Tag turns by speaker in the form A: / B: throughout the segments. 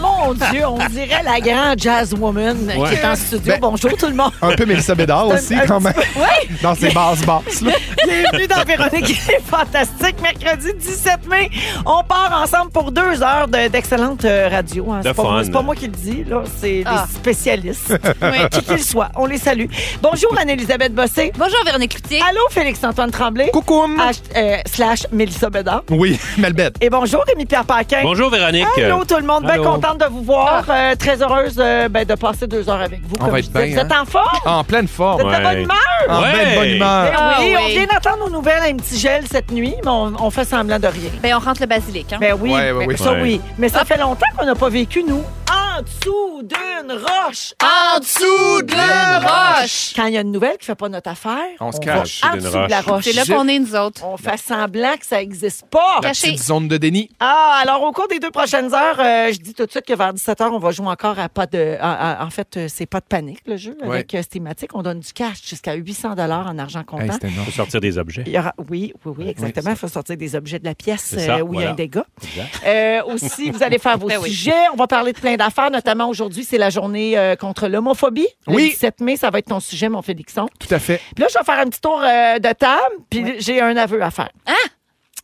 A: Mon Dieu, on dirait la grande jazz woman qui
B: Ouais.
A: est en studio.
B: Ben-
A: Bonjour tout le monde.
B: Un peu Mélissa Bédard aussi,
A: Un- un
B: quand
A: petit
B: même.
A: peu- Oui,
B: Dans ses basses basses, là.
A: bienvenue dans Véronique et les Fantastiques. Mercredi 17 mai, on part ensemble pour deux heures de- d'excellente euh, radio. hein.
C: De
A: C'est pas,
C: fun.
A: moi- c'est pas moi qui le dis, là, c'est
D: Ah.
A: les spécialistes. euh, Qui qu'ils soient, on les salue. Bonjour Anne-Elisabeth Bossé.
D: Bonjour Véronique Cloutier.
A: Allô Félix-Antoine Tremblay.
B: Coucou.
A: H- euh, slash Mélissa Bédard.
B: Oui, Melbette.
A: Et bonjour Rémi-Pierre Paquin.
C: Bonjour Véronique.
A: Allô tout le monde, bien
B: Allô.
A: contente de vous voir,
D: Ah.
A: euh, très heureuse euh, ben, de passer deux heures avec vous.
B: On
A: comme
B: va
A: je
B: être
A: disais.
B: bien, hein?
A: Vous êtes en forme?
B: En pleine
A: Vous êtes
B: forme.
A: de bonne
C: Ouais.
A: humeur?
B: En
C: Ouais.
B: belle bonne
A: Ben
B: humeur.
D: Ah
A: oui, on
D: oui.
A: vient d'entendre aux nouvelles un petit gel cette nuit, mais on, on fait semblant de rien.
D: Ben, on rentre le basilic. Hein?
A: Ben oui,
B: Ouais, ouais,
A: ben
B: oui.
A: ça
C: Ouais.
A: oui. Mais ça fait longtemps qu'on n'a pas vécu, nous, en dessous d'une roche.
D: En dessous de la roche.
A: Quand il y a une nouvelle qui ne fait pas notre affaire,
B: On se
A: va
B: cache
A: en
C: d'une
A: dessous de la roche.
D: C'est là
B: Je-
D: qu'on est, nous autres.
A: On fait semblant que ça n'existe pas.
B: La
D: Caché.
B: petite zone de déni.
A: Ah, alors au cours des deux prochaines heures, euh, je dis tout de suite que vers 17h, on va jouer encore à pas de. à- à- en fait, euh, c'est pas de panique, le jeu,
B: Ouais.
A: avec euh, cette thématique. On donne du cash jusqu'à 800 en argent comptant.
B: Hey, c'était énorme.
C: Faut sortir des objets.
A: Il y aura- oui, oui, oui, exactement. Il faut sortir des objets de la pièce
C: C'est ça,
A: euh, où il y
C: voilà.
A: a un dégât.
C: Exact.
A: Euh, aussi, vous allez faire vos
D: Ben oui.
A: sujets. On va parler de plein d'affaires, notamment aujourd'hui, c'est la journée euh, contre l'homophobie. Le
B: Oui.
A: 17 mai, ça va être ton sujet, mon Félixon.
B: Tout à fait.
A: Puis là, je vais faire un petit tour euh, de table, puis j'ai un aveu à faire.
D: Hein?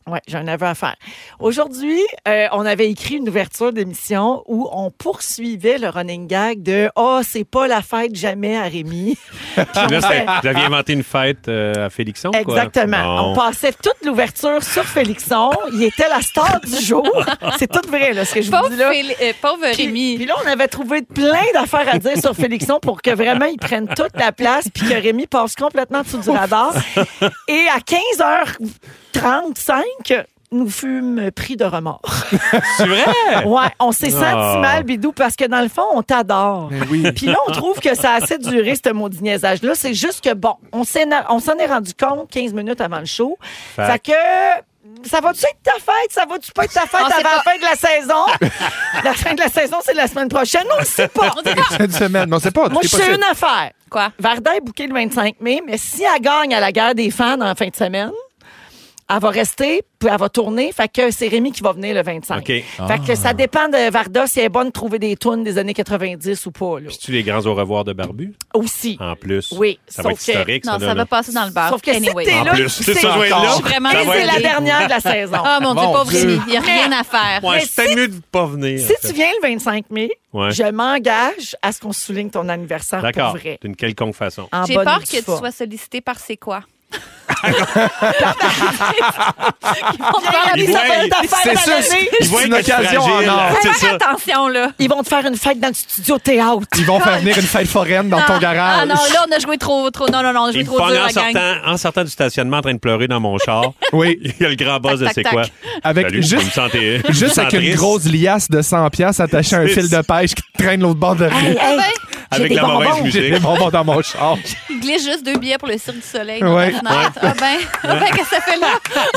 A: Oui, j'ai un aveu à faire. Aujourd'hui, euh, on avait écrit une ouverture d'émission où on poursuivait le running gag de « Ah, c'est pas la fête jamais à Rémi. »
C: Là, c'est- vous aviez inventé une fête euh, à Félixon, quoi.
A: Exactement.
C: Bon.
A: On passait toute l'ouverture sur Félixon. Il était la star du jour. C'est tout vrai, là, ce que je vous
D: Pauvre,
A: dis là.
D: Féli- euh, pauvre
A: Puis- Puis
D: Rémi.
A: là, on avait trouvé plein d'affaires à dire sur Félixon pour que vraiment il prenne toute la place puis que Rémi passe complètement dessous du radar. Et à 15h35, nous fûmes pris de remords.
C: C'est vrai?
A: Ouais, on s'est senti
C: Ah.
A: mal, Bidou, parce que dans le fond, on t'adore.
B: Ben oui.
A: Puis là, on trouve que ça a assez duré, ce maudit niaisage-là. C'est juste que, bon, on s'en on s'en est rendu compte 15 minutes avant le show.
C: Fact.
A: Fait que, ça va-tu être ta fête? Ça va-tu pas être ta fête
D: On sait
A: avant la
D: pas.
A: fin de la saison? la fin de la saison, c'est la semaine prochaine. On le sait pas.
B: Cette semaine. Mais on sait pas.
A: Moi,
B: tout
A: je
B: est
A: sais
B: possible.
A: une affaire.
D: Quoi?
A: Varda est bouquée le 25 mai, mais si elle gagne à la guerre des fans en fin de semaine, elle va rester, puis elle va tourner. Fait que c'est Rémi qui va venir le 25.
C: OK.
A: Fait que
B: Ah.
A: ça dépend de Varda si elle est bonne de trouver des tunes des années 90 ou pas. là.
C: Tu les grands au revoir de Barbu,
A: Aussi.
C: en plus.
A: Oui,
C: Ça
A: sauf
C: va être historique,
D: Non,
C: ça,
D: ça
C: là.
D: va passer dans le bar.
A: Sauf que
D: anyway.
A: si t'es
C: En
A: là,
C: plus,
A: tu
C: c'est
A: sais
C: ça, je vais être
A: encore.
C: là.
D: Je suis vraiment
C: Ça
A: Et
C: va
A: c'est
C: être
A: la
C: bien.
A: dernière de la saison.
D: Ah, mon Dieu,
B: Mon
D: pauvre
B: Dieu.
D: Rémi. Il n'y a rien à faire.
C: Ouais,
A: Mais
C: c'était
A: si-
C: mieux de pas venir.
A: Si
C: en fait.
A: tu viens le 25 mai,
C: Ouais.
A: je m'engage à ce qu'on souligne ton anniversaire pour
C: D'accord,
A: vrai.
C: d'une quelconque façon.
A: En
D: J'ai
A: bonne
D: peur
A: ou due
D: que tu
A: forme.
D: sois sollicité par c'est quoi?
A: Regardez, ça
C: Ouais,
A: va être ta fête
B: C'est
A: dans
B: sûr,
A: l'année.
B: c'est
C: voient
B: une
C: que je suis
B: occasion en
C: fragile.
B: or.
D: Fais
C: C'est
D: faire
C: ça.
D: attention, là.
A: Ils vont te faire une fête dans le studio théâtre.
B: Ils vont faire venir une fête foraine dans ton garage.
D: Ah non, là, on a joué trop, trop. Non, non, non, on a joué
C: Il me
D: trop dur,
C: pognait en
D: la gang.
C: sortant, en sortant du stationnement en train de pleurer dans mon char.
B: Oui.
C: Il y a le grand boss
D: Tac,
C: de c'est
D: tac,
C: quoi.
D: tac.
B: Avec
C: Salut, vous me euh,
B: juste,
C: sentez. vous me
B: juste avec
C: sentez
B: une grosse liasse de 100 piastres attachée à un
C: C'est
B: fil de
C: ça.
B: pêche qui traîne l'autre bord de la rue.
A: Hey, hey, j'ai
C: Ah ben. Avec
A: des
C: la
A: bonbons.
C: mauvaise musique.
B: J'ai des bonbons dans mon char.
D: Il glisse juste deux billets pour le Cirque du Soleil dans
B: Ouais.
D: la fenêtre. Ah ben, ah ben, qu'est-ce que ça fait là?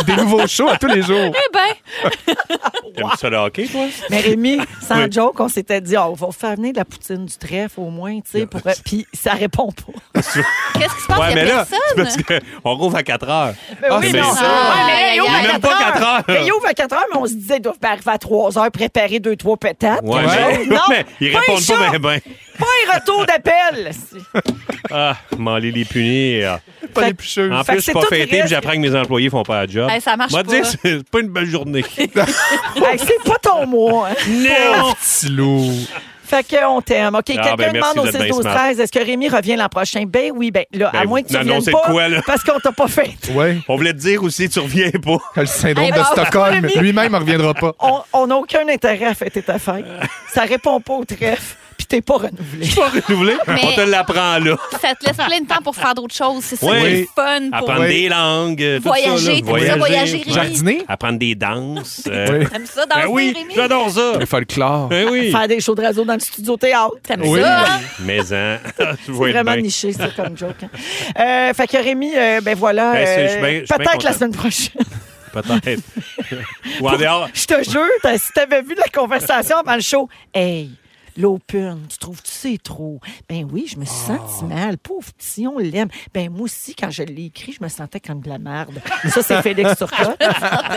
B: Des nouveaux shows à tous les jours.
D: Eh ben,
C: T'aimes ça le hockey, toi?
A: Mais Rémi, sans
C: Oui.
A: joke, on s'était dit, Ah, on va faire venir de la poutine du trèfle au moins, tu sais, pour. euh, Puis ça répond pas.
D: qu'est-ce qui se passe?
C: ouais,
D: Il n'y
C: mais
D: a
C: là, c'est
D: personne.
C: parce qu'on rouvre à 4 heures.
B: Ah, oui, c'est non.
C: ça.
D: Ah,
A: Ben Ouais, mais il ouvre
D: aïe,
A: à
D: aïe.
C: Même pas quatre heures.
A: Mais il ouvre à 4 heures, mais on se disait, ils doivent arriver à 3 heures, préparer 2-3 pétates.
C: Ouais,
A: quelque
C: mais,
A: chose. non,
C: mais ils
A: un
C: répondent
A: chat,
C: pas, mais ben.
A: Pas un retour d'appel.
C: Ah, m'en aller les punir.
B: Pas les pucheuses.
C: En
A: Fait
C: plus,
A: que
C: je
A: c'est
C: suis pas
A: tout Ben,
C: fêté,
A: reste-
C: puis j'apprends que mes employés font pas la job.
D: Hey, ça marche
C: Moi,
D: pas.
C: dire, c'est pas une belle journée.
A: Hey, c'est pas ton mois. hein.
C: non!
B: Petit loup.
A: Fait qu'on t'aime.
C: Ah,
A: OK, quelqu'un
C: ben, merci,
A: demande au
C: vous êtes bien
A: 6 12 13 est-ce que Rémi revient l'an prochain? Ben oui, ben là, à
C: Ben,
A: moins que tu
C: non, non,
A: viennes
C: c'est
A: pas,
C: de quoi, là?
A: parce qu'on t'a pas fait.
B: Ouais.
C: On voulait te dire aussi, tu reviens pas.
B: Le syndrome
D: Eh
B: de
D: ben,
B: Stockholm.
A: Rémi.
B: Lui-même ne reviendra pas.
A: On on n'a aucun intérêt à fêter ta fête. Ça répond pas au trèfle, puis t'es pas renouvelé.
C: Pas renouvelé.
D: Mais-
C: On te l'apprend là.
D: Ça te laisse plein de temps pour faire d'autres choses. C'est ça
C: Oui.
D: qui est le fun. Pour...
C: Apprendre
B: Ouais.
C: des langues. euh, tout
D: Voyager,
C: ça, là.
D: t'aimes ça, voyager, Rémi?
B: Jardiner?
C: Apprendre des danses.
B: Oui.
C: euh,
D: T'aimes ça, danser,
C: Ben oui,
D: Rémi?
C: j'adore ça.
B: Le folklore.
C: Ben oui.
A: Faire des shows de radio dans le studio théâtre.
D: T'aimes
B: Oui.
D: ça? hein?
C: Mais hein, tu vois
A: C'est vraiment
C: bien.
A: niché, ça, comme joke. hein. Euh, fait que Rémi, euh, ben voilà,
C: Ben, c'est-
A: euh,
C: je suis bien- je suis bien
A: peut-être la
C: content.
A: semaine prochaine.
C: Peut-être. Ou en dehors.
A: Je te jure, t'as- si t'avais vu la conversation avant le show, hey, l'open, tu trouves-tu c'est trop? Ben oui, je me suis
C: Ah.
A: senti mal. Pauvre petit, on l'aime. Ben moi aussi, quand je l'ai écrit, je me sentais comme de la merde. Ça, c'est Félix Turcotte.
D: T'es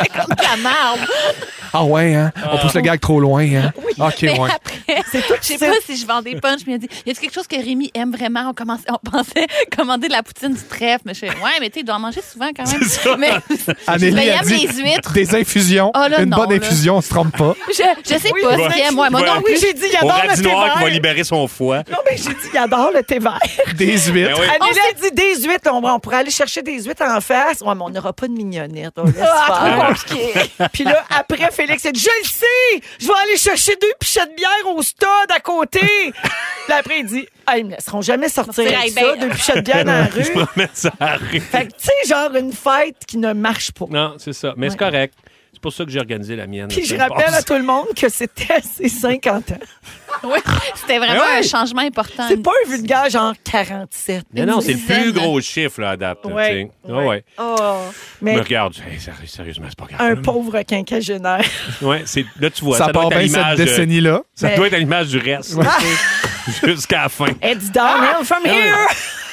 D: comme de la merde.
B: Ah ouais, hein? On pousse le gag trop loin, hein? OK,
D: Mais
B: ouais.
E: Ah,
D: après,
A: C'est tout,
D: je sais
A: c'est-
D: pas si je vends des punchs, mais il a dit y a quelque chose que Rémi aime vraiment On, commençait- on pensait commander de la poutine du trèfle. Mais je fais Ouais, mais tu sais, il doit en manger souvent quand même. Mais
B: Amélie
D: Ben, il
B: a
D: aime
B: dit
D: les huîtres.
B: des infusions.
D: Ah, là,
B: Une
D: non,
B: bonne
D: là.
B: infusion, on se trompe pas.
D: je, je sais
A: Oui,
D: pas
C: ouais.
D: ce qu'il aime. Moi, moi
C: Ouais.
D: non
A: Oui,
D: plus.
A: j'ai dit, il
C: Au
A: adore le
C: radis
A: thé
C: noir qui va
A: vert.
C: libérer son foie.
A: Non, mais j'ai dit, il adore le thé vert.
B: Des huîtres.
C: Ben oui.
A: Annie
D: On
A: a dit des huîtres. On, on pourrait aller chercher des huîtres en face. Ouais, mais on n'aura pas de mignonnette. On laisse
D: Ah,
C: Ah,
A: faire. Puis là, après, Félix a dit Je le sais, je vais aller chercher deux pichettes de bière au stade à côté. Puis après, il dit Ah, ils me laisseront jamais sortir
D: C'est
A: avec
D: vrai,
A: ça,
D: ben-
A: deux pichettes de bière dans la rue.
C: Mais ça arrive.
A: Fait que, tu sais, genre une fête qui ne marche pas.
C: Non, c'est ça. Mais c'est correct. C'est pour ça que j'ai organisé la mienne.
A: Puis je
C: la semaine
A: rappelle à
C: passée.
A: tout le monde que c'était à ses 50 ans.
D: Oui, c'était vraiment
C: Mais ouais.
D: un changement important.
A: C'est pas un vulgaire genre 47.
C: Non, non, c'est le plus
D: dizaine.
C: gros chiffre, là, à date. là,
A: Ouais,
C: tu sais. Ah Ouais, ouais.
A: Oh,
C: Mais
A: mais
C: regarde, hey, sérieux- sérieusement, c'est pas grave.
A: un pauvre quinquagénaire.
C: Ouais, c'est- là, tu vois, ça,
B: ça
C: doit
B: part
C: être à
B: bien cette
C: l'image de-
B: décennie-là.
C: ça
A: Mais-
C: doit être à l'image du reste. Jusqu'à la fin.
A: Ah, Eddie downhill from here.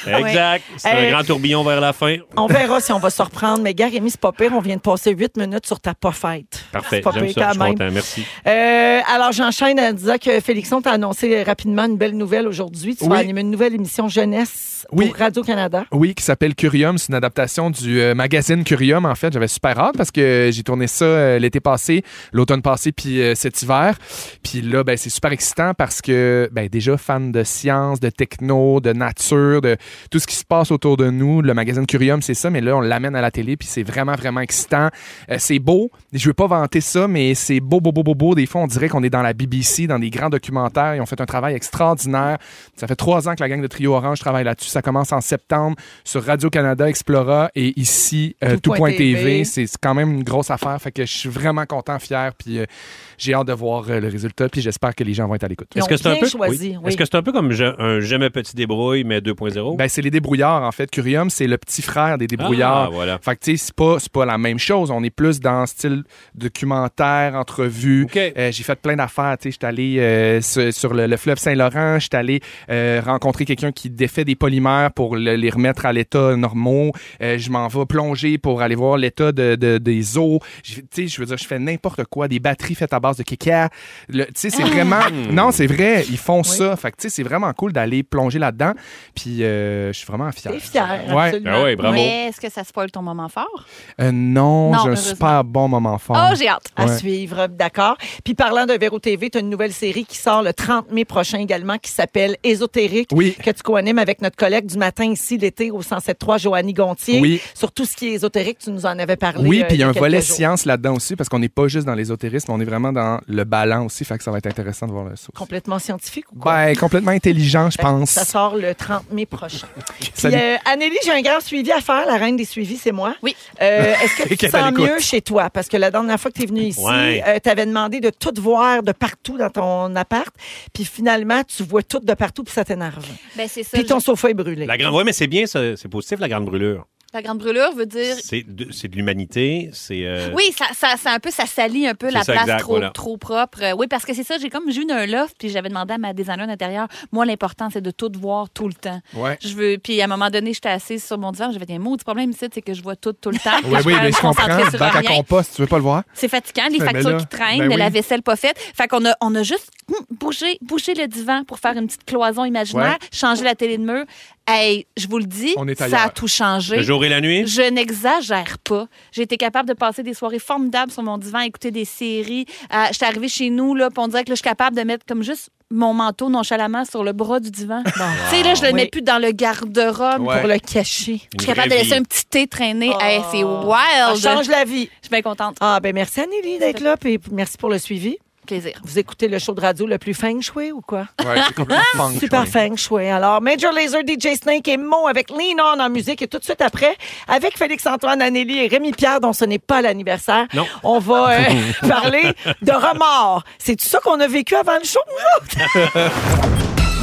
C: Exact. C'est
A: Euh,
C: un grand tourbillon vers la fin.
A: On verra si on va se reprendre. Mais, gars, Rémi, c'est pas pire. On vient de passer 8 minutes sur ta pas fête.
C: Parfait.
A: C'est pas
C: J'aime
A: pire
C: ça. Je
A: quand
C: suis
A: même.
C: content. Merci.
A: Euh, alors, j'enchaîne en disant que Félixon t'a annoncé rapidement une belle nouvelle aujourd'hui. Tu vas
B: Oui.
A: animer une nouvelle émission jeunesse
B: Oui.
A: pour Radio-Canada.
B: Oui, qui s'appelle Curium. C'est une adaptation du euh, magazine Curium. En fait, j'avais super hâte parce que euh, j'ai tourné ça euh, l'été passé, l'automne passé, puis euh, cet hiver. Puis là, ben, c'est super excitant parce que ben, déjà fan de science, de techno, de nature, de tout ce qui se passe autour de nous. Le magazine Curium, c'est ça, mais là, on l'amène à la télé, puis c'est vraiment, vraiment excitant. Euh, c'est beau. Je veux pas vanter ça, mais c'est beau, beau, beau, beau, beau. Des fois, on dirait qu'on est dans la BBC, dans des grands documentaires. Ils ont fait un travail extraordinaire. Ça fait trois ans que la gang de Trio Orange travaille là-dessus. Ça commence en septembre sur Radio-Canada, Explora et ici, euh,
A: Tout point TV.
B: tout.tv. C'est c'est quand même une grosse affaire. Fait que je suis vraiment content, fier, puis euh, j'ai hâte de voir euh, le résultat, puis j'espère que les gens vont être à l'écoute.
A: Ils ont
C: Est-ce que c'est
A: bien
C: un peu
A: choisi,
C: oui.
A: oui.
C: Est-ce que c'est un peu comme je- un jamais petit débrouille mais 2.0
B: Ben, c'est les débrouillards, en fait. Curium, c'est le petit frère des débrouillards.
C: Ah, voilà.
B: Fait que, tu sais, c'est pas, c'est pas la même chose. On est plus dans style documentaire, entrevue.
C: OK.
B: Euh, j'ai fait plein d'affaires. Tu sais, j'étais allé euh, sur, sur le, le fleuve Saint-Laurent. J'étais allé euh, rencontrer quelqu'un qui défait des polymères pour le- les remettre à l'état normaux. Euh, je m'en vais plonger pour aller voir l'état de, de- des eaux. J'ai fait- Tu sais, je veux dire, je fais n'importe quoi. Des batteries faites à base de kékia. Le- Tu sais, c'est vraiment... non, c'est vrai. Ils font ça. Fait que, tu sais, c'est vraiment cool d'aller plonger là-dedans. Puis, euh, je suis vraiment fier.
A: T'es fier,
B: Ouais.
A: absolument.
C: Ah ouais, bravo.
D: Mais est-ce que ça spoil ton moment fort?
B: Euh, non,
D: Non,
B: j'ai un
D: heureusement.
B: super bon moment fort.
D: Oh, j'ai hâte.
A: À
B: Ouais.
A: suivre, d'accord. Puis parlant de Véro TV, tu as une nouvelle série qui sort le 30 mai prochain également qui s'appelle Ésotérique,
B: Oui.
A: que tu co-animes avec notre collègue du matin ici l'été au 107.3, Joannie Gontier.
B: Oui.
A: Sur tout ce qui est ésotérique, tu nous en avais parlé.
B: Oui,
A: euh,
B: puis il y a un
A: quelques
B: volet
A: jours.
B: science là-dedans aussi, parce qu'on n'est pas juste dans l'ésotérisme, on est vraiment dans le ballon aussi, fait que ça va être intéressant de voir le sauce.
A: Complètement scientifique ou quoi? Euh,
B: Ben, complètement intelligent, je pense.
A: Ça sort le 30 mai prochain. Puis,
B: Salut.
A: euh, Anneli, j'ai un grand suivi à faire. La reine des suivis, c'est moi.
D: Oui.
A: Euh, Est-ce que tu te
B: Qu'elle
A: sens
B: écoute.
A: mieux chez toi? Parce que la dernière fois que tu es venue ici,
C: Ouais.
A: tu avais demandé de tout voir de partout dans ton appart. Puis finalement, tu vois tout de partout, puis ça t'énerve.
D: Ben, c'est ça.
A: Puis ton
D: je-
A: sofa est brûlé.
C: La grande ouais, mais c'est bien ça, c'est positif la grande brûlure.
D: La grande brûlure veut dire.
C: C'est de, c'est de l'humanité, c'est euh,
D: Oui, ça, ça, ça un peu, ça salit un peu
C: C'est
D: la
C: ça,
D: place
C: exact,
D: trop,
C: voilà.
D: trop propre. Euh, oui, parce que c'est ça, j'ai comme j'ai eu un loft, puis j'avais demandé à ma designerne intérieure, moi, l'important, c'est de tout voir tout le temps.
B: Ouais.
D: Je veux, puis à un moment donné, j'étais assise sur mon divan, j'avais dit, mot du problème ici, c'est que je vois tout tout le temps. puis
B: Oui, oui,
D: peux
B: mais je
D: me concentrer
B: comprends.
D: sur
B: Bac à
D: rien.
B: compost, tu veux pas le voir?
D: C'est fatigant, les
B: Ben, ben
D: factures
B: là,
D: qui traînent,
B: ben
D: de la
B: oui.
D: vaisselle pas faite. Fait qu'on a, hmm, on a juste hum, bougé, bougé le divan pour faire une petite cloison imaginaire, changer la télé de mur, Hey, je vous le dis,
B: On est
D: ça a
B: ailleurs.
D: tout changé.
C: Le jour et la nuit?
D: Je n'exagère pas. J'ai été capable de passer des soirées formidables sur mon divan, à écouter des séries. Euh, J'étais arrivée chez nous, là, puis on dirait que là, je suis capable de mettre comme juste mon manteau nonchalamment sur le bras du divan. Tu sais, là, je le
A: Oui.
D: mets plus dans le garde-robe.
B: Ouais.
D: pour
A: Pour le cacher.
D: Je suis capable de laisser un petit thé traîner.
A: Oh.
D: Hey, c'est
A: Ça
D: wild.
A: change la vie.
D: Je suis bien contente.
A: Ah, ben merci, Anneli, d'être là. Puis merci pour le suivi.
D: Plaisir.
A: Vous écoutez le show de radio le plus feng shui ou quoi? Ah!
B: Ouais, c'est complètement funk,
A: Super
B: ouais.
A: feng shui. Alors, Major Laser, DJ Snake et Mo avec Lean On en musique. Et tout de suite après, avec Félix-Antoine, Anneli et Rémi-Pierre, dont ce n'est pas l'anniversaire,
C: Non.
A: on va euh, parler de remords. C'est tout ça qu'on a vécu avant le show, nous autres?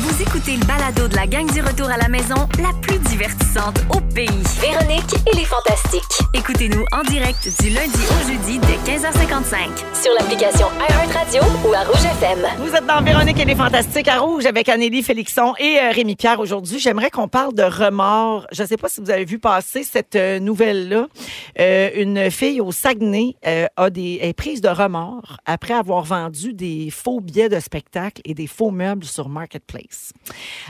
F: Vous écoutez le balado de la gang du retour à la maison, la plus divertissante au pays.
G: Véronique et les Fantastiques.
F: Écoutez-nous en direct du lundi au jeudi dès 15h55.
G: Sur l'application iHeartRadio ou à Rouge FM.
A: Vous êtes dans Véronique et les Fantastiques à Rouge avec Anneli Félixon et euh, Rémi Pierre aujourd'hui. J'aimerais qu'on parle de remords. Je ne sais pas si vous avez vu passer cette euh, nouvelle-là. Euh, une fille au Saguenay euh, a des, est prise de remords après avoir vendu des faux billets de spectacle et des faux meubles sur Marketplace.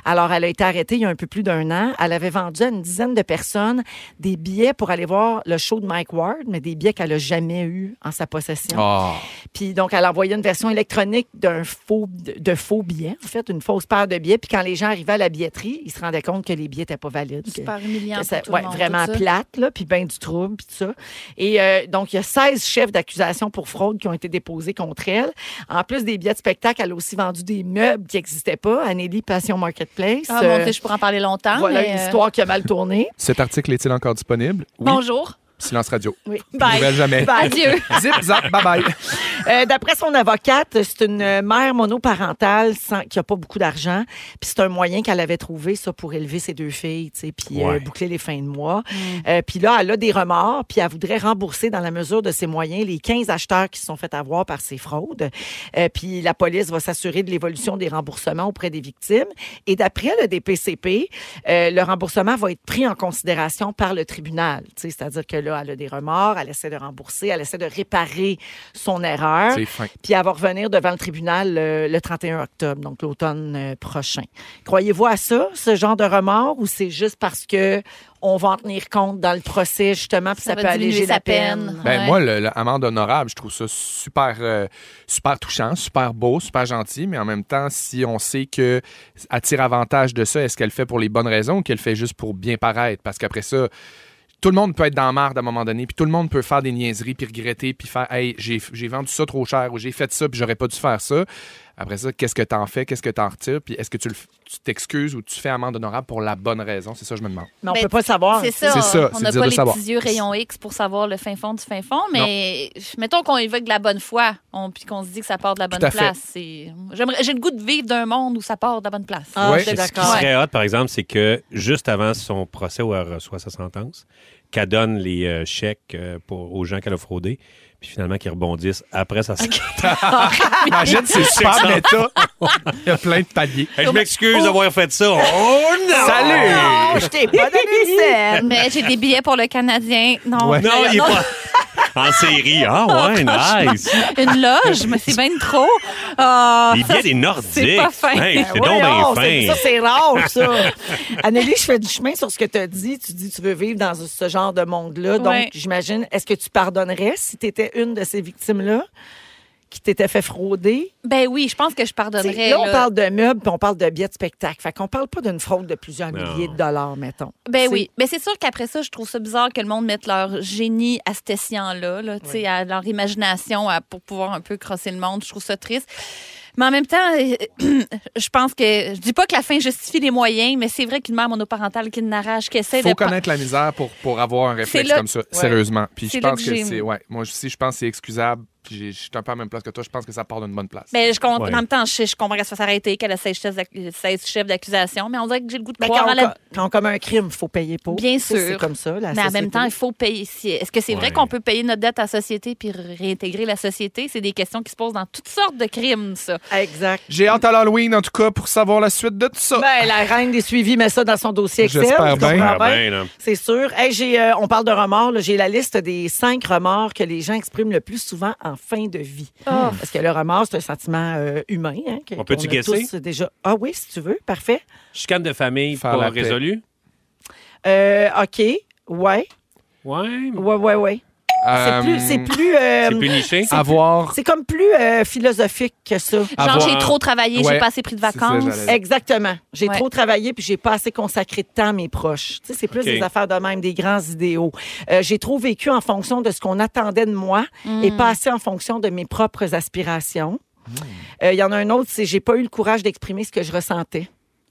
A: Alors, elle a été arrêtée il y a un peu plus d'un an. Elle avait vendu à une dizaine de personnes des billets pour aller voir le show de Mike Ward, mais des billets qu'elle n'a jamais eu en sa possession.
B: Ah.
A: Puis donc, elle envoyait une version électronique d'un faux, de de faux billets, en fait, une fausse paire de billets. Puis quand les gens arrivaient à la billetterie, ils se rendaient compte que les billets n'étaient pas valides. que-
D: Super humiliant.
A: que
D: Pour
A: ça-
D: tout
A: ouais,
D: le monde,
A: vraiment
D: tout ça.
A: plate, là, puis ben du trouble, puis tout ça. Et euh, donc, il y a 16 chefs d'accusation pour fraude qui ont été déposés contre elle. En plus des billets de spectacle, elle a aussi vendu des meubles qui n'existaient pas. Anneli Passion Marketplace.
D: Ah,
A: Euh,
D: mon Dieu, je pourrais en parler longtemps.
A: voilà
D: mais,
A: une
D: euh,
A: histoire qui a mal tourné.
B: Cet article est-il encore disponible? Oui.
D: Bonjour.
B: Silence radio.
A: Oui.
B: Nouvelle jamais.
A: Bye.
D: Adieu.
B: Zip, zap, bye bye.
A: Euh, D'après son avocate, c'est une euh, mère monoparentale sans, qui n'a pas beaucoup d'argent. Puis c'est un moyen qu'elle avait trouvé, ça, pour élever ses deux filles, tu sais, puis euh,
C: Ouais.
A: boucler les fins de mois. Euh, puis là, elle a des remords, puis elle voudrait rembourser dans la mesure de ses moyens les 15 acheteurs qui se sont fait avoir par ces fraudes. Euh, puis la police va s'assurer de l'évolution des remboursements auprès des victimes. Et d'après le DPCP, euh, le remboursement va être pris en considération par le tribunal. Tu sais, C'est-à-dire que là, elle a des remords, elle essaie de rembourser, elle essaie de réparer son
E: hein?
A: erreur
B: C'est fin.
E: Ah
A: puis elle va revenir devant le tribunal euh, le 31 octobre, donc l'automne euh, prochain. Croyez-vous à ça, ce genre de remords, ou c'est juste parce que on va en tenir compte dans le procès, justement, puis ça,
D: Ça va
A: peut
D: diminuer
A: alléger
D: sa
A: la peine?
D: peine.
B: Ben,
D: Ouais.
B: Moi, le- l'amende honorable, je trouve ça super, euh, super touchant, super beau, super gentil, mais en même temps, si on sait que elle tire avantage de ça, est-ce qu'elle le fait pour les bonnes raisons ou qu'elle le fait juste pour bien paraître? Parce qu'après ça, tout le monde peut être dans la marde à un moment donné, puis tout le monde peut faire des niaiseries, puis regretter, puis faire Hey, j'ai j'ai vendu ça trop cher ou j'ai fait ça, puis j'aurais pas dû faire ça. Après ça, qu'est-ce que t'en fais? Qu'est-ce que t'en retires? Puis est-ce que tu le f- tu t'excuses ou tu fais amende honorable pour la bonne raison? C'est ça que je me demande.
A: Mais on
D: Ben,
A: peut pas le savoir.
D: C'est ça.
B: C'est ça,
D: on
B: c'est
D: n'a
B: dire
D: pas
B: de
D: les
B: savoir.
D: petits yeux rayon X pour savoir le fin fond du fin fond, mais mettons qu'on évoque de la bonne foi, on, puis qu'on se dit que ça part de la bonne
B: à fait.
D: place. C'est- J'aimerais- J'ai le goût de vivre d'un monde où ça part de la bonne place.
A: Ah,
B: Ouais,
A: je
B: c'est
A: suis
B: ce
C: Ce qui
A: d'accord.
C: serait hot, par exemple, c'est que juste avant son procès où elle reçoit sa sentence, qu'elle donne les euh, chèques euh, pour, aux gens qu'elle a fraudés, puis finalement qu'ils rebondissent après sa sentence.
B: Imagine, c'est super méta. Il y a plein de paliers.
C: Hey, je m'excuse d'avoir fait ça. Oh non!
B: Salut!
A: Non, je t'ai pas donné une scène.
D: Mais j'ai des billets pour le Canadien. Non,
B: Ouais.
C: Non,
D: non,
C: il est pas. En série. Ah ouais, nice.
D: une loge, mais c'est bien trop. Ah,
C: Il vient des Nordiques.
D: c'est pas fin.
C: Hey, c'est donc
A: Ben Voyons,
C: bien
A: c'est-
C: fin.
A: ça, c'est rare, ça. Anneli, je fais du chemin sur ce que tu as dit. Tu dis que tu veux vivre dans ce genre de monde-là. Donc,
D: Ouais.
A: j'imagine, est-ce que tu pardonnerais si tu étais une de ces victimes-là qui t'était fait frauder?
D: Ben oui, je pense que je pardonnerais.
A: T'sais, Là, on
D: là.
A: parle de meubles, puis on parle de billets de spectacle. Fait qu'on parle pas d'une fraude de plusieurs
C: Non.
A: milliers de dollars, mettons.
D: Ben
A: C'est-
D: oui. Mais c'est sûr qu'après ça, je trouve ça bizarre que le monde mette leur génie à cet escient-là, là, tu sais, à leur imagination à- pour pouvoir un peu crosser le monde. Je trouve ça triste. Mais en même temps, euh, je pense que. Je dis pas que la fin justifie les moyens, mais c'est vrai qu'une mère monoparentale qui n'arrache, qui essaie
B: faut
D: de. pa-
B: connaître la misère pour, pour avoir un réflexe
D: là-
B: comme ça, sérieusement. Puis
D: C'est
B: je
D: là
B: pense
D: que
B: que,
D: j'ai-
B: c'est. Ouais, moi aussi, je pense que c'est excusable. Puis j'ai- Je suis un peu à la même place que toi. Je pense que ça part d'une bonne place.
D: Ben, je comprends.
C: Ouais.
D: En même temps, je, je comprends qu'elle se fasse arrêter, qu'elle a 16 chefs d'ac- 16 chefs d'accusation, mais on dirait que j'ai le goût de
A: Ben,
D: croire
A: quand,
D: en
A: on,
D: la-
A: co- quand on commet un crime, il faut payer pour.
D: Bien
A: Ça, C'est
D: sûr.
A: comme ça, la
D: Mais en
A: société.
D: même temps, il faut payer. Si- Est-ce que c'est vrai
C: Ouais.
D: qu'on peut payer notre dette à la société puis réintégrer la société? C'est des questions qui se posent dans toutes sortes de crimes, ça.
A: Exact.
B: J'ai hâte à l'Halloween, en tout cas, pour savoir la suite de tout ça.
A: Ben, la reine des suivis met ça dans son dossier Excel.
B: J'espère
A: tu comprends
C: Ah
B: bien.
C: ben, là.
A: C'est sûr. Hey, j'ai, euh, on parle de remords. là. J'ai la liste des cinq remords que les gens expriment le plus souvent en en fin de vie.
D: Ah.
A: Parce que le remords, c'est un sentiment euh, humain. hein, que-
C: On peut-tu
A: qu'on a
C: guesser?
A: tous déjà... Ah oui, si tu veux, parfait.
C: Chicane de famille,
B: Faire
C: pas
B: la paix.
C: résolue.
A: Euh, OK, ouais,
C: Ouais. mais
A: ouais, ouais, ouais. C'est
B: Euh,
A: plus... C'est plus, euh,
C: C'est plus niché.
B: Avoir.
A: c'est comme plus euh, philosophique que ça.
D: Genre,
C: Avoir-
D: j'ai trop travaillé,
B: Ouais.
D: j'ai pas assez pris de
B: C'est ça,
D: vacances.
B: j'allais dire.
A: Exactement. J'ai
D: Ouais.
A: trop travaillé puis j'ai pas assez consacré de temps à mes proches. Tu sais, c'est plus
C: OK.
A: des affaires de même, des grands idéaux. Euh, j'ai trop vécu en fonction de ce qu'on attendait de moi et
D: Mm.
A: pas assez en fonction de mes propres aspirations.
B: Mm.
A: Euh, Il y en a un autre, c'est j'ai pas eu le courage d'exprimer ce que je ressentais.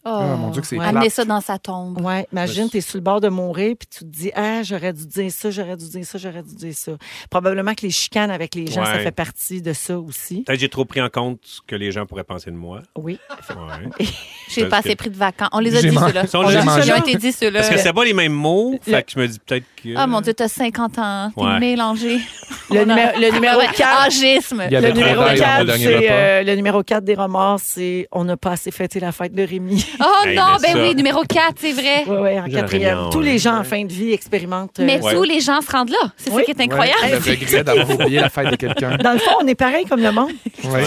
D: Oh.
B: Ah, mon Dieu, que c'est
A: Ouais.
B: plate.
D: Amener ça dans sa tombe.
A: Ouais, imagine,
C: Parce-
A: t'es sur le bord de mourir puis tu te dis, ah, j'aurais dû dire ça, j'aurais dû dire ça, j'aurais dû dire ça. Probablement que les chicanes avec les gens, ça
C: Ouais.
A: fait partie de ça aussi.
C: Peut-être que j'ai trop pris en compte ce que les gens pourraient penser de moi.
A: Oui.
C: Ouais.
D: J'ai
C: Parce
D: pas
C: que-
D: assez pris de vacances. On les a
B: J'ai
D: dit,
B: man-
D: ceux-là.
C: Sont
D: On
C: les
D: les
B: mangeants.
D: a- Ils ont été dit, ceux-là.
C: Parce que c'est pas les mêmes mots. Fait que je me dis peut-être que.
D: Ah, mon Dieu, t'as 50 ans. T'es
C: Ouais.
D: mélangé.
A: Le,
D: On a- Ah,
A: numé- le numéro
D: Ouais,
A: 4.
D: Âgisme.
B: Il y avait
A: Le
B: trop
A: numéro,
B: d'ail dans mon
A: 4,
B: dernier repas.
A: le numéro 4 des remords, c'est On n'a pas assez fêté la fête de Rémi.
D: Oh
C: Hey,
D: non,
C: mais
D: ben
C: ça-
D: oui, numéro 4, c'est vrai.
A: Oui, oui, en
C: J'aurais
A: quatrième.
B: Ah
C: bien,
A: Tous
C: ouais.
A: les gens en fin de vie expérimentent. euh,
D: Mais
C: Ouais.
D: tous les gens se rendent là. C'est ça
A: Oui.
D: qui est incroyable.
B: Ouais, le regret d'avoir oublié la fête de quelqu'un.
A: Dans le fond, on est pareil comme le monde.
B: Ouais.
C: Ouais.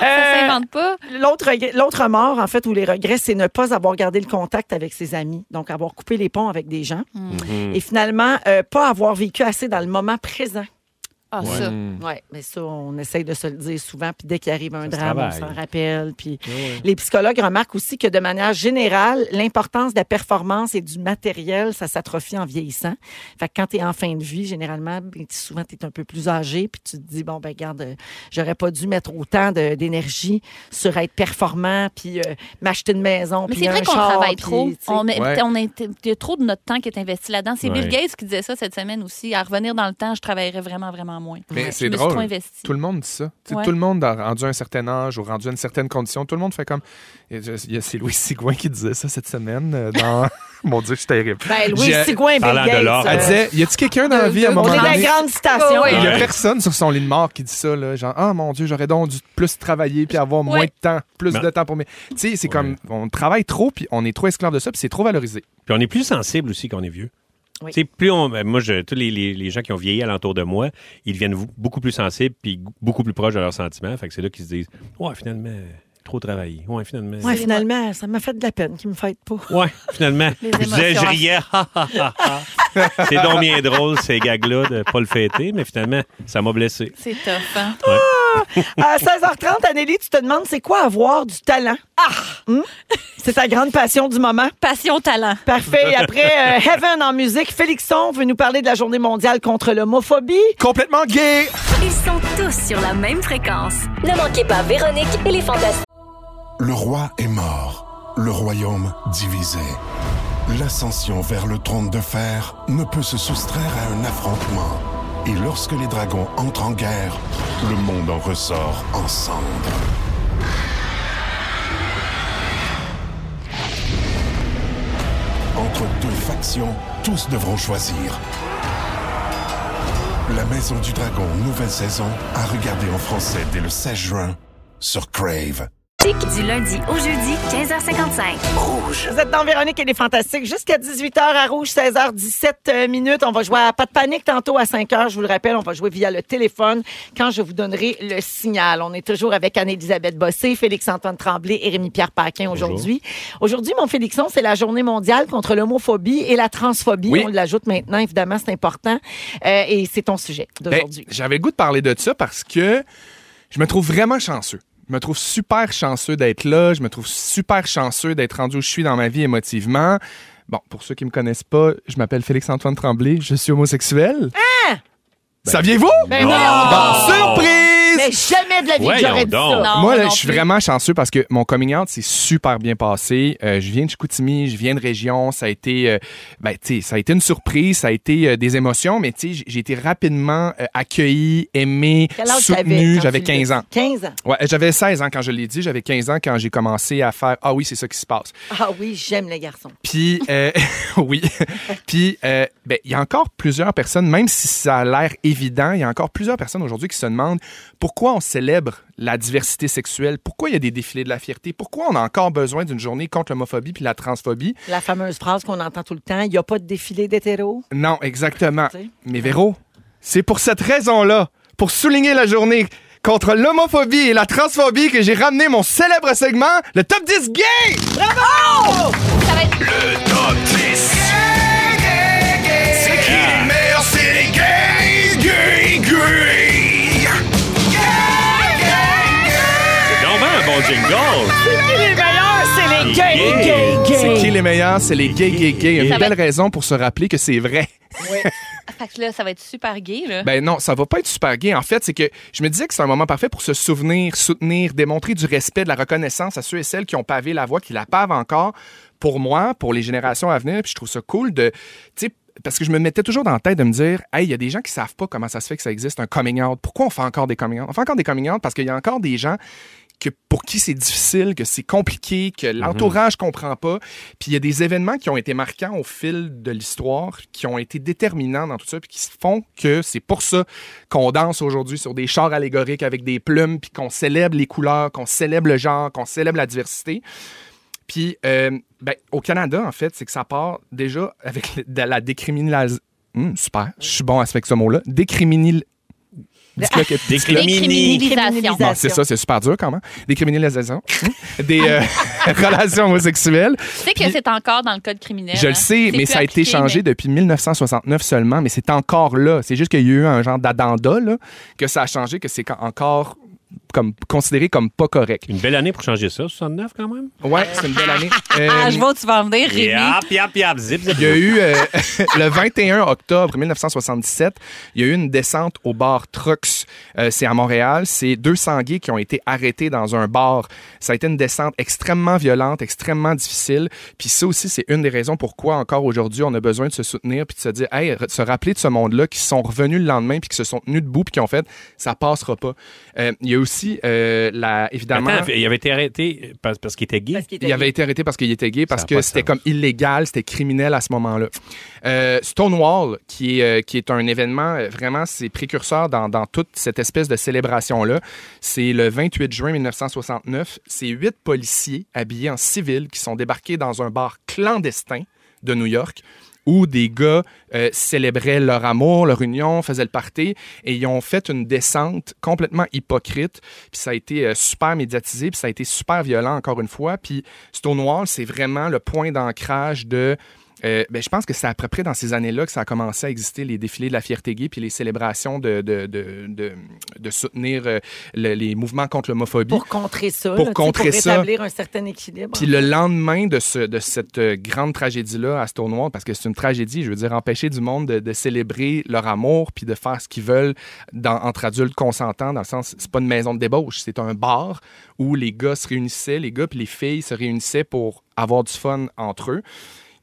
D: Ça
A: Euh,
D: s'invente pas.
A: L'autre regret- l'autre remords, en fait, ou les regrets, c'est ne pas avoir gardé le contact avec ses amis, donc avoir coupé les ponts avec des gens.
D: Hmm.
C: Mhm.
A: Et finalement, euh, pas avoir vécu assez dans le moment présent.
D: Ah, ça.
A: Oui, mais ça, on essaye de se le dire souvent. Puis dès qu'il arrive un
C: Ça se
A: drame, on
C: travaille.
A: s'en rappelle. Puis les psychologues remarquent aussi que de manière générale, l'importance de la performance et du matériel, ça s'atrophie en vieillissant. Fait que quand tu es en fin de vie, généralement, ben, tu- souvent, tu es un peu plus âgé. Puis tu te dis, bon, ben garde, euh, j'aurais pas dû mettre autant de- d'énergie sur être performant, puis euh, m'acheter une maison.
D: Mais
A: puis
D: c'est vrai
A: un
D: qu'on
A: char,
D: travaille
A: puis,
D: trop.
A: tu sais.
D: On met-
B: Ouais.
D: on est- Il y a trop de notre temps qui est investi là-dedans. C'est
C: Ouais.
D: Bill Gates qui disait ça cette semaine aussi. À revenir dans le temps, je travaillerais vraiment, vraiment moins.
B: Mais
D: Je
B: c'est
D: me suis trop
B: drôle.
D: investie.
B: Tout le monde dit ça. Tu sais,
D: Ouais.
B: Tout le monde a rendu un certain âge ou rendu une certaine condition. Tout le monde fait comme. Et je- il y a- C'est Louis Sigouin qui disait ça cette semaine euh, dans. Mon Dieu, je suis terrible.
A: Ben, Louis
B: J'ai-
A: Sigouin, Bill
C: Parlant de
A: Gates,
C: l'or,
A: euh,
B: Elle disait Y a-tu quelqu'un dans la vie à un
A: on
B: moment
A: est dans la
B: donné
A: grande citation.
D: Ouais,
B: Il y a
C: Ouais.
B: personne sur son lit de mort qui dit ça, là. Genre, ah mon Dieu, j'aurais donc dû plus travailler puis avoir moins
D: Ouais.
B: de temps, plus
C: Ben-
B: de temps pour mes. Tu sais, c'est comme, on travaille trop puis on est trop esclave de ça puis c'est trop valorisé.
C: Puis on est plus sensible aussi quand on est vieux.
A: Oui.
C: Tu sais, plus on, ben, moi, je, tous les, les- les gens qui ont vieilli alentour de moi, ils deviennent vou- beaucoup plus sensibles puis go- beaucoup plus proches de leurs sentiments. Fait que c'est là qu'ils se disent Ouais, finalement, trop travaillé. Ouais, finalement.
A: Ouais, finalement, ça m'a fait de la peine qu'il me fête pas.
C: Ouais, finalement.
D: Les
C: je disais, je
D: émotions.
C: riais. ha, ha, ha, ha. c'est donc bien drôle, ces gags-là, de pas le fêter, mais finalement, ça m'a blessé.
D: C'est tough. hein?
A: Ah! À 16h30, Anneli, tu te demandes c'est quoi avoir du talent? Ah! Hmm? C'est ta grande passion du moment.
D: Passion, talent.
A: Parfait. Et après euh, Heaven en musique, Félixon veut nous parler de la journée mondiale contre l'homophobie.
B: Complètement gay!
F: Ils sont tous sur la même fréquence.
G: Ne manquez pas Véronique et les Fantastiques.
H: Le roi est mort, le royaume divisé. L'ascension vers le trône de fer ne peut se soustraire à un affrontement. Et lorsque les dragons entrent en guerre, le monde en ressort ensemble. Entre deux factions, tous devront choisir. La Maison du Dragon, nouvelle saison, à regarder en français dès le 16 juin sur Crave.
F: Du lundi au jeudi, 15h55.
A: Vous êtes dans Véronique et les Fantastiques jusqu'à 18h à Rouge, 16h17 euh, minutes. On va jouer à Pas de panique tantôt à 5h. Je vous le rappelle, on va jouer via le téléphone quand je vous donnerai le signal. On est toujours avec Anne-Élisabeth Bossé, Félix-Antoine Tremblay et Rémi-Pierre Paquin aujourd'hui. Aujourd'hui, mon Félixon, c'est la journée mondiale contre l'homophie et la transphobie.
B: Oui.
A: On l'ajoute maintenant, évidemment, c'est important. Euh, et c'est ton sujet
B: Ben,
A: d'aujourd'hui.
B: J'avais le goût de parler de ça parce que je me trouve vraiment chanceux. Je me trouve super chanceux d'être là. Je me trouve super chanceux d'être rendu où je suis dans ma vie émotivement. Bon, pour ceux qui me connaissent pas, je m'appelle Félix-Antoine Tremblay. Je suis homosexuel. Saviez-vous?
A: Ah! Ben
C: Non.
A: voyons
B: Ah! Bon,
A: donc!
B: surprise!
A: Mais jamais de la vie que
C: Voyons
A: j'aurais dit
C: donc.
A: ça.
D: Non,
B: moi,
D: moi
B: là,
D: non
B: je suis
D: plus.
B: vraiment chanceux parce que mon coming out s'est super bien passé. Euh, je viens de Chicoutimi, je viens de région. Ça a été, euh, ben, tu sais, ça a été une surprise, ça a été euh, des émotions, mais tu sais, j'ai- j'ai été rapidement euh, accueilli, aimé,
A: Quel âge t'avais
B: soutenu.
A: quand
B: J'avais
A: tu l'as
B: 15 ans.
A: dit? 15 ans.
B: Ouais, j'avais 16 ans quand je l'ai dit. J'avais 15 ans quand j'ai commencé à faire ah oui, c'est ça qui se passe.
A: Ah oui, j'aime les garçons.
B: Puis, euh, oui. Puis, euh, ben, il y a encore plusieurs personnes, même si ça a l'air évident, il y a encore plusieurs personnes aujourd'hui qui se demandent pourquoi on célèbre la diversité sexuelle, pourquoi il y a des défilés de la fierté, pourquoi on a encore besoin d'une journée contre l'homophobie puis la transphobie.
A: La fameuse phrase qu'on entend tout le temps, il n'y a pas de défilé d'hétéros.
B: Non, exactement.
A: Tu sais.
B: Mais Véro, c'est pour cette raison-là. pour souligner la journée contre l'homophobie et la transphobie que j'ai ramené mon célèbre segment, le top 10 gay!
C: C'est donc bien un bon jingle.
A: Les meilleurs,
D: Ah,
A: c'est les gays,
C: Les
A: gays,
C: gays.
A: gays.
B: C'est qui les meilleurs? C'est les gays, gays, gays. Une
D: Ça
B: belle
D: va-
B: raison pour se rappeler que c'est vrai.
D: Fait que là, ça va être super gay, là.
B: Ben non, ça va pas être super gay. En fait, c'est que je me disais que c'est un moment parfait pour se souvenir, soutenir, démontrer du respect, de la reconnaissance à ceux et celles qui ont pavé la voie, qui la pavent encore pour moi, pour les générations à venir. Puis je trouve ça cool de. Tu sais, parce que je me mettais toujours dans la tête de me dire, hey, il y a des gens qui savent pas comment ça se fait que ça existe, un coming out. Pourquoi on fait encore des coming out? On fait encore des coming out parce qu'il y a encore des gens que pour qui c'est difficile, que c'est compliqué, que l'entourage comprend pas. Puis il y a des événements qui ont été marquants au fil de l'histoire, qui ont été déterminants dans tout ça, puis qui font que c'est pour ça qu'on danse aujourd'hui sur des chars allégoriques avec des plumes, puis qu'on célèbre les couleurs, qu'on célèbre le genre, qu'on célèbre la diversité. Puis euh, ben, au Canada, en fait, c'est que ça part déjà avec le- de la décriminalisation. super, je suis bon à ce fait que ce mot-là. Décriminil... Dis-le que-
C: Décrimini.
D: Décriminalisation.
B: Bon, c'est ça, c'est super dur quand même. Des criminalisations, Hmm? des euh, relations homosexuelles.
D: Tu sais que
B: Puis-
D: c'est encore dans le code criminel.
B: Je le
D: hein.
B: sais,
D: Euh, C'est
B: mais
D: plus
B: ça a été
D: appliqué,
B: changé
D: mais-
B: depuis 1969 seulement, mais c'est encore là. C'est juste qu'il y a eu un genre d'addenda là, que ça a changé, que c'est ca- encore comme, considéré comme pas correct.
C: Une belle année pour changer ça, 69 quand même.
B: Ouais, c'est une belle année. Euh,
D: Ah, je vois où tu vas en venir, Rémi.
C: Yap, yap, yap, zip, zip.
B: Il y a eu, euh, le 21 octobre 1977, il y a eu une descente au bar Trucks. Euh, c'est à Montréal. C'est 200 gays qui ont été arrêtés dans un bar. Ça a été une descente extrêmement violente, extrêmement difficile. Puis ça aussi, c'est une des raisons pourquoi encore aujourd'hui, on a besoin de se soutenir puis de se dire, hey, re- se rappeler de ce monde-là qui sont revenus le lendemain puis qui se sont tenus debout puis qui ont fait, ça passera pas. Euh, il y a aussi, euh, la, évidemment...
C: Attends, il avait été arrêté parce, parce qu'il était gay.
B: Il avait été arrêté parce qu'il était gay, parce
C: a pas
B: que
C: de
B: c'était
C: sens.
B: comme illégal, c'était criminel à ce moment-là. Euh, Stonewall, qui est, euh, qui est un événement, euh, vraiment, c'est précurseur dans, dans toute cette espèce de célébration-là. C'est le 28 juin 1969. C'est huit policiers habillés en civil qui sont débarqués dans un bar clandestin de New York où des gars euh, célébraient leur amour, leur union, faisaient le party, et ils ont fait une descente complètement hypocrite, puis ça a été euh, super médiatisé, puis ça a été super violent encore une fois, puis Stonewall, c'est vraiment le point d'ancrage de... euh, ben, je pense que c'est à peu près dans ces années-là que ça a commencé à exister, les défilés de la fierté gay, puis les célébrations de, de, de, de- de soutenir euh, le- les mouvements contre l'homophobie.
A: Pour contrer ça.
B: Pour
A: là, tu sais,
B: contrer
A: pour
B: ça.
A: rétablir un certain équilibre.
B: Puis le lendemain de, ce, de cette euh, grande tragédie-là à Stonewall, parce que c'est une tragédie, je veux dire, empêcher du monde de, de célébrer leur amour puis de faire ce qu'ils veulent dans- entre adultes consentants, dans le sens, c'est pas une maison de débauche, c'est un bar où les gars se réunissaient, les gars puis les filles se réunissaient pour avoir du fun entre eux.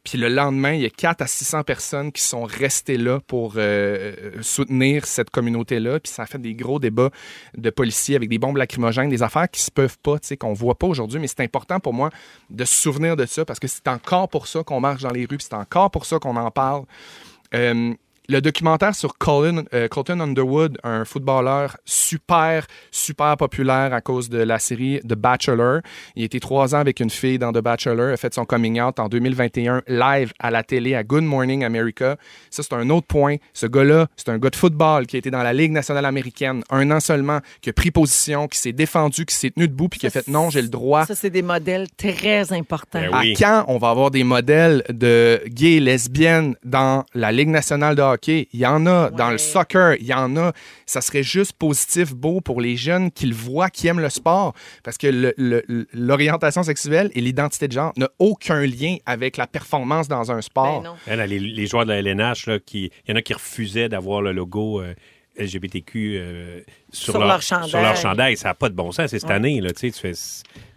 B: Puis le lendemain, il y a 4 à 600 personnes qui sont restées là pour euh, euh, soutenir cette communauté-là. Puis ça a fait des gros débats de policiers avec des bombes lacrymogènes, des affaires qui se peuvent pas, tu sais, qu'on voit pas aujourd'hui. Mais c'est important pour moi de se souvenir de ça parce que c'est encore pour ça qu'on marche dans les rues, puis c'est encore pour ça qu'on en parle. Euh, le documentaire sur Colin, euh, Colton Underwood, un footballeur super, super populaire à cause de la série The Bachelor. Il était trois ans avec une fille dans The Bachelor, a fait son coming out en 2021 live à la télé à Good Morning America. Ça, c'est un autre point. Ce gars-là, c'est un gars de football qui a été dans la Ligue nationale américaine un an seulement, qui a pris position, qui s'est défendu, qui s'est tenu debout, puis qui a
A: Ça,
B: fait non, j'ai le droit.
A: Ça, c'est des modèles très importants.
C: Ben
B: À
C: Oui.
B: quand on va avoir des modèles de gays, lesbiennes dans la Ligue nationale de hockey? Il y en a. Dans le soccer, il y en a. Ça serait juste positif, beau pour les jeunes qui le voient, qui aiment le sport. Parce que le- le- l'orientation sexuelle et l'identité de genre n'a aucun lien avec la performance dans un sport.
A: Ben non.
C: Elle, elle, Hein, les, les joueurs de la LNH, là, qui, il y en a qui refusaient d'avoir le logo euh, LGBTQ euh, sur,
A: Sur leur chandail.
C: Sur leur chandail. Ça n'a pas de bon sens. C'est cette année. Là, tu sais, tu fais,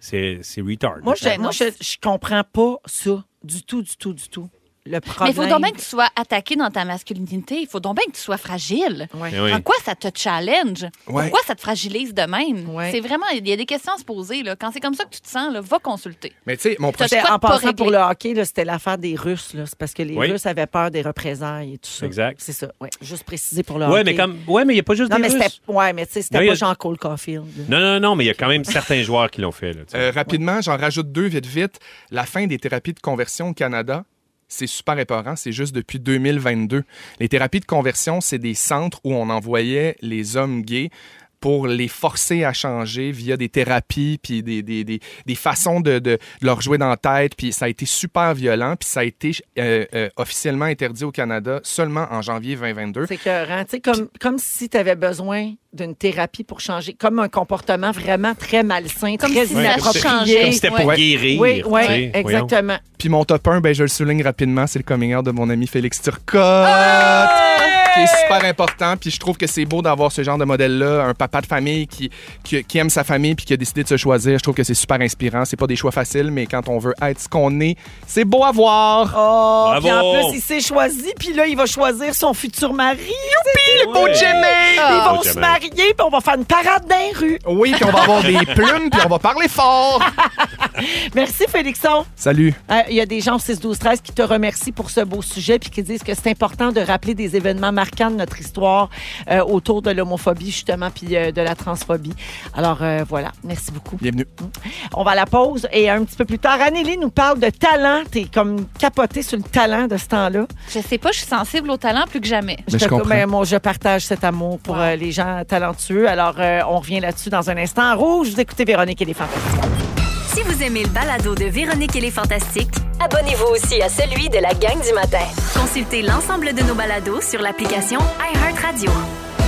C: c'est, c'est retard.
A: Moi,
D: Ben
A: je, moi je, je comprends pas ça du tout, du tout, du tout. Le
D: Mais
A: problème.
D: il faut donc bien que tu sois attaqué dans ta masculinité. Il faut donc bien que tu sois fragile.
A: Ouais.
C: Eh oui.
D: En quoi ça te challenge?
B: Ouais.
D: Pourquoi ça te fragilise de même?
A: Ouais.
D: C'est vraiment, il y a des questions à se poser. là. Quand c'est comme ça que tu te sens, là, va consulter.
B: Mais tu sais, mon
D: T'as-
B: prochain.
A: C'était-
D: Quoi de
A: en
D: pas
A: passant pour
D: réglé?
A: le hockey, là, c'était l'affaire des Russes. là. C'est parce que les
C: Oui.
A: Russes avaient peur des représailles et tout ça.
C: Exact.
A: C'est ça. Ouais. Juste préciser pour le
C: Oui,
A: hockey.
C: mais comme. Ouais, mais il n'y a pas juste
A: Non,
C: des
A: mais
C: Russes.
A: c'était ouais, mais tu sais, c'était
C: Non, il y
A: pas
C: a-
A: jean Cole Caulfield.
C: Non, non, non, mais il y a quand même certains joueurs qui l'ont fait. Là, tu sais.
B: Euh, rapidement, j'en rajoute deux vite vite. La fin des thérapies de conversion au Canada. c'est super épeurant. C'est juste depuis 2022. Les thérapies de conversion, c'est des centres où on envoyait les hommes gays pour les forcer à changer via des thérapies, puis des, des, des, des façons de, de- de leur jouer dans la tête. Puis ça a été super violent, puis ça a été euh, euh, officiellement interdit au Canada seulement en janvier 2022.
A: C'est écœurant. Tu sais, comme, comme si tu avais besoin d'une thérapie pour changer, comme un comportement vraiment très malsain,
D: Comme
A: très
D: si ça
A: inapproprié.
D: changeait.
C: Comme si c'était pour
B: Ouais.
C: guérir.
A: Oui,
C: tu
A: oui,
C: sais, voyons.
A: exactement.
B: Puis mon top 1, ben, je le souligne rapidement, c'est le coming out de mon ami Félix Turcotte.
A: Ah!
B: qui est super important, puis je trouve que c'est beau d'avoir ce genre de modèle-là, un papa de famille qui, qui, qui aime sa famille puis qui a décidé de se choisir. Je trouve que c'est super inspirant. C'est pas des choix faciles, mais quand on veut être ce qu'on est, c'est beau à voir.
A: Oh, puis en
C: Bravo.
A: plus, il s'est choisi, puis là, il va choisir son futur mari.
C: le beau Jemai!
A: Ils
C: Ah.
A: vont se marier, puis on va faire une parade dans les rues.
B: Oui, puis on va avoir des plumes, puis on va parler fort.
A: Merci, Félixon.
B: Salut.
A: Euh, Il y a des gens au 6 12 13 qui te remercient pour ce beau sujet puis qui disent que c'est important de rappeler des événements marquants de notre histoire euh, autour de l'homophobie justement puis euh, de la transphobie. Alors euh, voilà, merci beaucoup. Mm.
B: Bienvenue.
A: On va à la pause et un petit peu plus tard, Anneli nous parle de talent. T'es comme capotée sur le talent de ce temps-là.
D: Je sais pas, je suis sensible au talent plus que jamais.
B: Mais je
A: te-
B: comprends.
A: mais moi, je partage cet amour pour
D: Wow.
A: euh, les gens talentueux. Alors euh, on revient là-dessus dans un instant. Rouge, vous écoutez Véronique et les Fantastiques.
F: Si vous aimez le balado de Véronique et les Fantastiques,
G: Abonnez-vous aussi à celui de la gang du matin.
F: consultez l'ensemble de nos balados sur l'application iHeartRadio.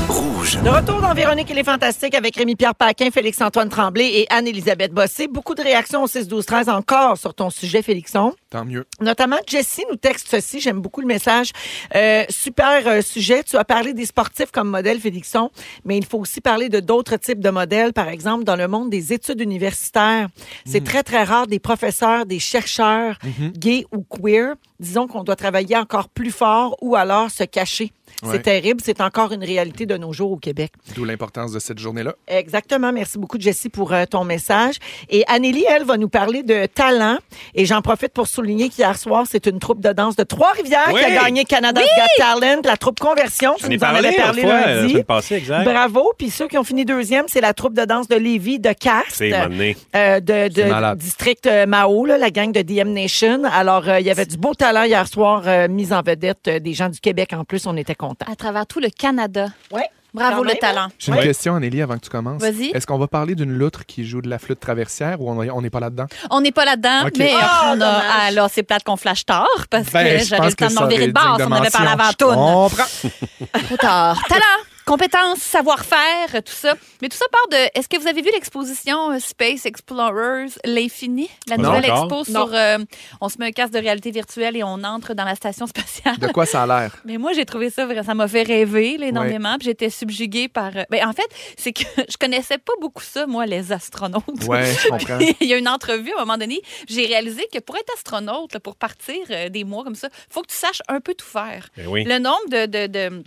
H: Rouge.
A: De retour dans Véronique et les Fantastiques avec Rémi-Pierre Paquin, Félix-Antoine Tremblay et Anne-Élisabeth Bossé. Beaucoup de réactions au 6-12-13 encore sur ton sujet, Félixon.
B: Tant mieux.
A: Notamment, Jessie nous texte ceci. J'aime beaucoup le message. Euh, super euh, sujet. Tu as parlé des sportifs comme modèle, Félixon, mais il faut aussi parler de d'autres types de modèles. Par exemple, dans le monde des études universitaires, c'est très, très rare des professeurs, des chercheurs gays ou queer. Disons qu'on doit travailler encore plus fort ou alors se cacher. C'est
B: Ouais.
A: terrible. C'est encore une réalité de nos jours au Québec.
B: D'où l'importance de cette journée-là.
A: Exactement. Merci beaucoup, Jessie, pour euh, ton message. Et Annélie, elle, va nous parler de talent. Et j'en profite pour souligner qu'hier soir, c'est une troupe de danse de Trois-Rivières
C: Oui.
A: qui a gagné Canada's Got Talent, la troupe Conversion. Tu
C: J'en ai
A: nous en
C: parlé,
A: avais parlé
C: l'autre fois, la
A: lundi.
C: semaine passée, exact.
A: Bravo. Puis ceux qui ont fini deuxième, c'est la troupe de danse de Lévis, de Cast,
C: C'est mané.
A: euh, de, de-
B: C'est malade.
A: district euh, Mao, là, la gang de DM Nation. Alors, euh, il y avait du beau talent hier soir, euh, mis en vedette euh, des gens du Québec. En plus, on était contents.
D: À travers tout le Canada.
A: Ouais.
D: Bravo
A: Quand
D: le
A: même, hein.
D: talent.
B: J'ai une
A: Ouais.
B: question, Anélie, avant que tu commences.
D: Vas-y.
B: Est-ce qu'on va parler d'une loutre qui joue de la flûte traversière ou on on n'est pas là-dedans?
D: On n'est pas là-dedans,
B: Ok.
D: mais
A: Ah,
D: on a,
A: dommage.
D: alors c'est plate qu'on flash tard parce
B: Ben,
D: que
B: je
D: j'avais
B: pense
D: le temps
B: que
D: de
B: ça
D: m'en virer de
B: aurait
D: base.
B: digne
D: On avait parlé avant
B: mention. Je
D: tout.
B: comprends.
D: Trop tard. Talent, compétences, savoir-faire, tout ça. Mais tout ça part de. Est-ce que vous avez vu l'exposition euh, Space Explorers, l'infini, la
C: Non,
D: nouvelle
C: encore.
D: expo sur. euh, on se met un casque de réalité virtuelle et on entre dans la station spatiale.
B: De quoi ça a l'air?
D: Mais moi, j'ai trouvé ça vrai. Ça m'a fait rêver là, énormément. Puis j'étais subjuguée par. euh, Ben, en fait, c'est que je connaissais pas beaucoup ça, moi, les astronautes.
B: Ouais, je comprends.
D: Il y a une entrevue à un moment donné, j'ai réalisé que pour être astronaute, là, pour partir euh, des mois comme ça, faut que tu saches un peu tout faire.
C: Ben oui.
D: Le nombre de, de, de,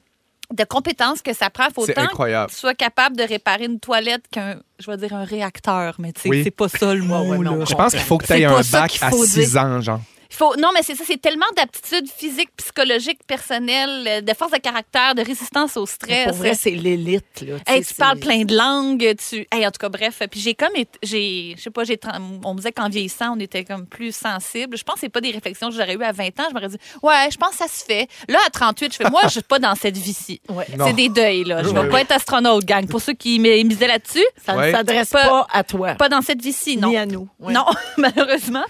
D: de compétences que ça prend, faut
B: C'est
D: autant
B: incroyable.
D: que tu sois capable de réparer une toilette qu'un, je vais dire, un réacteur. Mais tu sais,
B: Oui.
D: c'est pas ça le mot.
A: Ouais, ouais,
D: là.
A: non,
B: Je pense qu'il faut que tu aies
D: C'est
B: un
D: pas ça
B: bac
D: qu'il
B: à
D: faut
B: 6
D: dire.
B: ans, genre.
D: Il faut, non, mais c'est ça, c'est tellement d'aptitudes physiques, psychologiques, personnelles, euh, de force de caractère, de résistance au stress.
A: Pour vrai, c'est l'élite. là.
D: Hey,
A: sais,
D: tu parles
A: c'est-
D: plein de langues, tu. Hey, en tout cas, bref. Puis j'ai comme, été- j'ai, je sais pas, j'ai, tra- on me disait qu'en vieillissant, on était comme plus sensible. Je pense que c'est pas des réflexions que j'aurais eues à 20 ans. Je m'aurais dit, ouais, je pense que ça se fait. Là, à 38, je fais, moi, je suis pas dans cette vie-ci.
A: Ouais.
B: Non.
D: C'est des deuils, là. Je
B: Oui,
D: vais
B: oui,
D: pas être astronaute, gang. Pour ceux qui m- misaient là-dessus,
A: Ça ne
B: Ouais.
A: s'adresse pas,
D: Pas-
A: à toi.
D: pas dans cette vie-ci, non.
A: Ni à nous. Ouais.
D: Non, malheureusement.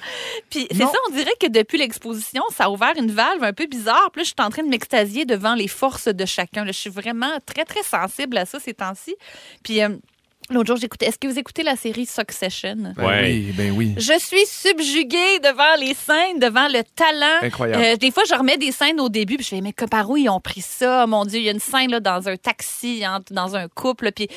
D: Puis c'est
A: Non.
D: ça, on dirait que depuis l'exposition, ça a ouvert une valve un peu bizarre. Puis là, je suis en train de m'extasier devant les forces de chacun. Là, je suis vraiment très, très sensible à ça ces temps-ci. Puis euh, l'autre jour, j'écoutais. Est-ce que vous écoutez la série Succession?
B: Ben
C: Ouais.
B: oui, ben oui.
D: Je suis subjuguée devant les scènes, devant le talent.
B: Incroyable.
D: Euh, des fois, je remets des scènes au début, puis je fais, mais que- par où ils ont pris ça? Oh Mon Dieu, il y a une scène là, dans un taxi, en- dans un couple, puis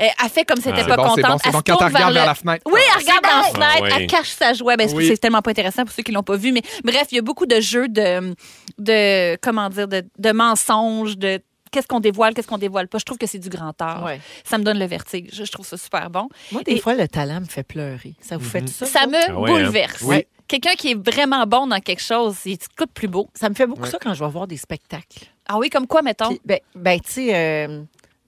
D: euh, elle fait comme si elle
C: Ah.
D: n'était
B: C'est
D: pas
B: bon, c'est bon,
D: contente.
B: c'est
D: Elle
B: bon.
D: se
B: Quand
D: tourne
B: elle regarde vers la
D: le-
B: fenêtre.
D: Oui, elle regarde dans la
C: Ah
D: fenêtre,
C: oui.
D: elle cache sa joie. Ben, c'est-
B: Oui.
D: C'est tellement pas intéressant pour ceux qui l'ont pas vu, mais bref, il y a beaucoup de jeux de, de comment dire, de, de mensonges, de qu'est-ce qu'on dévoile, qu'est-ce qu'on dévoile pas. Je trouve que c'est du grand art.
A: Ouais.
D: Ça me donne le vertige. Je, je trouve ça super bon.
A: Moi, des
D: Et-
A: fois, le talent me fait pleurer. Ça
B: Mhm.
A: vous fait tout ça?
D: Ça
A: vous?
D: me
C: Ah ouais, hein?
D: bouleverse.
B: Oui.
D: Quelqu'un qui est vraiment bon dans quelque chose, il te coûte plus beau.
A: Ça me fait beaucoup ça quand je vais voir des spectacles.
D: Ah oui, comme quoi, mettons?
A: Puis, ben, ben, tu sais, euh,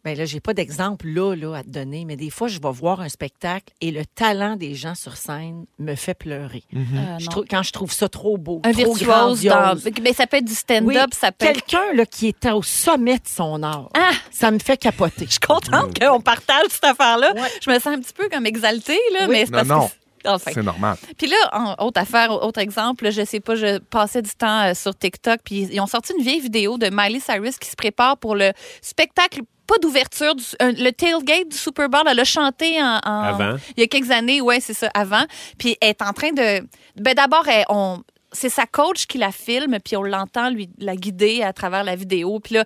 A: Ben là, j'ai pas d'exemple là, là, à te donner, mais des fois, je vais voir un spectacle et le talent des gens sur scène me fait pleurer.
B: Mhm.
D: Euh,
A: Je
D: non.
A: trou- quand je trouve ça trop beau,
D: un
A: trop
D: virtuose dans...
A: grandiose.
D: Mais ça peut être du stand-up,
A: Oui,
D: ça peut être...
A: Quelqu'un là, qui est au sommet de son art,
D: Ah!
A: ça me fait capoter.
D: Je suis
B: Mhm.
D: contente qu'on partage cette affaire-là. Je me sens un petit peu comme exaltée, là,
A: Oui.
D: mais Eh, c'est
B: Non,
D: parce
B: non.
D: que... Enfin.
B: C'est normal.
D: Puis là, en- autre affaire, autre exemple, je sais pas, je passais du temps euh, sur TikTok, puis ils ont sorti une vieille vidéo de Miley Cyrus qui se prépare pour le spectacle, pas d'ouverture, du- euh, le tailgate du Super Bowl. Elle a chanté en, en-
C: Avant.
D: Il y a quelques années, ouais, c'est ça, avant. Puis elle est en train de. Ben d'abord, elle- on. C'est sa coach qui la filme, puis on l'entend lui la guider à travers la vidéo. Puis là,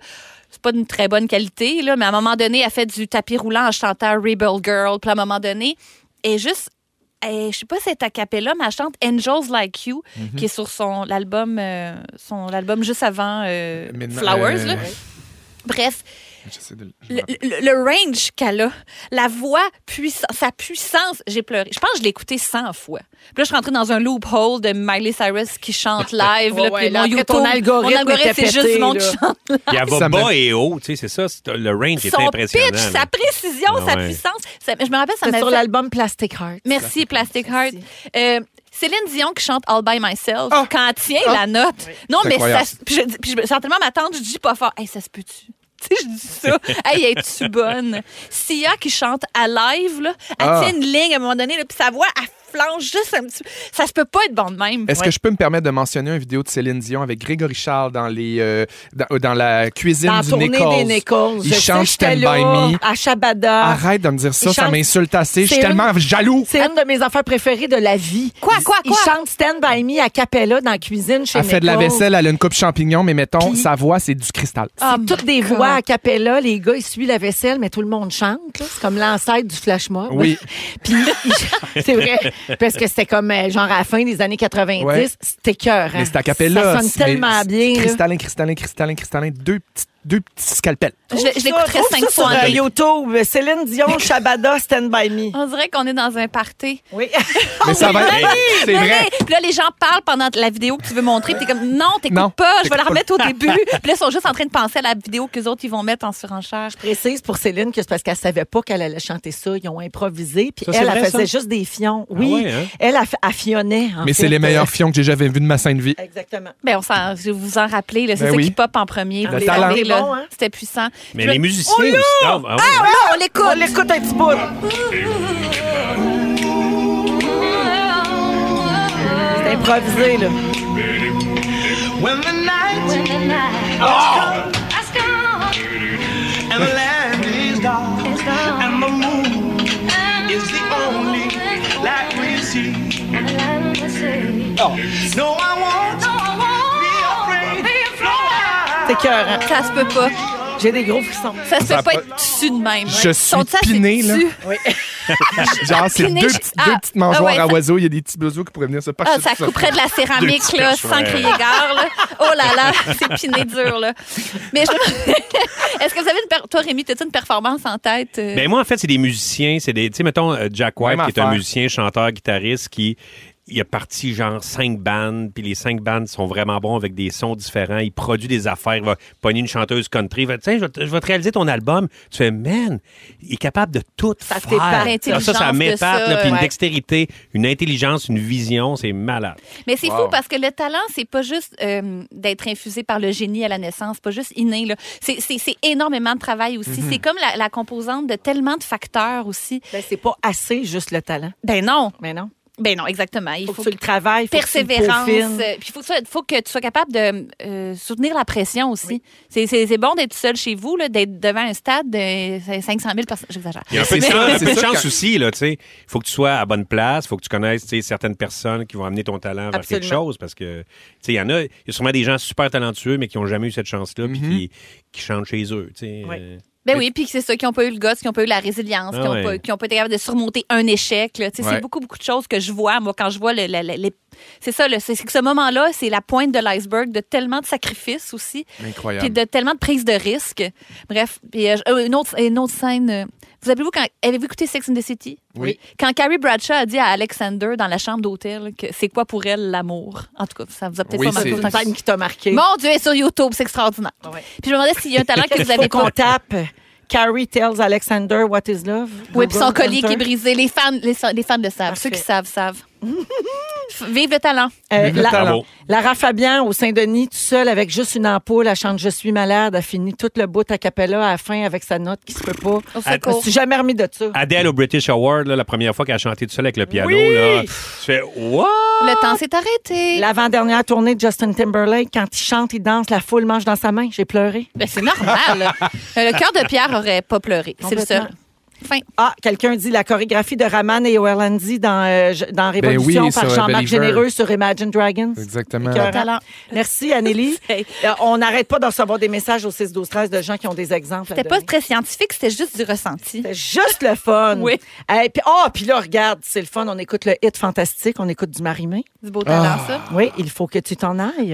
D: c'est pas d'une très bonne qualité, là, mais à un moment donné, elle fait du tapis roulant en chantant Rebel Girl. Puis à un moment donné, elle est juste eh, je sais pas si c'est a cappella, mais elle chante Angels Like You,
B: Mhm.
D: qui est sur son l'album, euh, son album juste avant euh,
B: Midnight-
D: Flowers.
B: euh,
D: là.
B: ouais.
D: Bref,
B: J'essaie de- je
D: le, le- le range qu'elle a, la voix, puissance, sa puissance, j'ai pleuré. Je pense que je l'ai écouté 100 fois. Puis là, je suis rentrée dans un loophole de Miley Cyrus qui chante live.
A: Ouais,
D: là,
A: ouais,
D: puis
A: là,
D: mon
A: après,
D: YouTube,
A: ton algorithme
D: mon
A: était
D: algorithme c'est juste
A: pété,
D: du monde
A: là.
D: qui chante
C: Puis elle
B: Ça
C: va
B: me-
C: bas et haut, tu sais, c'est ça. c'est- Le range est
D: son pitch,
C: impressionnant. là.
D: sa précision,
B: Ah
D: sa
C: Ouais.
D: puissance. Ça- je me rappelle, ça
A: C'est
D: m'a
A: sur
D: fait-
A: l'album Plastic Heart.
D: Merci, Plastic Heart. Euh, Céline Dion qui chante All by Myself
A: Oh.
D: quand elle tient la note. Non,
B: C'est
D: mais
B: incroyable.
D: ça, se- puis je, dis- puis je me sens tellement ma tante, je dis pas fort. Hey, ça se peut-tu? Tu sais, je dis ça. hey, es-tu bonne? Sia qui chante à live, là, elle
B: Ah.
D: tient une ligne à un moment donné, là, puis sa voix, elle flanche juste un petit peu. Ça se peut pas être bon de même.
B: Est-ce que je peux me permettre de mentionner une vidéo de Céline Dion avec Grégory Charles dans, les, euh, dans, euh, dans la cuisine
A: Dans la
B: du
A: tournée
B: Nichols?
A: des Nichols.
B: Il
A: je
B: chante
A: sais, j'étais
B: Stand
A: là,
B: By Me.
A: À Shabada.
D: Ah.
B: Arrête de me dire ça,
A: Il
B: ça
A: chante-
B: m'insulte assez. Je suis
A: C'est
B: tellement jaloux.
A: C'est une de mes affaires préférées de la vie.
D: Quoi, quoi,
A: Il-
D: quoi?
A: Il chante Stand By Me à Capella dans la cuisine chez
B: Elle fait de la
A: Nichols.
B: vaisselle, elle a une coupe champignon, mais mettons,
A: Puis-
B: sa voix, c'est du cristal.
A: C'est
D: Oh
A: toutes
D: my
A: des
D: God.
A: voix à Capella. Les gars, ils suivent la vaisselle, mais tout le monde chante. là. C'est comme l'ancêtre du flash
D: Ah.
A: mob.
B: Oui.
A: Puis, il- c'est vrai, parce que c'était comme euh, genre à la fin des années 90.
B: Ouais.
A: C'était cœur. hein.
B: Mais c'est à capella.
A: Ça sonne
B: c'est-
A: tellement
B: c'est
A: bien. là.
B: Cristallin, cristallin, cristallin, cristallin. Deux petits, deux petits scalpels.
D: Je, je l'écouterais
A: Trouve ça
D: cinq fois.
A: sur,
D: en
A: euh,
D: ligne.
A: YouTube. Céline Dion, Shabada, Stand By Me.
D: On dirait qu'on est dans un party.
A: Oui.
B: mais ça va
D: Hey,
B: être. C'est
D: Mais
B: vrai.
D: oui, Puis là, les gens parlent pendant la vidéo que tu veux montrer. Puis t'es comme, non,
B: Non,
D: t'écoutes pas, je vais la
B: t'écoutes
D: remettre au début. Puis là, ils sont juste en train de penser à la vidéo que les autres, ils vont mettre en surenchère.
A: précise pour Céline que c'est parce qu'elle savait pas qu'elle allait chanter ça. Ils ont improvisé. Puis
C: Ça, c'est
A: elle, elle
C: vrai,
A: faisait
C: ça?
A: juste des fions. Oui.
C: ouais, hein?
A: Elle, elle, elle fionnait. en
B: Mais c'est
A: fait. euh,
B: les
D: euh,
B: meilleurs fions que j'ai jamais vus de ma sainte vie.
A: Exactement.
D: Ben, on s'en, je vais vous en rappeler, là, c'est
B: Ben
D: ça
B: oui.
D: qui pop en premier.
B: Le
D: vous le
B: talent.
D: savez, là.
A: C'est bon, hein?
D: C'était puissant.
C: Mais
D: Puis là,
C: les musiciens aussi. Ah, ah ouais.
A: on l'écoute. On l'écoute un petit bout. C'est improvisé, là. Oh! C'est cœur.
D: Ah! Ça se peut pas.
A: J'ai des gros frissons.
D: Ça se
B: Ça
D: peut pas
B: peut-
D: être dessus de même.
B: Je suis
D: Ouais. Sont-ils assez
B: piné, là.
D: dessus?
B: Genre, c'est deux,
D: Piné-
B: petites- deux
D: Ah,
B: petites mangeoires
D: ah ouais,
B: à
D: ça-
B: oiseaux. Il y a des petits oiseaux qui pourraient venir se passer.
D: Ah, ça couperait de la céramique,
C: Deux
D: là,
C: petits
D: sans
C: perches, ouais.
D: crier gare, là. Oh là là, c'est piné dur, là. Mais je- est-ce que vous avez une... per- Toi, Rémi, t'as-tu une performance en tête? euh?
C: Ben moi, en fait, c'est des musiciens. C'est des, tu sais, mettons, euh, Jack White,
B: Même
C: qui est un
B: affaire.
C: musicien, chanteur, guitariste, qui il a parti genre cinq bandes, puis les cinq bandes sont vraiment bons avec des sons différents. Il produit des affaires. Il va pogner une chanteuse country. Il va, tiens, je vais, te- je vais te réaliser ton album. Tu fais, man, il est capable de tout
D: Ça
C: faire.
D: t'épate.
C: Alors ça, ça
D: L'intelligence de
C: m'épate,
D: ça,
C: là, puis une
D: ouais.
C: dextérité, une intelligence, une vision. C'est malade.
D: Mais c'est
B: Wow.
D: fou parce que le talent, c'est pas juste euh, d'être infusé par le génie à la naissance, c'est pas juste inné. là. C'est- C'est c'est énormément de travail aussi.
C: Mm-hmm.
D: C'est comme la, la composante de tellement de facteurs aussi.
A: Ben, c'est pas assez juste le talent.
D: Ben non,
A: Mais non.
D: ben non, exactement. Il
A: Il
D: faut,
A: faut, que tu le travailles. faut que tu le
D: persévérance.
A: peaufines.
D: euh, Puis il faut, que tu sois- faut que tu sois capable de euh, soutenir la pression aussi. C'est- C'est c'est bon d'être seul chez vous, là, d'être devant un stade de 500 000 personnes. J'exagère.
C: Il y a un peu de
B: Mais-
C: chance,
B: c'est
C: un peu de
B: ça,
C: chance
B: quand-
C: aussi, là, tu sais. Il faut que tu sois à la bonne place, il faut que tu connaisses, tu sais, certaines personnes qui vont amener ton talent vers quelque
A: Absolument.
C: chose parce que, tu sais, il y en a, il y a sûrement des gens super talentueux, mais qui n'ont jamais eu cette chance-là,
A: Mm-hmm.
C: puis qui, qui chantent chez eux, tu sais.
A: Oui.
C: Euh,
D: Ben oui, puis c'est ceux qui n'ont pas eu le gosse, qui n'ont pas eu la résilience,
C: Ah
D: qui n'ont
C: ouais.
D: pas, qui ont pas été capables de surmonter un échec. là. Tu sais,
B: Ouais.
D: C'est beaucoup, beaucoup de choses que je vois, moi, quand je vois le, le- le- les- C'est ça, le- c'est c'est que ce moment-là, c'est la pointe de l'iceberg de tellement de sacrifices aussi, puis
B: Incroyable.
D: de tellement de prises de risques. Bref, puis euh, je- euh, une, autre, une autre scène... euh, Vous avez-vous quand avez-vous écouté Sex and the City?
B: Oui.
D: Quand Carrie Bradshaw a dit à Alexander dans la chambre d'hôtel que c'est quoi pour elle l'amour. En tout cas, ça vous a peut-être
B: Oui,
D: pas marqué
B: c'est-
D: autant que-
A: Scène qui t'a marqué. Ah
D: Mon Dieu, elle est sur YouTube, c'est extraordinaire.
A: Ouais.
D: Puis je me demandais s'il y a un talent que vous avez
A: Faut
D: pas.
A: qu'on tape. Carrie tells Alexander what is love.
D: Oui, puis son
A: Google,
D: collier qui
A: enter.
D: est brisé. Les fans, les, les fans le savent.
A: Parfait.
D: Ceux qui savent, savent. F- Vive le talent.
A: Euh,
B: Vive le
A: la-
C: talent.
A: Lara Fabian au Saint-Denis, tout seul avec juste une ampoule, elle chante Je suis malade, elle finit tout le bout à capella à la fin avec sa note qui se peut pas.
D: Au
C: Ah,
A: Je me
D: secours.
A: suis jamais remis de ça.
C: Adèle au British Award, là, la première fois qu'elle a chanté toute seule avec le piano,
A: Oui!
C: là, tu fais What?
D: Le temps s'est arrêté.
A: L'avant-dernière tournée de Justin Timberlake, quand il chante, il danse, la foule mange dans sa main. J'ai pleuré.
D: Ben, c'est normal. Euh, le cœur de Pierre aurait pas pleuré. C'est le seul.
A: Complètement.
D: Fin.
A: Ah, quelqu'un dit la chorégraphie de Raman et Orlandi dans, euh, je- dans Révolution
B: oui,
A: par
B: sur, euh,
A: Jean-Marc
B: Believer.
A: Généreux sur Imagine Dragons.
B: Exactement.
A: Écœurant.
D: Talent.
A: Merci, Anneli.
D: Hey.
A: Euh, On n'arrête pas de recevoir des messages au 6 12 13 de gens qui ont des exemples. à
D: C'était pas
A: donner.
D: très scientifique, c'était juste du ressenti.
A: C'était juste le fun.
D: Oui.
A: Hey, puis, ah, puis là, regarde, c'est le fun. On écoute le hit fantastique. On écoute du marimé.
D: Du beau talent,
H: Ah.
D: ça.
C: Ah.
D: oh!
A: Oui, il faut que tu t'en ailles.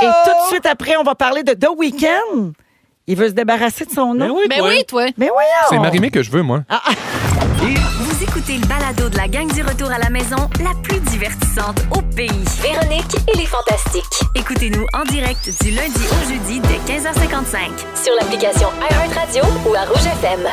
A: Et tout de suite après, on va parler de The Weeknd. Il veut se débarrasser de son nom.
C: Ben oui,
D: Mais
C: toi.
D: oui, toi.
A: Mais voyons!
B: C'est Marimé que je veux,
D: Ah,
B: moi.
F: Vous écoutez le balado de la gang du retour à la maison, la plus divertissante au pays.
G: Véronique et les Fantastiques.
F: Écoutez-nous en direct du lundi au jeudi dès 15h55.
G: Sur l'application iHeartRadio ou à Rouge FM.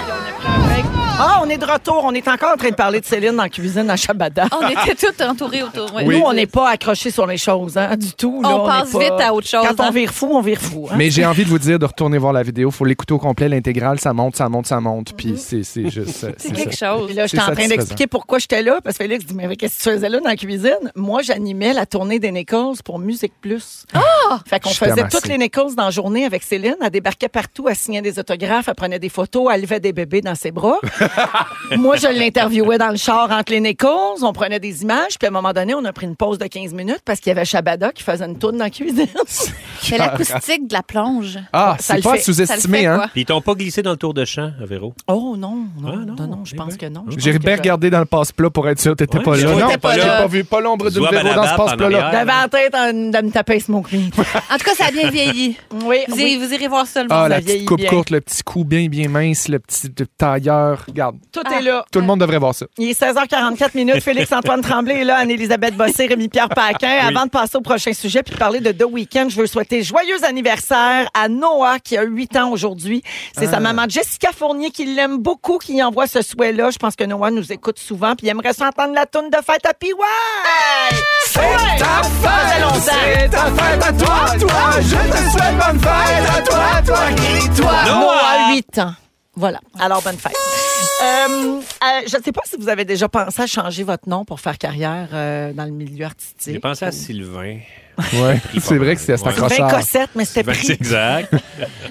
A: Ah, on est de retour. On est encore en train de parler de Céline dans la cuisine à Shabada.
D: On était tous entourés autour. ouais.
A: Nous, on n'est pas accrochés sur les choses, hein, du tout. là,
D: On
A: est
D: passe
A: pas-
D: vite à autre chose,
A: Quand on
D: hein.
A: vire fou, on vire fou. hein.
B: Mais j'ai envie de vous dire de retourner voir la vidéo. Faut l'écouter au complet, l'intégrale. Ça monte, ça monte, ça monte. Puis c'est c'est juste. euh,
D: Mm-hmm. C'est
B: ça.
D: quelque
A: Puis
D: chose.
A: Là, j'étais
B: C'est
A: en train
B: satisfaisant.
A: d'expliquer pourquoi j'étais là, parce que Félix dit, mais qu'est-ce que tu faisais là dans la cuisine? Moi, j'animais la tournée des Nichols pour Musique Plus. Ah! Fait qu'on
B: Je suis
A: faisait
B: ramassée.
A: toutes les Nichols dans la journée avec Céline. Elle débarquait partout, elle signait des autographes, elle prenait des photos, elle levait des bébés dans ses bras. Moi, je l'interviewais dans le char entre les Nichols, on prenait des images, puis à un moment donné, on a pris une pause de 15 minutes parce qu'il y avait Shabada qui faisait une tourne dans la cuisine.
D: C'est l'acoustique de la plonge.
B: Ah,
A: Ça
B: c'est
A: le
B: pas
A: fait.
D: Ça le fait,
B: sous-estimé, hein?
D: quoi.
C: Puis ils t'ont pas glissé dans le tour de champ, Véro.
A: oh non, non,
C: Ah, non,
A: non, non, je
C: eh
A: pense
C: ben.
A: que non. Je
B: J'ai
A: pense que
B: bien
A: je-
B: regardé dans le passe-plat pour être sûr. T'étais
C: Ouais,
B: pas
C: je
B: là.
C: vois,
B: Non,
C: t'étais pas
B: j'ai
C: là.
B: pas vu pas l'ombre d'une
C: Zoua
B: vélo dans ce
C: Balabap en
B: passe-plat-là.
C: arrière.
A: J'avais en tête un- de me taper Smoke Me.
D: En tout cas, ça a bien vieilli.
A: Oui,
D: Vous,
A: oui.
D: irez- vous irez voir ça le
B: Ah,
D: monde.
B: la
A: vieillit
B: petite coupe
A: bien.
B: courte, le petit cou bien, bien mince, le petit le tailleur. Regarde,
A: Tout
D: Ah.
A: est là.
B: tout le monde devrait voir ça.
A: Il est 16h44 minutes. Félix-Antoine Tremblay est là, Anne-Élisabeth Bossé, Rémi-Pierre Paquin. Avant de passer au prochain sujet puis de parler de deux week-ends, je veux souhaiter joyeux anniversaire à Noah qui a 8 ans aujourd'hui. C'est sa maman Jessica Fournier qui l'aime beaucoup, qui lui envoie ce souhait-là. Je pense que Noah nous écoute souvent puis il aimerait s'entendre la toune de fête à PY. C'est ta fête! Noah, 8 ans. Voilà. Alors, bonne fête. Euh, euh, je ne sais pas si vous avez déjà pensé à changer votre nom pour faire carrière euh, dans le milieu
C: J'ai
A: artistique.
C: pensé à Sylvain.
B: Ouais. C'est vrai que c'est
C: Ouais.
A: Sylvain
B: accrocheur.
A: Cossette, mais c'était
C: Ben, c'est
A: pris.
C: exact.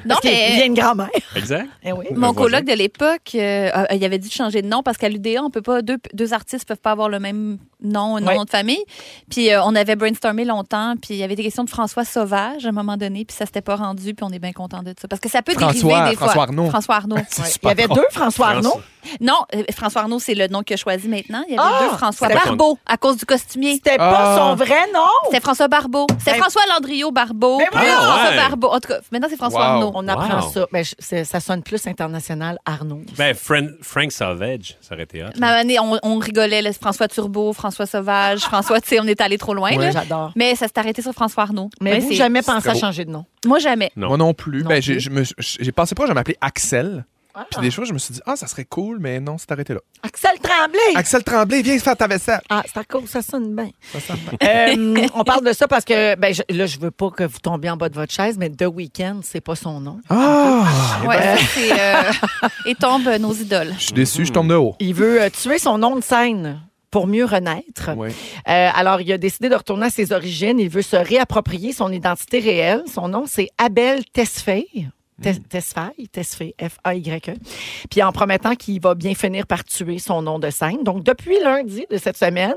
D: Non,
A: Il y a
D: mais
A: une grand-mère.
C: Exact.
A: Eh oui.
C: Le
B: Ben
D: mon
C: voisin.
D: colloque de l'époque, euh, euh, il avait dit de changer de nom parce qu'à l'UDA, on peut pas deux, deux artistes peuvent pas avoir le même nom, nom,
A: Ouais.
D: nom de famille. Puis euh, on avait brainstormé longtemps, puis il y avait des questions de François Sauvage à un moment donné, puis ça s'était pas rendu, puis on est bien content de ça parce que ça peut
B: François-
D: dériver des fois.
B: François Arnaud.
D: François Arnaud.
B: C'est
D: Ouais.
A: Il y
B: super
A: avait
B: drôle.
A: deux François Arnaud.
D: Non, euh, François Arnaud, c'est le nom que je choisis maintenant. Il y avait
A: Ah!
D: deux François
C: C'était
D: Barbeau à cause du costumier.
A: C'était pas
B: Ah.
A: son vrai nom.
D: C'était François Barbeau. C'était
A: Ben-
D: François Landriot Barbeau.
A: Mais voyons!
D: François
C: Ouais.
D: Barbeau. En tout cas, maintenant c'est François
B: Ah, Wow.
D: Arnaud.
A: On apprend
C: Wow.
A: ça. Mais je- c'est- ça sonne plus international, Arnaud.
C: Ben, Fran- Frank Savage, ça aurait été hot.
D: Ma année, on, on rigolait, là, François Turbo, François Sauvage, François, tu sais, on est allé trop loin. là.
A: J'adore.
D: Mais ça s'est arrêté sur François Arnaud.
A: Mais vous,
D: c'est-
A: jamais pensé à
B: beau.
A: changer de nom.
D: Moi, jamais.
C: Non.
B: Moi non plus.
A: Non
B: ben, j'ai-
A: plus.
B: je me- j'ai pensé proche à m'appeler Axel. Puis des choses, je me suis dit, ah, ça serait cool, mais non, c'est arrêté là.
A: Axel Tremblay.
B: Axel Tremblay, viens faire ta vaisselle.
A: Ah, c'est à cause, ça sonne bien.
B: Ça sent bien.
A: Euh, on parle de ça parce que, ben, je- là, je veux pas que vous tombiez en bas de votre chaise, mais The Weeknd, c'est pas son nom.
B: Ah,
D: Ouais, ça, c'est, euh, et tombent
A: euh,
D: nos idoles.
B: je suis déçu, je tombe de haut.
A: Il veut euh, tuer son nom de scène pour mieux renaître.
B: Ouais.
A: Euh, alors, il a décidé de retourner à ses origines. Il veut se réapproprier son identité réelle. Son nom, c'est Abel Tesfaye. Tes- Tesfaye, Tesfaye, F-A-Y-E. E. Puis en promettant qu'il va bien finir par tuer son nom de scène. Donc, depuis lundi de cette semaine,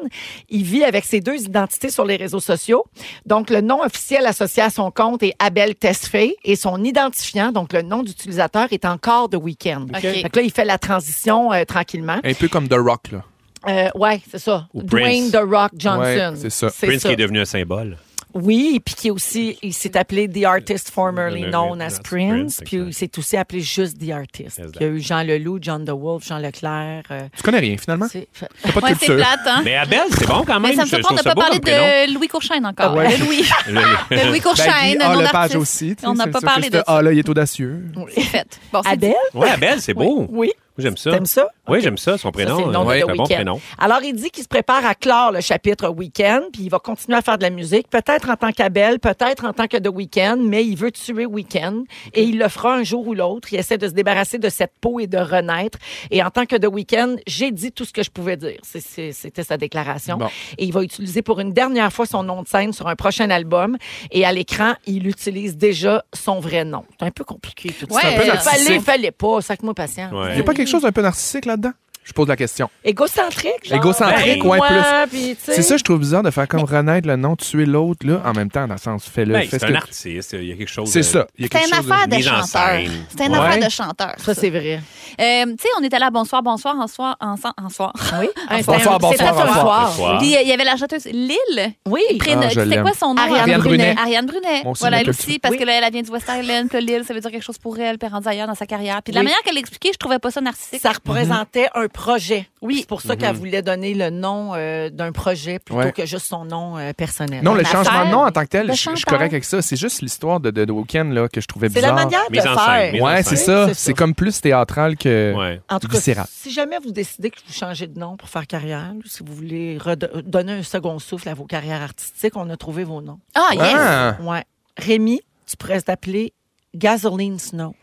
A: il vit avec ses deux identités sur les réseaux sociaux. Donc, le nom officiel associé à son compte est Abel Tesfaye et son identifiant, donc le nom d'utilisateur, est encore de Weekend.
D: OK.
A: Fait que là, il fait la transition euh, tranquillement.
B: Un peu comme The Rock, là.
A: Euh, ouais, c'est ça.
C: Ou
A: Dwayne
C: Prince.
A: The Rock Johnson.
B: Ouais, c'est ça.
C: Prince qui est devenu un symbole.
A: Oui, puis qui est aussi, il s'est appelé The Artist Formerly
C: Le-
A: Known
C: le-
A: as
C: le-
A: Prince,
C: Prince,
A: puis
C: exact.
A: il s'est aussi appelé juste The Artist.
C: Exact.
A: Il y a eu Jean Leloup, John DeWolf, Jean Leclerc. euh,
B: Tu connais rien, finalement.
A: c'est-
B: T'as pas de
D: Ouais, c'est
B: culture.
D: plate, hein?
C: Mais Abel, c'est bon quand même.
D: Mais ça me
C: je- je
D: surprend
C: trouve
D: de ne pas
C: beau
D: parler
C: comme prénom.
D: de Louis Courchaine encore.
B: Ah ouais.
D: Le Louis. Le Louis Courchaine,
B: ah,
D: nom
B: le
D: d'artiste.
B: page aussi. tu sais,
D: On n'a
B: c'est
D: pas
B: sûr que
D: parlé de
B: ce
D: ça.
B: Ah là, il est audacieux.
D: C'est fait. Bon, c'est
A: Adèle?
C: Ouais, Abel, c'est beau.
A: Oui.
C: J'aime ça.
A: T'aimes ça?
C: Oui, j'aime ça, son
A: Ça,
C: prénom.
A: c'est le nom
C: euh,
A: de The
C: un bon
A: Weeknd.
C: prénom.
A: Alors, il dit qu'il se prépare à clore le chapitre Weekend, puis il va continuer à faire de la musique, peut-être en tant qu'Abel, peut-être en tant que The Weekend, mais il veut tuer Weekend et il le fera un jour ou l'autre. Il essaie de se débarrasser de cette peau et de renaître. Et en tant que The Weekend, j'ai dit tout ce que je pouvais dire. C'est- c'est- C'était sa déclaration.
B: Bon.
A: Et il va utiliser pour une dernière fois son nom de scène sur un prochain album. Et à l'écran, il utilise déjà son vrai nom. C'est un peu compliqué tout
D: Ouais,
A: ça.
B: un peu narcissique.
A: fallait, fallait pas. Sac-moi patience.
C: Ouais.
B: Il n'y a pas quelque chose d'un peu narcissique là-dedans? Je pose la question.
A: Égocentrique, genre.
B: Égocentrique,
C: Ben,
B: ouais,
A: Moi,
B: plus.
A: puis, tu sais.
B: C'est ça, je trouve bizarre de faire comme renaître le nom, tuer l'autre, là, en même temps, dans le sens, fais-le.
C: Ben, c'est
B: fais ce
C: un
B: que-
C: artiste. Il y a quelque chose.
B: C'est
C: de-
B: ça. Il y a
D: C'est
B: quelque
D: une
B: chose de-
D: affaire de,
C: mise en
D: chanteur.
C: scène.
D: C'est une
B: Ouais.
D: affaire de chanteur.
A: Ça,
D: ça.
A: c'est vrai.
D: Euh, tu sais, on était là, bonsoir, bonsoir, en soir, en, soir- en soir.
A: Ah Oui.
B: Bonsoir,
D: bonsoir,
A: C'était un
D: bonsoir.
A: soir.
C: Bonsoir.
D: Puis euh, il y avait la chanteuse Lille.
A: Oui.
D: Prenne-
B: Ah, je
D: tu sais
B: l'aime.
D: quoi son nom?
A: Ariane
B: Ariane Brunet. Brunet.
D: Ariane Brunet.
B: Mon signe
D: Voilà,
B: de
D: elle
B: culture.
D: aussi, parce
A: Oui.
D: que là, elle, elle vient du West Island, que Lille, ça veut dire quelque chose pour elle, puis rendue ailleurs dans sa carrière. Puis de la
A: Oui.
D: manière qu'elle l'expliquait, je trouvais pas ça narcissique.
A: Ça représentait
B: Mhm.
A: un projet.
D: Oui.
A: C'est pour ça qu'elle voulait donner le nom euh, d'un projet plutôt
B: Ouais.
A: que juste son nom euh, personnel.
B: Non, le
D: L'affaire
B: changement de nom en tant que tel,
D: de
B: je je suis
D: chanteur.
B: correct avec ça. C'est juste l'histoire de, de, de Weeknd, là, que je trouvais
A: C'est
B: bizarre.
A: la manière de
C: Mise en scène,
A: faire.
C: mise en
B: Ouais,
C: Oui,
B: c'est
C: c'est
B: ça.
A: ça.
B: C'est comme plus théâtral que.
C: Ouais.
A: En tout cas,
B: Viscéral.
A: si jamais vous décidez que vous changez de nom pour faire carrière, là, si vous voulez redo- donner un second souffle à vos carrières artistiques, on a trouvé vos noms.
D: Ah, yes!
B: Ah!
A: Ouais. Rémi, tu pourrais t'appeler Gasoline Snow.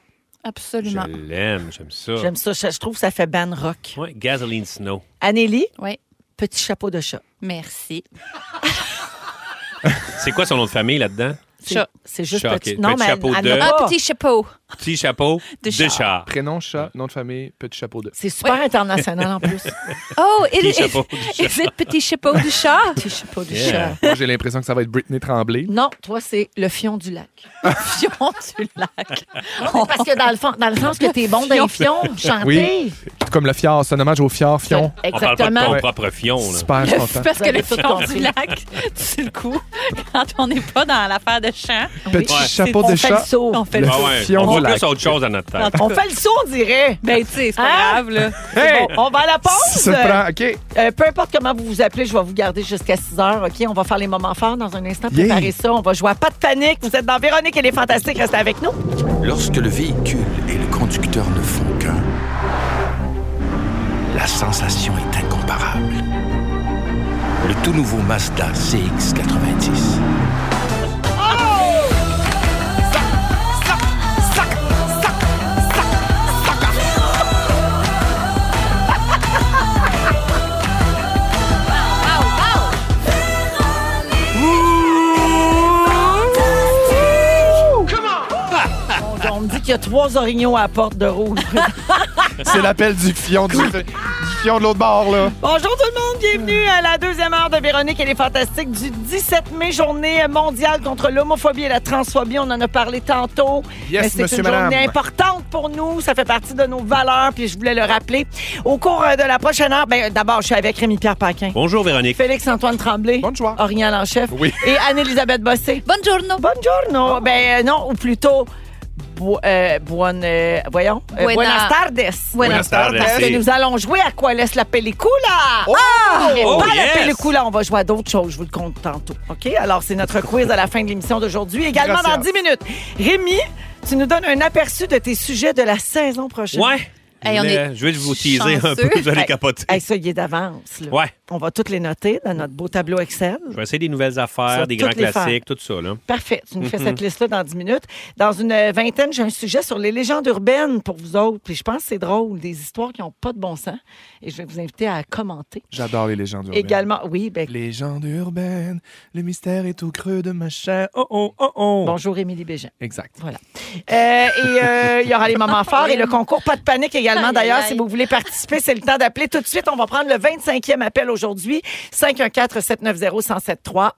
D: Absolument.
C: Je l'aime, j'aime ça.
A: J'aime ça. Je je trouve que ça fait ban rock.
C: Ouais, Gasoline Snow.
A: Anélie,
D: Oui.
A: petit chapeau de chat.
D: Merci.
C: C'est quoi son nom de famille là-dedans?
A: C'est-
D: Chat.
A: C'est juste
C: Chat,
A: petit.
C: ok.
A: Non,
C: Petit
A: mais Ah,
C: chapeau
A: elle-
C: de-
A: elle n'a
D: Un
A: pas.
D: Ah, petit chapeau.
C: Petit chapeau de
D: De char.
C: char.
B: Prénom, chat, nom de famille, petit chapeau de.
A: C'est super international en plus.
D: Oh, il
C: Petit
D: est.
C: chapeau du chat.
D: le petit chapeau du chat?
A: Petit chapeau de
C: Yeah.
A: chat.
B: Moi, j'ai l'impression que ça va être Britney Tremblay.
A: Non, toi, c'est le fion du lac.
D: Fion du lac.
A: Parce que dans le, fond, dans le sens que t'es bon d'un fion, chanter.
B: Oui. comme le fjord, c'est un hommage au fjord, Fion.
C: On parle pas de
A: Exactement.
C: ton
B: Ouais.
C: propre fion. Là.
B: Super, je suis content.
D: Parce
A: Vous
D: que
A: avez
D: le
A: tout
D: fion
A: compris.
D: du lac, tu sais le coup, quand on n'est pas dans l'affaire de chant,
B: Petit
C: Ouais.
B: chapeau
A: on
B: de
A: fait le
B: chat.
A: saut.
D: on fait le
B: Le
C: Ah ouais,
B: fion
C: on voit
B: du
C: plus
B: lac.
C: autre chose dans notre tête.
A: On fait le saut, on dirait.
D: Ben, tu sais, c'est pas
A: Hein?
D: grave, là.
B: Hey!
A: Bon, on va à la pause.
B: Ça prend, OK.
A: Euh, peu importe comment vous vous appelez, je vais vous garder jusqu'à 6 heures. OK, on va faire les moments forts dans un instant.
B: Yeah.
A: Préparez ça. On va jouer à pas de panique. Vous êtes dans Véronique et les Fantastiques. Restez avec nous.
H: Lorsque le véhicule et le conducteur ne font qu'un, la sensation est incomparable. Le tout nouveau Mazda CX90.
D: Oh!
A: On, on me dit qu'il y a trois orignaux à la porte de rouge.
B: C'est l'appel du fion du,
A: Ah.
B: du fion de l'autre bord, là.
A: Bonjour tout le monde, bienvenue à la deuxième heure de Véronique et les Fantastiques du 17 mai, journée mondiale contre l'homophobie et la transphobie. On en a parlé tantôt.
B: Yes,
A: Mais c'est
B: monsieur,
A: une journée
B: madame.
A: importante pour nous. Ça fait partie de nos valeurs, puis je voulais le rappeler. Au cours euh, de la prochaine heure, ben, euh, d'abord, je suis avec Rémi-Pierre Paquin,
C: Bonjour Véronique.
A: Félix-Antoine Tremblay,
B: Bonne joie.
A: Orignal en chef,
B: Oui. Ah.
A: et Anne-Élisabeth Bossé.
D: Bonne journée.
A: Buongiorno. Ben euh, non, ou plutôt... bo- euh, buon- euh, voyons. euh,
D: Buena-
A: buenas tardes.
C: Buenas tardes.
A: Parce que
C: Merci.
A: nous allons jouer à quoi laisse la pellicule.
B: Oh!
I: Ah,
A: Mais
C: Oh,
A: pas
C: yes!
A: la pellicula, Ah! on va jouer à d'autres choses, je vous le compte tantôt. OK? Alors, c'est notre quiz à la fin de l'émission d'aujourd'hui. Également dans
B: Gracias.
A: 10 minutes. Rémi, tu nous donnes un aperçu de tes sujets de la saison prochaine.
C: Ouais.
D: Hey, on
C: Mais,
D: est
C: euh, je vais vous teaser un
D: chanceux.
C: peu, vous allez
D: Hey.
C: capoter.
A: Hey, ça, il est d'avance. là.
C: Ouais.
A: On va toutes les noter dans notre beau tableau Excel.
C: Je vais essayer des nouvelles
A: Sur
C: affaires, des grands
A: toutes les
C: classiques, tout ça. Là.
A: Parfait. Tu nous fais cette
C: Mhm.
A: liste-là dans 10 minutes. Dans une euh, vingtaine, j'ai un sujet sur les légendes urbaines pour vous autres. Puis je pense que c'est drôle, des histoires qui n'ont pas de bon sens. Et je vais vous inviter à commenter.
B: J'adore les légendes urbaines.
A: Également, oui, ben,
B: Légendes urbaines, le mystère est au creux de ma chair. Oh, oh, oh, oh.
A: bonjour Émilie Bégin.
B: Exact.
A: Voilà. Euh, et euh, il y aura les moments forts et le concours Pas de panique également également.
D: Aïe,
A: D'ailleurs,
D: aïe,
A: si
D: aïe.
A: vous voulez participer, c'est le temps d'appeler tout de suite. On va prendre le 25e appel aujourd'hui. 514-790-1073,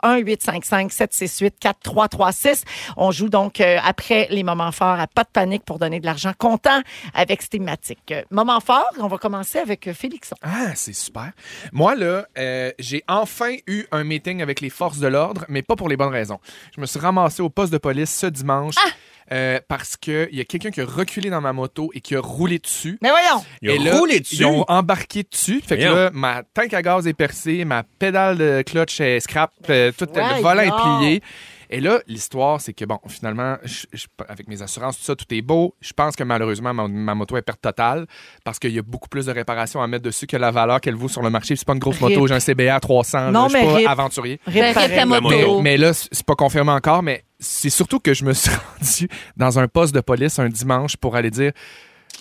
A: 1-855-768-4336. On joue donc euh, après les moments forts à pas de panique pour donner de l'argent comptant avec cette thématique. Euh, Moments forts, on va commencer avec euh, Félixon.
B: Ah, c'est super. Moi, là, euh, j'ai enfin eu un meeting avec les forces de l'ordre, mais pas pour les bonnes raisons. Je me suis ramassé au poste de police ce dimanche
A: Ah!
B: euh, parce qu'il y a quelqu'un qui a reculé dans ma moto et qui a roulé dessus.
A: Mais voyons!
C: Ils ont
B: Et là,
C: roulé dessus.
B: Ils ont embarqué dessus. Fait que
C: Voyons.
B: là, ma tank à gaz est percée, ma pédale de clutch est scrap, euh, tout
A: voyons.
B: le volant est plié. Et là, l'histoire, c'est que, bon, finalement, je- je- avec mes assurances, tout ça, tout est beau. Je pense que malheureusement, ma, ma moto est perte totale parce qu'il y a beaucoup plus de réparations à mettre dessus que la valeur qu'elle vaut sur le marché. C'est pas une grosse moto,
A: Rip.
B: j'ai un CBA 300, là,
A: Non,
B: je suis
A: mais
B: pas
A: rip.
B: aventurier.
A: Rip
D: Ben,
A: pareil.
D: rip ta moto.
B: Mais, mais là, c'est pas confirmé encore, mais c'est surtout que je me suis rendu dans un poste de police un dimanche pour aller dire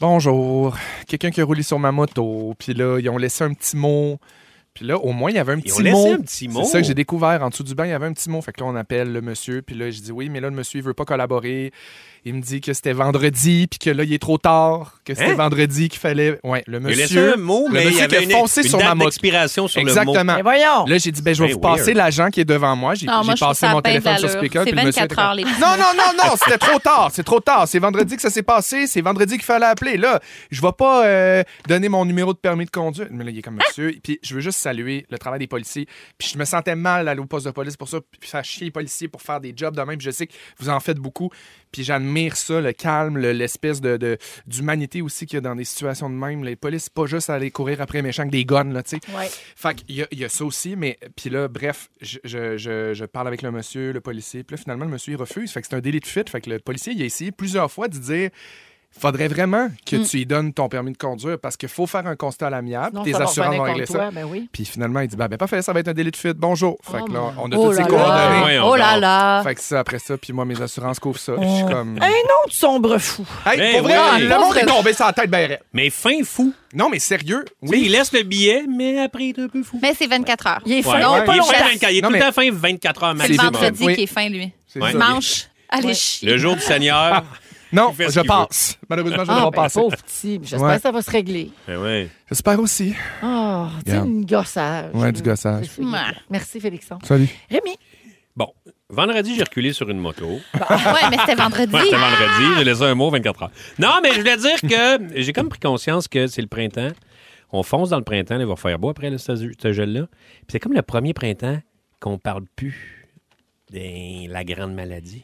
B: Bonjour, quelqu'un qui a roulé sur ma moto. Puis là, ils ont laissé un petit mot. Puis là, au moins, il y avait un
C: Ils
B: petit
C: ont laissé
B: mot.
C: un petit mot.
B: C'est ça que j'ai découvert. En dessous du banc, il y avait un petit mot. Fait que là, on appelle le monsieur. Puis là, je dis oui, mais là, le monsieur, il veut pas collaborer. Il me dit que c'était vendredi. Puis que là, il est trop tard. Que c'était
C: Hein?
B: vendredi qu'il fallait. Ouais, le
C: Il a
B: monsieur.
C: laissé un mot,
B: le
C: mais il y
B: monsieur qui a
C: avait une,
B: foncé
C: une
B: sur ma
C: date
B: moto.
C: d'expiration sur le mot.
B: Exactement.
A: Mais voyons!
B: Là, j'ai dit, ben, je vais
C: Ben,
B: vous passer
C: weird.
B: l'agent qui est devant moi. J'ai
D: Non, moi,
B: j'ai
D: je trouve
B: passé
D: ça à
B: mon
D: peine
B: téléphone sur
D: d'allure.
B: speaker.
D: C'est
B: puis le monsieur était
D: 24 heures,
B: comme,
D: les
B: Non, non, non, non, c'était trop tard. C'est trop tard. C'est vendredi que ça s'est passé. C'est vendredi qu'il fallait appeler. Là, je vais pas euh, donner mon numéro de permis de conduire. Mais là, il est comme monsieur. Puis je veux juste saluer le travail des policiers. Puis je me sentais mal d'aller au poste de police pour ça. Puis faire chier les policiers pour faire des jobs de même. Puis je sais que vous en faites beaucoup. Puis j'admire ça, le calme, le- l'espèce de- de d'humanité aussi qu'il y a dans des situations de même. Les polices, c'est pas juste aller courir après les méchants avec des guns, là, tu sais.
A: Ouais.
B: Fait qu'il y a- il y, a ça aussi, mais puis là, bref, je, je- je- je parle avec le monsieur, le policier, puis là, finalement, le monsieur, il refuse. Fait que c'est un délit de fuite. Fait que le policier, il a essayé plusieurs fois de dire faudrait vraiment
A: Hmm.
B: que tu lui donnes ton permis de conduire parce qu'il faut faire un constat à l'amiable,
A: Non,
B: tes
A: ça va
B: assurances
A: revenir
B: vont
A: contre
B: régler ça.
A: toi, ben oui.
B: Puis finalement, il dit ben, ben parfait, ça va être un délit de fuite, bonjour. Fait que là, on a
D: Oh
B: toutes ces
D: là
C: coordonnées.
D: là.
C: Voyons
D: Oh là
C: donc.
D: là.
B: Fait que ça, après ça, puis moi, mes assurances couvrent ça. Je
D: Oh.
B: suis comme.
A: Un autre sombre fou.
B: Hey,
C: Ben
B: pour vrai,
C: oui.
B: le monde est
D: Pauvre-
B: tombé sur la tête, ben raide.
C: Mais fin fou.
B: Non, mais sérieux,
C: Oui,
B: oui.
C: il laisse le billet, mais après, il est un peu fou.
D: Mais c'est 24 heures.
A: Il est
C: Ouais.
A: fin,
D: Non,
C: Ouais.
A: pas
C: il est, fin
A: longtemps.
C: 24, il est
B: Non,
C: tout
B: mais-
C: le temps fin 24 heures
D: C'est le
B: C'est
C: maximum.
D: vendredi
B: oui.
D: qui est fin, lui.
B: C'est
C: Ouais.
B: ça.
D: Manche, allez
A: Ouais.
D: chier.
C: Le jour du Seigneur.
B: Ah. Non,
C: Il fait ce
B: je
C: qu'il veut.
B: passe. Malheureusement, je ne
A: Ah,
B: vais
A: ben,
B: pas passer.
A: pauvre petit. J'espère
B: Ouais.
A: que ça va se régler.
C: Ben ouais.
B: J'espère aussi.
A: Oh, tu sais,
B: Regarde.
A: une gossage.
B: Ouais, du gossage.
A: C'est- Merci, Félixon.
B: Salut.
A: Rémi,
C: Bon, vendredi, j'ai reculé sur une moto.
A: Bah,
D: Ouais, mais c'était vendredi.
C: Ouais, c'était vendredi, j'ai laissé un mot 24 heures. Non, mais je voulais dire que j'ai comme pris conscience que c'est le printemps. On fonce dans le printemps, là, il va faire beau après là, ce, ce gel-là. Puis c'est comme le premier printemps qu'on parle plus de la grande maladie.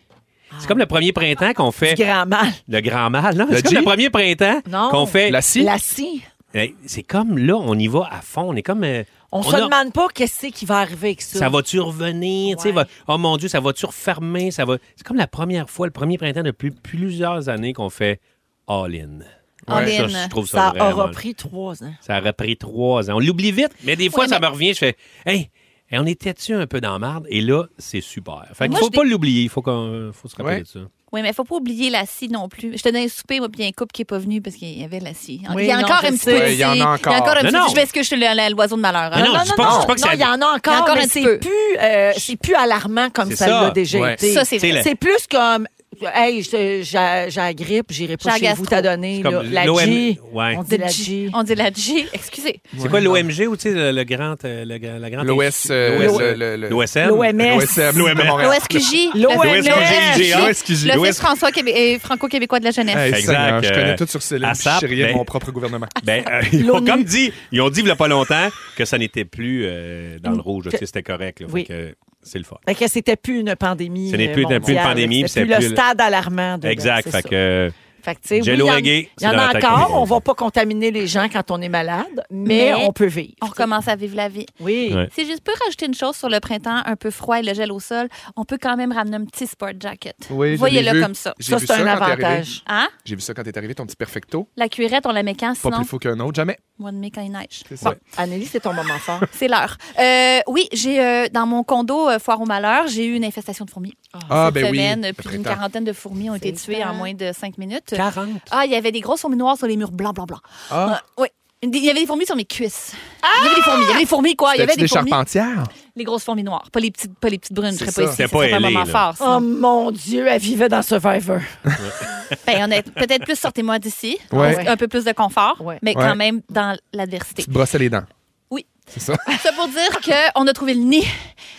C: C'est comme le premier printemps qu'on fait
A: Ah. grand mal.
C: le grand mal. Non,
B: Le
C: c'est comme
B: G?
C: le premier printemps
A: Non.
C: qu'on fait.
B: La scie?
A: La scie.
C: Eh, C'est comme là, on y va à fond. On est comme. euh,
A: On,
C: on
A: se
C: a-
A: demande pas qu'est-ce qui va arriver avec ça.
C: Ça va-tu revenir? tu sais,
A: Ouais.
C: va- oh mon Dieu, ça va-tu refermer? Ça va... C'est comme la première fois, le premier printemps depuis plusieurs années qu'on fait all-in.
D: All in.
C: je trouve
A: Ça
C: ça, vraiment-
A: aura pris trois ans.
C: Ça aurait pris trois ans. On l'oublie vite, mais des fois,
D: Ouais,
C: ça
D: mais-
C: me revient. Je fais, hey, hey, on était-tu un peu dans la marde? Et là, c'est super. Fait qu'il
D: Moi,
C: faut
D: je
C: pas l'oublier. Il faut, qu'on- faut se rappeler
B: Ouais.
C: de ça.
D: Oui, mais faut pas oublier la scie non plus. Je tenais un souper, moi, puis il y a un couple qui est pas venu parce qu'il y avait la scie.
A: Oui,
D: il y a
A: non,
D: encore
A: je
D: un
A: sais.
D: petit peu de
B: Ouais, il y en a
D: scie.
B: encore.
D: Il y a encore un
C: Non,
D: petit
C: non.
D: peu. Je m'excuse, je suis le- l'oiseau de malheur. hein.
C: non, je dis pas- je dis pas que
A: non,
C: ça-
A: il y en a
D: Il y en a
A: encore,
D: encore
A: mais
D: un
A: c'est
D: petit peu.
A: plus, euh, c'est plus alarmant comme
C: C'est
A: ça
C: ça.
A: l'a déjà
B: Ouais.
A: été.
D: Ça, c'est
C: Tu sais,
D: vrai.
C: la-
A: C'est plus comme, hey, j'ai- j'ai j'ai la grippe, j'irai
D: J'ai
A: pas
D: la
A: chez vous
D: gastro.
A: t'as donné
C: C'est
A: là,
C: comme
A: la
C: l'OM.
A: G.
C: Ouais.
A: On dit la G.
D: On dit la G. Excusez.
C: C'est quoi l'OMG ou tu sais, le, le grand. euh, Le, grand- la grande
B: L'OS, euh, le- le- le-
C: L'OSM.
A: L'OMS.
B: L'OSM de Montréal.
D: L'OSQJ.
C: L'OSQJ.
B: L'OSQJ.
D: L'Office François Québé- et euh, franco-québécois de la jeunesse.
B: Hey,
C: Exact,
B: Seigneur, je
C: euh,
B: connais tout sur Céline.
C: ASAP,
B: Je suis rien de
C: ben-
B: mon propre gouvernement.
C: Ben, euh, ils ont
A: L'ONU.
C: comme dit, ils ont dit il n'y a pas longtemps que ça n'était plus euh, dans le rouge. Tu sais, C'était correct. là. Fait
A: Oui.
C: que C'est le fun.
A: Fait que c'était plus une pandémie.
C: Ce n'est
A: euh,
C: plus- c'était plus une
A: mondiale.
C: pandémie, puis
A: C'était
C: c'est
A: plus le
C: plus le-
A: stade alarmant. de-
C: Exact.
A: c'est
C: Fait
A: ça.
C: que,
A: Fait que, tu sais, oui,
C: Jello
A: il y en-
C: Reggae,
A: Il y en
C: c'est dans
A: a
C: la tête
A: encore.
C: qu'on est.
A: On va pas contaminer les gens quand on est malade,
D: Mais
A: mais, on peut vivre.
D: On recommence à vivre la vie.
A: Oui.
C: Ouais.
D: Si je peux rajouter une chose sur le printemps un peu froid et le gel au sol, on peut quand même ramener un petit sport jacket.
B: Oui, je l'ai
D: Voyez-le
B: vu.
D: comme ça.
B: J'ai
A: Ça,
B: vu
A: c'est un
B: quand t'es arrivé.
A: avantage.
D: Hein?
B: J'ai vu ça quand t'es arrivé, ton petit perfecto.
D: La cuirette, on la met quand,
B: Pas
D: sinon?
B: plus faux qu'un autre, jamais.
D: Mois de mai quand il neige.
B: C'est
A: Bon,
B: ça.
A: Anneli, c'est ton moment fort.
D: C'est l'heure. Euh, oui, j'ai euh, dans mon condo euh, Foire au malheur, j'ai eu une infestation de fourmis.
B: Ah,
D: Cette
B: ben oui.
D: semaine,
B: le
D: plus d'une
B: printemps.
D: quarantaine de fourmis ont été
A: C'est
D: tuées
A: ça.
D: en moins de cinq minutes.
C: 40.
D: Ah, il y avait des grosses fourmis noires sur les murs blancs, blancs, blancs.
B: Ah.
D: Euh, oui. Des- Il y avait des fourmis sur mes cuisses. il y avait des fourmis. Il y avait des fourmis, quoi. Ah, Il y avait
B: T'as-tu
D: des
B: des
D: fourmis.
B: charpentières?
D: Les grosses fourmis noires. Pas les petites, pas les petites brunes. Je
B: C'est
D: serais
B: ça.
D: pas ici.
C: C'était
D: Ça
C: pas
D: serait un
C: ailé,
D: moment
C: là.
D: fort. sinon.
A: Oh mon Dieu, elle vivait dans Survivor.
D: Ben, honnête, peut-être plus sortez-moi d'ici.
B: Ouais.
D: Parce que Un peu plus de confort,
A: Ouais.
D: mais
B: Ouais.
D: quand même dans l'adversité.
B: Tu te brossais les dents.
D: Oui.
B: C'est ça.
D: Ça pour dire qu'on a trouvé le nid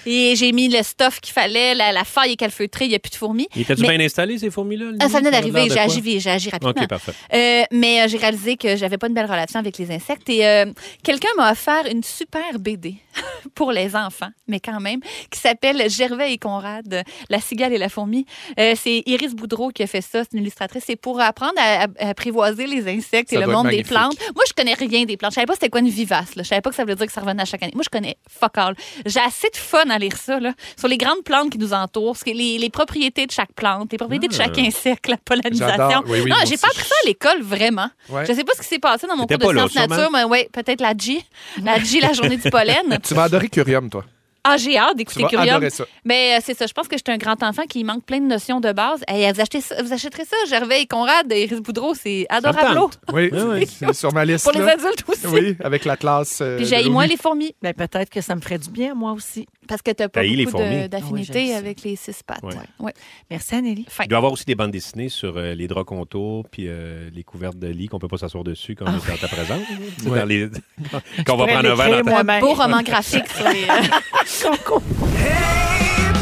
D: et j'ai mis le stuff qu'il fallait, la, la faille est calfeutrée, il n'y a plus de fourmis.
C: Il était-tu
D: Mais-
C: bien installé, ces fourmis-là? le
D: Ah, ça
C: nid?
D: venait
C: avait
D: d'arriver,
C: l'air
D: j'ai
C: de
D: agi,
C: quoi?
D: vite, j'ai agi rapidement.
C: OK, parfait.
D: Euh, mais euh, j'ai réalisé que j'avais pas une belle relation avec les insectes et euh, quelqu'un m'a offert une super BD pour les enfants, mais quand même, qui s'appelle Gervais et Conrad, euh, La cigale et la fourmi. Euh, c'est Iris Boudreau qui a fait ça, c'est une illustratrice. C'est pour apprendre à, à- à apprivoiser les insectes
B: Ça
D: et
B: doit
D: le
B: être
D: monde des
B: magnifique.
D: plantes. Moi, je connais rien des plantes. Je savais pas c'était quoi une vivace. Là. Je savais pas que ça voulait dire que ça revenait à chaque année. Moi, je connais fuck all. J'ai assez de fun à lire ça. Là, sur les grandes plantes qui nous entourent, ce que- les, les propriétés de chaque plante, les propriétés de chaque insecte, la pollinisation.
B: Ah. J'adore. Oui, oui,
D: non,
B: moi
D: j'ai
B: aussi,
D: pas appris ça à l'école, vraiment.
B: Ouais.
D: Je sais pas ce qui s'est passé dans mon
C: T'étais
D: cours de
C: pas là,
D: sciences nature, mais ouais, peut-être la G. La G, la journée du pollen.
B: Tu vas adorer Curium, toi.
D: Ah, j'ai hâte
B: Tu
D: d'écouter
B: vas
D: Curium.
B: adorer ça.
D: Mais euh, c'est ça, je pense que j'étais un grand enfant qui manque plein de notions de base. Hey, vous, achetez ça- vous achèterez ça, Gervais et Conrad, et Iris Boudreau, c'est adorable.
C: tente.
B: Oui,
C: Ah ouais.
B: c'est sur ma liste.
D: Pour les
B: là.
D: adultes aussi.
B: Oui, avec l'Atlas. euh,
D: Puis
B: de
D: j'ai
B: Louis.
D: moins les fourmis,
A: Ben, peut-être que ça me ferait du bien, moi aussi.
D: parce que t'as pas
C: Haïs les
D: beaucoup de-
C: fourmis.
A: Ah oui,
D: d'affinité
A: j'aime ça.
D: avec les six pattes.
C: Ouais.
D: Ouais.
A: Merci, Anneli.
D: Fin.
C: Il doit y avoir aussi des bandes dessinées sur euh, les draps contours puis euh, les couvertes de lit qu'on peut pas s'asseoir dessus quand on
D: Ah.
C: est dans ta présence. C'est
B: Ouais.
C: dans les- Qu'on va
A: pourrais
C: prendre un verre dans
A: l'écrire,
C: ta...
D: Un
A: moi-même.
D: beau roman graphique sur les... euh,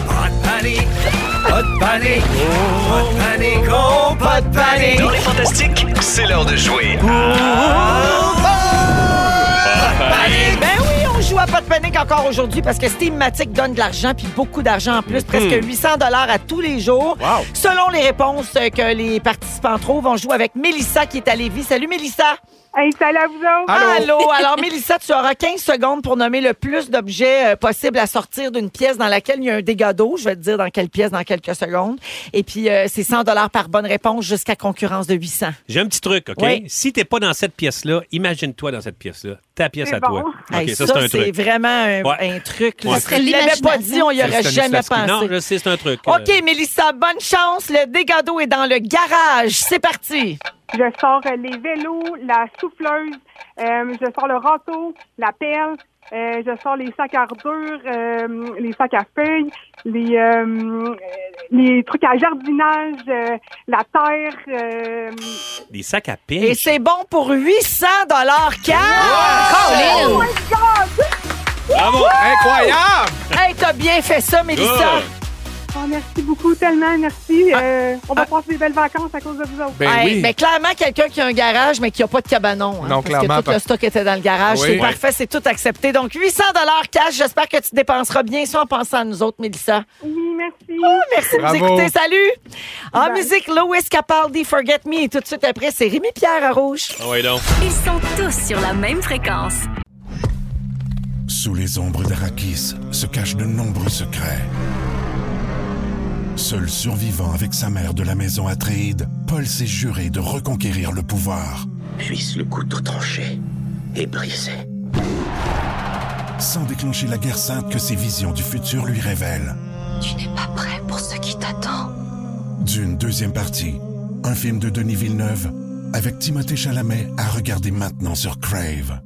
J: Pas de panique, pas de panique, pas de panique, oh, pas de panique. Dans les fantastiques, c'est l'heure de jouer.
A: Ben oui, on joue à pas de panique encore aujourd'hui parce que Steamatic donne de l'argent, puis beaucoup d'argent en plus, presque 800 dollars à tous les jours.
C: Mm-hmm. Wow.
A: Selon les réponses que les participants trouvent, on joue avec Mélissa qui est à Lévis. Salut Mélissa!
K: Hey, salut à vous autres.
A: Allô? Alors, Mélissa, tu auras 15 secondes pour nommer le plus d'objets euh, possibles à sortir d'une pièce dans laquelle il y a un dégât d'eau. Je vais te dire dans quelle pièce dans quelques secondes. Et puis, euh, c'est 100 par bonne réponse jusqu'à concurrence de 800.
C: J'ai un petit truc, OK?
A: Oui.
C: Si t'es pas dans cette pièce-là, imagine-toi dans cette pièce-là. Ta pièce
K: C'est
C: à
K: bon.
C: toi. OK,
A: Hey,
C: ça, c'est un
A: c'est
C: truc.
A: vraiment un,
C: Ouais.
A: un truc. là.
C: Ouais.
A: Si
D: Ça serait
A: tu l'avais pas dit, on y
B: Ça,
A: aurait
B: c'est
A: jamais
B: Stanislavski.
A: pensé.
C: Non, je sais, c'est un truc. euh,
A: OK, Mélissa, bonne chance. Le dégât d'eau est dans le garage. C'est parti.
K: Je sors euh, les vélos, la souffleuse, euh, je sors le râteau, la pelle, euh, je sors les sacs à ordures, euh, les sacs à feuilles, les, euh, euh, les trucs à jardinage, euh, la terre. euh,
C: Des sacs à
A: Et
C: pêche.
A: c'est bon pour 800 dollars
D: Colin!
C: Bravo!
B: Incroyable!
A: Hey, t'as bien fait ça, Mélissa.
C: Ah.
K: oh, merci beaucoup, tellement merci. Euh, on
C: ah.
K: va passer des belles vacances à cause de vous autres.
B: Ben
A: Hey,
B: oui.
A: Mais clairement, quelqu'un qui a un garage, mais qui n'a pas de cabanon. hein,
B: Non,
A: parce
B: clairement
A: que tout
B: pas.
A: le stock était dans le garage.
B: Oui.
A: C'est
B: Ouais.
A: parfait, c'est tout accepté. Donc, 800 cash. J'espère que tu dépenseras bien ça en pensant à nous autres, Mélissa. Oh,
K: Oui, merci.
A: Merci de nous
B: Bravo.
A: écouter. Salut. En musique, Louis Capaldi, Forget Me. Et tout de suite après, c'est Rémi Pierre à Rouge.
C: Ah ouais, donc.
F: Ils sont tous sur la même fréquence.
H: Sous les ombres d'Arakis se cachent de nombreux secrets. Seul survivant avec sa mère de la maison Atréide, Paul s'est juré de reconquérir le pouvoir.
L: puisse le couteau tranché et brisé.
H: sans déclencher la guerre sainte que ses visions du futur lui révèlent.
G: Tu n'es pas prêt pour ce qui t'attend.
H: D'une deuxième partie, un film de Denis Villeneuve avec Timothée Chalamet à regarder maintenant sur Crave.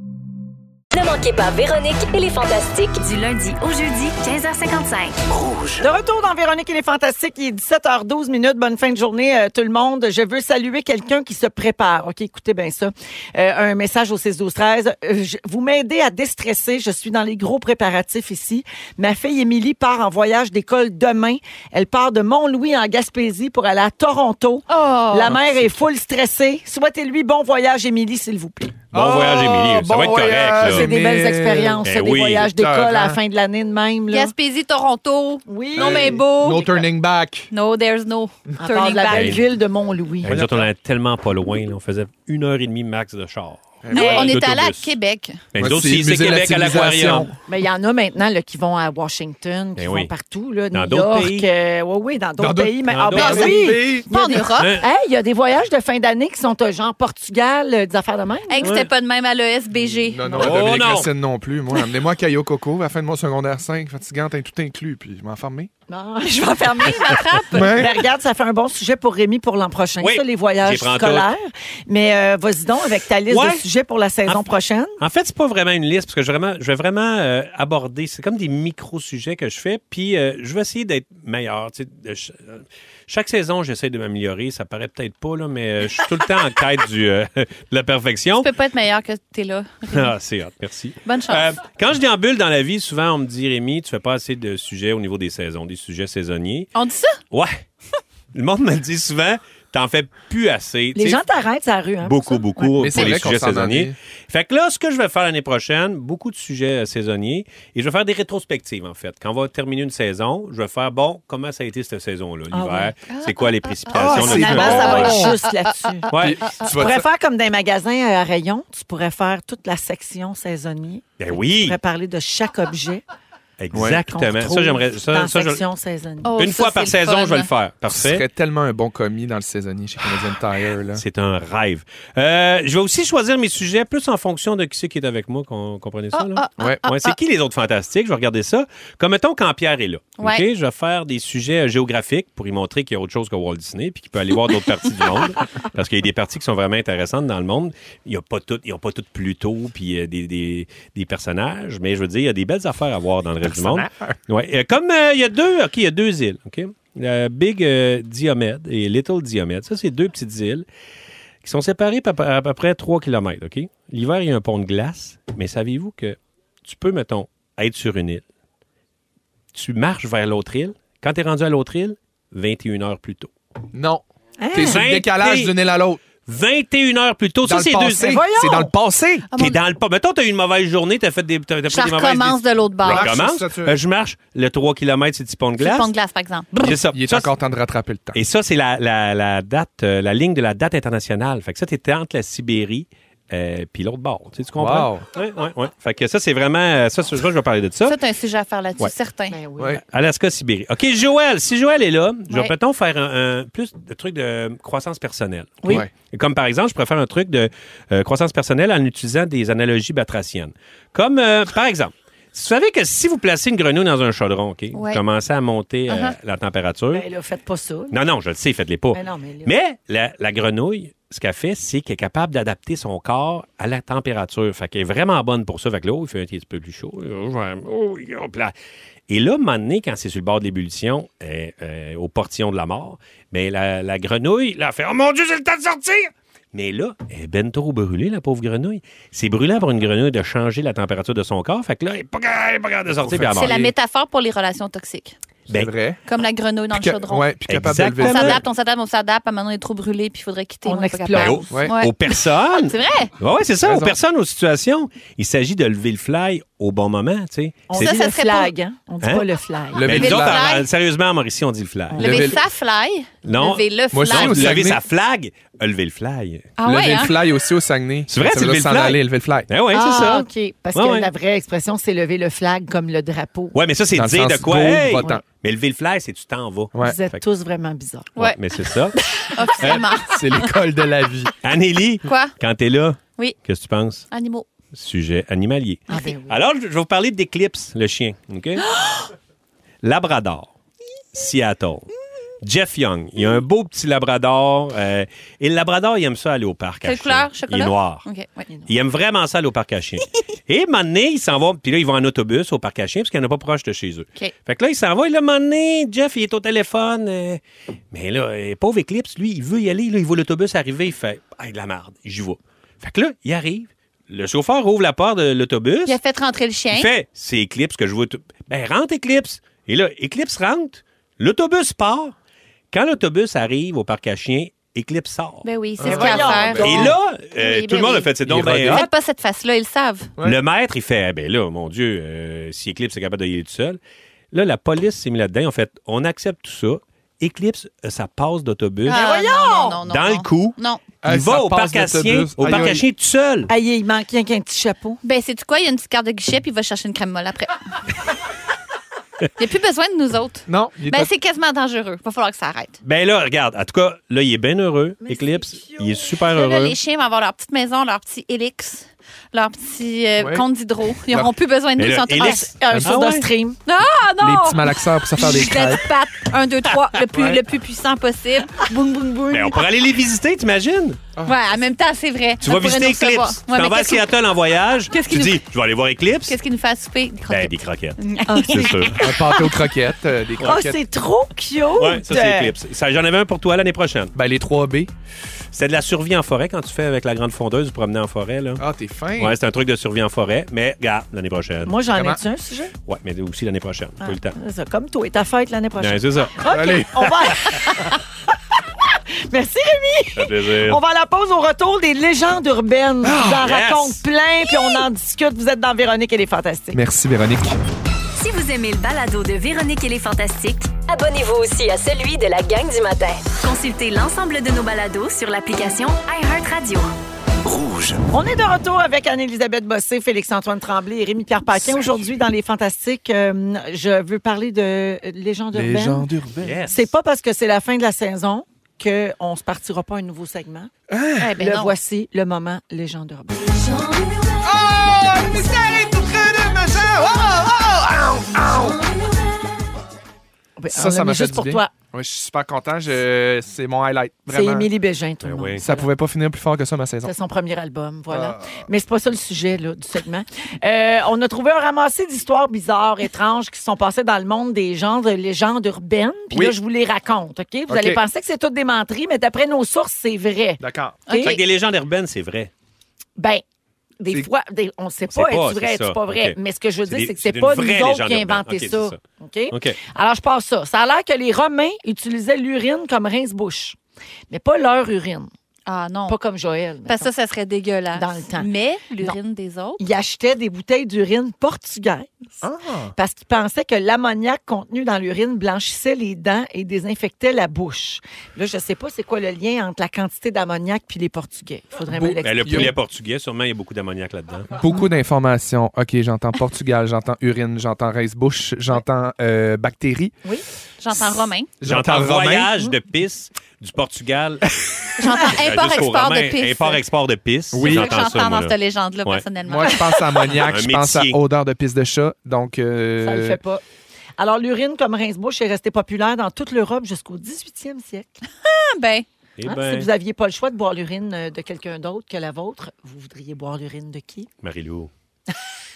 G: Ne manquez pas Véronique et les Fantastiques.
F: Du lundi au jeudi, 15h55.
A: De retour dans Véronique et les Fantastiques, il est 17h12 minutes. Bonne fin de journée, euh, tout le monde. Je veux saluer quelqu'un qui se prépare. OK, écoutez bien ça. Euh, un message au 6 12 13 Euh, je- Vous m'aidez à déstresser. Je suis dans les gros préparatifs ici. Ma fille Émilie part en voyage d'école demain. Elle part de Mont-Louis en Gaspésie pour aller à Toronto.
D: Oh!
A: La
C: Ah,
A: mère est full stressée. Souhaitez-lui bon voyage, Émilie, s'il vous plaît. Oh,
C: Bon voyage, Émilie. Ça
B: bon
C: va être correct, là.
B: voyage,
A: C'est des
B: Émilie.
A: belles expériences,
C: Eh
A: ça, des
C: oui,
A: voyages d'école à la
B: écœurant.
A: fin de l'année de même. Là.
D: Gaspésie, Toronto.
A: Oui.
D: Non, mais beau.
B: No turning back.
D: No, there's no
A: À part
D: turning
A: de la belle
D: back.
A: ville de Mont-Louis.
C: Nous autres, on allait tellement pas loin. là. On faisait une heure et demie max de char.
D: Nous, on est allé à
C: D'autobus.
D: Québec.
C: Ben, nous
B: Moi,
C: autres,
B: c'est
C: c'est c'est
B: musée de la
C: Québec à
B: civilisation.
C: l'aquarium.
A: Mais il y en a maintenant là, qui vont à Washington, qui
C: Ben
A: vont
C: oui.
A: partout, là,
C: Dans
A: New
C: d'autres
A: York.
C: pays.
A: euh, oui, oui, dans d'autres
B: d'autres-
A: pays. Mais,
C: dans
A: ah, ben
C: d'autres
A: oui!
B: Oui.
D: Pas en Europe.
C: Hein?
A: Hey, il y a des voyages de fin d'année qui sont euh, genre Portugal, euh, des affaires de même.
D: Hey, que c'était pas de même à l'ESBG.
B: Non, non,
C: Oh,
B: Dominique
C: non.
B: Racine non plus. Moi, amenez-moi à Caillou Coco à la fin de mon secondaire 5, fatigante, hein, tout inclus, puis je m'enfermer.
A: Non, je vais fermer ma trappe.
B: Ouais.
A: regarde, ça fait un bon sujet pour Rémi pour l'an prochain.
C: Oui.
A: Ça, les
C: J'y
A: voyages
C: prends
A: scolaires. Mais euh, vas-y donc avec ta liste
C: Ouais. Ah.
A: de sujets pour la saison
C: En-
A: prochaine.
C: En fait, c'est pas vraiment une liste parce que je vais vraiment, je vais vraiment euh, aborder. C'est comme des micro sujets que je fais, puis euh, je vais essayer d'être meilleur. tu sais, de ch- euh, chaque saison, j'essaie de m'améliorer. Ça paraît peut-être pas là, mais euh, je suis tout le temps en quête du, euh, de la perfection.
D: Tu peux pas être meilleur que t'es là.
C: Ah, c'est hot, merci.
D: Bonne chance.
C: Euh, quand je déambule dans la vie, souvent on me dit Rémi, tu fais pas assez de sujets au niveau des saisons, des sujets saisonniers.
D: On dit ça?
A: Oh.
C: Ouais. le monde me le dit souvent, t'en fais plus assez.
A: Les
C: Tu sais,
A: gens t'arrêtent à la rue. Hein, pour
C: Beaucoup,
A: ça.
C: beaucoup
A: Ouais.
C: pour
B: Mais c'est
C: les
B: vrai qu'on
C: sujets
B: s'en en
C: saisonniers.
B: est.
C: Fait que là, ce que je vais faire l'année prochaine, beaucoup de sujets euh, saisonniers, et je vais faire des rétrospectives, en fait. Quand on va terminer une saison, je vais faire, bon, comment ça a été cette saison-là,
A: Ah
C: l'hiver? C'est quoi les précipitations?
A: Ah,
C: le
B: c'est
A: finalement,
C: froid?
A: ça va
B: bon.
A: être juste là-dessus.
C: Ouais.
B: Puis, tu
A: ah, Tu
B: vas
A: pourrais faire comme dans les magasins euh, à rayons, tu pourrais faire toute la section saisonnier.
C: Ben
A: Tu
C: oui,
A: pourrais parler de chaque objet qu'on
C: exactement.
A: trouve
C: Ça, j'aimerais...
A: dans
C: Ça, ça, je-
A: section saisonnier.
D: Oh,
C: Une
D: ça,
C: fois par
D: c'est le
C: saison,
D: fun.
C: je vais le faire.
B: tu
C: Parfait.
B: serais tellement un bon commis dans le saisonnier chez Canadian Tire. Là.
C: C'est un rêve. Euh, je vais aussi choisir mes sujets plus en fonction de qui c'est qui est avec moi. Com- comprenez ça? là?
B: Ouais.
C: Ouais, c'est qui les autres fantastiques? Je vais regarder ça. Comme mettons quand Pierre est là. OK?
D: Ouais.
C: Je vais faire des sujets euh, géographiques pour lui montrer qu'il y a autre chose que Walt Disney puis qu'il peut aller voir d'autres parties du monde. Parce qu'il y a des parties qui sont vraiment intéressantes dans le monde. Il y a pas tout, ils n'ont pas toutes Pluto puis euh, des, des- des personnages, mais je veux dire, il y a des belles affaires à voir dans le reste du monde. Ouais. Euh, comme euh, il y a deux, OK, il y a deux îles. OK? La Big euh, Diomède et Little Diomède. Ça, c'est deux petites îles qui sont séparées par- par- à peu près 3 km. OK? L'hiver, il y a un pont de glace, mais savez-vous que tu peux, mettons, être sur une île. Tu marches vers l'autre île. Quand tu es rendu à l'autre île, 21 heures plus tôt.
B: Non.
D: Hein?
B: T'es sur le
C: Vingt-
B: décalage d'une île à l'autre.
C: 21 heures plus tôt,
B: Dans
C: ça, c'est
B: le
C: deux
B: passé.
C: îles.
B: C'est dans le passé.
D: Ah, mon
C: T'es dans le pas. Mettons, t'as eu une mauvaise journée, t'as fait des, t'as, t'as
D: Je
C: pris des mauvaises
D: recommence
C: décisions.
D: de l'autre bord.
C: Je
B: Marche,
C: recommence.
B: ça, tu-
C: Euh, je marche. Le 3 km, c'est du pont de
D: Du
C: glace.
D: pont de glace, par exemple.
C: C'est ça.
B: Il est
C: Ça,
B: encore temps de rattraper le temps.
C: Et ça, c'est la, la- la date, euh, la ligne de la date internationale. Fait que ça, t'étais entre la Sibérie euh, puis l'autre bord. Tu, sais, tu comprends?
B: Wow.
C: Oui, oui, oui. Fait que ça, c'est vraiment. euh, Ça, c'est- je vais parler de ça.
D: Ça, t'as un sujet à faire là-dessus,
C: Ouais.
D: certain.
A: Ben oui.
B: Ouais.
C: Alaska, Sibérie. OK, Joël, si Joël est là, je vais
D: Ouais.
C: peut-être faire un, un- plus de trucs de croissance personnelle.
A: Oui.
B: Ouais.
C: Comme par exemple, je préfère un truc de euh, croissance personnelle en utilisant des analogies batraciennes. Comme euh, par exemple, vous savez que si vous placez une grenouille dans un chaudron, OK, vous
D: Ouais.
C: commencez à monter euh,
D: Uh-huh.
C: la température.
A: Ben là, faites pas ça.
C: Non, non, je le sais, faites-les pas.
A: Mais non, mais là-
C: Mais la, la grenouille, ce qu'elle fait, c'est qu'elle est capable d'adapter son corps à la température. Fait qu'elle est vraiment bonne pour ça. Fait que là, oh, il fait un petit peu plus chaud. Oh, j'aime. Oh, hop là. Et là, un moment donné, quand c'est sur le bord de l'ébullition, euh, euh, au portillon de la mort, mais la, la grenouille, là, elle fait « Oh mon Dieu, j'ai le temps de sortir! » Mais là, elle est ben trop brûlée, la pauvre grenouille. C'est brûlant pour une grenouille de changer la température de son corps. Fait que là, elle n'est pas capable elle est pas capable de sortir. puis elle
D: C'est
C: meurt.
D: la métaphore pour les relations toxiques.
B: C'est
C: Ben,
B: vrai.
D: Comme la grenouille dans le
B: Puis que-
D: chaudron.
B: ouais, puis capable de lever
D: On
C: Exactement.
B: ça.
D: s'adapte, on s'adapte, on s'adapte. À maintenant, on est trop brûlé, puis il faudrait quitter.
A: On
D: est pas capable.
A: explose.
B: Ouais.
D: Ouais.
C: aux personnes...
D: C'est vrai.
C: Oui, ouais, c'est ça,
B: Raison.
C: aux personnes, aux situations. Il s'agit de lever le fly au bon moment, tu sais.
A: On
C: C'est-
A: dit
D: Ça, ça
A: le
D: serait
A: flag, hein? On dit
C: Hein?
A: pas le flag.
B: Le
C: Mais
B: lever
C: nous
B: le
C: autres,
B: fly.
C: en- en- sérieusement, en Mauricie, on dit le fly.
B: Le-
D: Lever
B: Lever-
D: sa fly.
C: Non.
D: Lever le
B: Moi, je
C: Non,
D: fly.
B: au
C: lever
B: Saguenay.
C: sa flag, euh, lever le fly.
D: Ah
B: lever
D: ouais,
B: le
D: hein?
B: fly aussi au Saguenay.
C: C'est vrai,
B: Ça
C: c'est
B: veut
C: lever
B: dire
C: le
B: s'en
C: flag.
B: aller, lever le fly.
C: Ben oui, c'est ça.
A: Ah, OK. Parce
C: Ouais,
A: que
C: ouais.
A: la vraie expression, c'est lever le flag comme le drapeau.
C: Ouais, mais ça, c'est
B: Dans le
C: dire de
B: sens
C: quoi.
B: go,
C: hey!
B: va-t'en.
C: Mais lever le fly, c'est tu t'en vas.
B: Ouais.
A: Vous êtes
C: Fait que-
A: tous vraiment bizarres.
D: Ouais.
C: Mais c'est ça.
D: Officiellement.
B: C'est l'école de la vie.
C: Anélie,
D: Quoi?
C: quand t'es là,
D: Oui.
C: qu'est-ce que tu penses?
D: Animaux.
C: Sujet animalier.
A: Ah, ben oui.
C: Alors, je je vais vous parler d'Eclipse, le chien. OK? Labrador. Seattle. Jeff Young. Il a un beau petit Labrador. euh, et le Labrador, il aime ça aller au parc. à
D: Quelle
C: chiens.
D: couleur? Chocolat?
C: Il est noir.
I: Mm.
D: OK. ouais.
C: Il aime vraiment ça aller au parc à chiens. et un moment donné, il s'en va. Puis là, ils vont en autobus au parc à chiens parce qu'il n'y en a pas proche de chez eux.
D: OK.
C: Fait que là, il s'en va. Et là, un moment donné, Jeff, il est au téléphone. euh, mais là, euh, pauvre Eclipse, lui, il veut y aller. Là, il voit l'autobus arriver. Il fait hey, de la merde, j'y vais. Fait que là, il arrive. Le chauffeur ouvre la porte de l'autobus.
D: Il a fait rentrer le chien.
C: Il fait c'est Eclipse que je veux. tout- Ben, rentre Eclipse. Et là, Eclipse rentre. L'autobus part. Quand l'autobus arrive au parc à chiens, Eclipse sort.
D: Ben oui, c'est
B: Ben
D: ce qu'il a
B: voyons,
D: à faire.
C: Et là, euh,
D: Oui,
C: tout le
D: ben
C: monde
D: oui.
C: a fait c'est
B: Il
C: donc
B: est
C: ben
B: rodé.
C: hot.
D: Faites pas cette face-là, ils le savent.
B: Ouais.
C: Le maître, il fait, ah, ben là, mon Dieu, euh, si Eclipse est capable de y aller tout seul. Là, la police s'est mise là-dedans. En fait, on accepte tout ça. Eclipse, euh, ça passe d'autobus.
D: Ah, non, non, non, non,
C: Dans
D: non.
C: le coup.
D: Non.
C: Il
B: Hey, ça
C: va au
B: passe
C: parc à chiens,
B: d'autobus.
C: au
B: Aïe,
C: parc à
B: aïe.
C: chiens tout seul.
A: Aïe, il manque rien qu'un petit chapeau.
D: Ben, c'est tu quoi? Il y a une petite carte de guichet, puis il va chercher une crème molle après. Il n'y a plus besoin de nous autres.
B: Non, il est
D: Ben,
B: à-
D: c'est quasiment dangereux. Va falloir que ça arrête.
C: Ben là, regarde, en tout cas, là, il est bien heureux, Eclipse. Il est super
D: Là, là,
B: Ah
C: heureux.
D: les chiens vont avoir leur petite maison, leur petit hélix. leur petit euh,
B: Ouais.
D: compte d'hydro. Ils
B: Leur-
D: n'auront plus besoin de
C: Mais
D: nous. ils
C: le
D: sont tous-
C: Helix-
A: Un
B: Ah
A: soda
C: ouais?
A: stream.
D: Ah non!
B: Les petits malaxeurs pour se faire des
D: Je vais
B: crêpes.
D: te battre. Un, deux, trois. Le plus,
C: Ouais.
D: le plus puissant possible. boum, boum, boum.
C: Ben, on pourrait aller les visiter, t'imagines?
B: Ah.
D: Ouais, en même temps, c'est vrai.
C: Tu
D: Ça
C: vas
D: pourrait
C: visiter
D: nous recevoir.
C: Eclipse.
D: Ouais,
C: tu
D: mais
C: t'en vas à
D: qu'est-ce qui-
C: Seattle en voyage.
D: qu'est-ce
C: tu
D: qui nous-
C: dis, je vais aller voir Eclipse.
D: Qu'est-ce qui nous fait à souper? Des
C: Ben,
D: croquettes.
C: des croquettes.
A: Ah,
C: C'est sûr.
B: Un pâté aux croquettes, euh, des
A: Oh,
B: croquettes.
A: c'est trop cute!
C: Ouais, ça, c'est Eclipse. Ça, J'en avais un pour toi l'année prochaine.
B: ben, les 3B.
C: C'est de la survie en forêt quand tu fais avec la grande fondeuse, promener en forêt, là.
B: Ah, t'es fin.
C: Ouais, c'est un truc de survie en forêt, mais regarde, l'année prochaine.
A: Moi, j'en
B: Comment?
A: ai-tu un sujet?
C: Ouais, mais aussi l'année prochaine. Pas eu le temps.
A: Ah, c'est ça, comme toi et ta fête l'année
C: Ouais,
A: prochaine.
C: c'est ça.
A: OK,
B: Allez.
A: on va... Merci, Rémi!
C: Ça fait plaisir. Ah,
A: On va à la pause au retour des légendes urbaines. On vous en
C: yes!
A: raconte plein, puis on en discute. Vous êtes dans Véronique, elle est fantastique.
B: Merci, Véronique.
F: Si vous aimez le balado de Véronique et les Fantastiques,
G: Abonnez-vous aussi à celui de la gang du matin.
F: consultez l'ensemble de nos balados sur l'application iHeartRadio.
J: Rouge.
A: On est de retour avec Anne-Élisabeth Bossé, Félix-Antoine Tremblay et Rémi-Pierre Paquin. Aujourd'hui, dans Les Fantastiques, euh, je veux parler de légendes urbaines.
B: urbaines.
C: Yes.
A: C'est pas parce que c'est la fin de la saison qu'on ne se partira pas un nouveau segment.
D: Eh ben
A: Hein? le
D: non.
A: voici, le moment légende urbaine. Ben,
B: Ça,
A: on
B: ça
A: l'a
B: m'a
A: mis
B: fait
A: juste
B: du
A: pour
B: bien.
A: toi.
B: Ouais, je suis super content. Je... C'est mon highlight.
A: C'est
B: Vraiment.
A: Émilie Bégin, tout le
C: Ben
A: monde.
C: oui.
B: Ça pouvait pas finir plus fort que ça, ma saison.
A: C'est son premier album, voilà. Mais c'est pas ça le sujet là, du segment. Euh, on a trouvé un ramassé d'histoires bizarres, étranges, qui se sont passées dans le monde des gens, de légendes urbaines. Puis
B: Oui.
A: là, je vous les raconte, OK? Vous
B: OK.
A: allez penser que c'est toutes des menteries, mais d'après nos sources, c'est vrai.
B: D'accord.
A: OK?
C: Fait que des légendes urbaines, c'est vrai.
A: Ben, des
B: C'est-
A: fois, des- on ne sait
C: sait pas,
A: pas, est-ce vrai,
C: c'est
A: est-ce
C: ça.
A: pas vrai.
C: OK.
A: Mais ce que je veux
C: C'est
A: dire,
C: des-
A: c'est que
C: c'est
A: c'est
C: une
A: pas
C: vraie
A: nous autres
C: légende
A: qui
C: urbaine.
A: inventé
C: OK, c'est
A: ça.
C: ça.
A: OK?
C: OK.
A: Alors, je passe ça. Ça a l'air que les Romains utilisaient l'urine comme rince-bouche, mais pas leur urine,
D: Ah non.
A: pas comme Joël.
D: Parce que ça, ça serait dégueulasse.
A: Dans le temps.
D: Mais l'urine des autres.
A: il achetait des bouteilles d'urine portugaise
B: Ah.
A: parce qu'il pensait que l'ammoniac contenu dans l'urine blanchissait les dents et désinfectait la bouche. Là, je sais pas c'est quoi le lien entre la quantité d'ammoniac puis les Portugais. Faudrait me
B: Bon,
C: Ben, le
A: l'expliquer.
C: poulet portugais, sûrement, il y a beaucoup d'ammoniac là-dedans.
B: Beaucoup d'informations. OK, j'entends Portugal, j'entends urine, j'entends race-bouche, j'entends euh, bactéries.
A: Oui.
D: J'entends romain.
C: J'entends
B: Romain.
C: voyage de pisse du Portugal
D: J'entends
C: euh, jusqu'au
D: import-export
C: Romain.
D: de pisse.
C: Import-export de pisse.
D: C'est
B: Oui.
D: ça que
C: j'entends ça,
D: j'entends
C: moi,
D: dans
C: là.
D: cette légende-là,
C: Ouais.
D: personnellement.
B: Moi, je pense à ammoniac,
C: Un
B: je pense à
C: métier.
B: odeur de pisse de chat. Donc, euh,
A: Ça le fait pas. Alors, l'urine comme rince-bouche est restée populaire dans toute l'Europe jusqu'au 18e siècle.
D: Ah, ben,
C: Eh
A: Hein?
C: ben,
A: Si vous n'aviez pas le choix de boire l'urine euh, de quelqu'un d'autre que la vôtre, vous voudriez boire l'urine de qui?
C: Marie-Lou.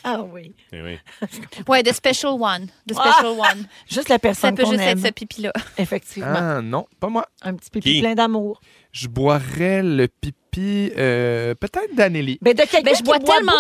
A: Ah oui.
C: Eh oui.
D: ouais, the special one. The special one.
A: Ah! Juste la
D: Ça
A: personne
D: peut
A: qu'on
D: juste
A: aime.
D: être ce pipi-là.
A: Effectivement.
B: ah, non, pas moi.
A: Un petit pipi
C: Qui?
A: plein d'amour.
B: Je boirais le pipi euh, peut-être d'Anneli.
A: Mais de quelqu'un
D: Ben, je
A: qui
D: bois
A: boit
D: tellement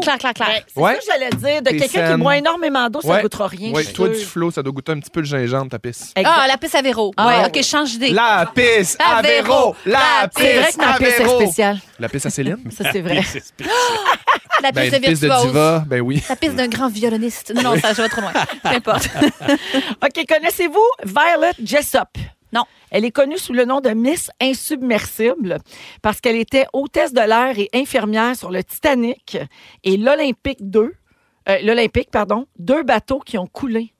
D: d'eau. Clac, clac, clac.
A: Ben, c'est
B: Ouais.
A: ça que j'allais dire. De
B: T'es
A: quelqu'un qui
B: saine.
A: boit énormément d'eau, ça
B: Ouais.
A: ne goûtera rien.
B: Ouais,
A: je suis
B: toi
A: sûre.
B: du flot, ça doit goûter un petit peu le gingembre, ta pisse.
A: Exact.
D: Ah, la pisse à Véro.
A: Ah,
D: ouais,
A: ouais.
D: OK, change d'idée.
B: La pisse à
D: Avéro.
B: Véro! La
D: La pisse.
A: Ah, C'est vrai
B: pisse
A: que ma
B: à
A: pisse est
B: Véro!
A: spéciale.
B: La pisse à Céline?
A: Ça, c'est vrai.
C: C'est spécial.
D: La pisse
B: Ben,
D: de
B: une pisse de
D: virtuose.
B: diva, ben oui.
D: La pisse d'un grand violoniste. Non, non, ça, je vais trop loin. Peu importe.
A: OK, connaissez-vous Violet Jessop?
D: Non.
A: Elle est connue sous le nom de Miss Insubmersible parce qu'elle était hôtesse de l'air et infirmière sur le Titanic et l'Olympique 2, euh, l'Olympique, pardon, deux bateaux qui ont coulé.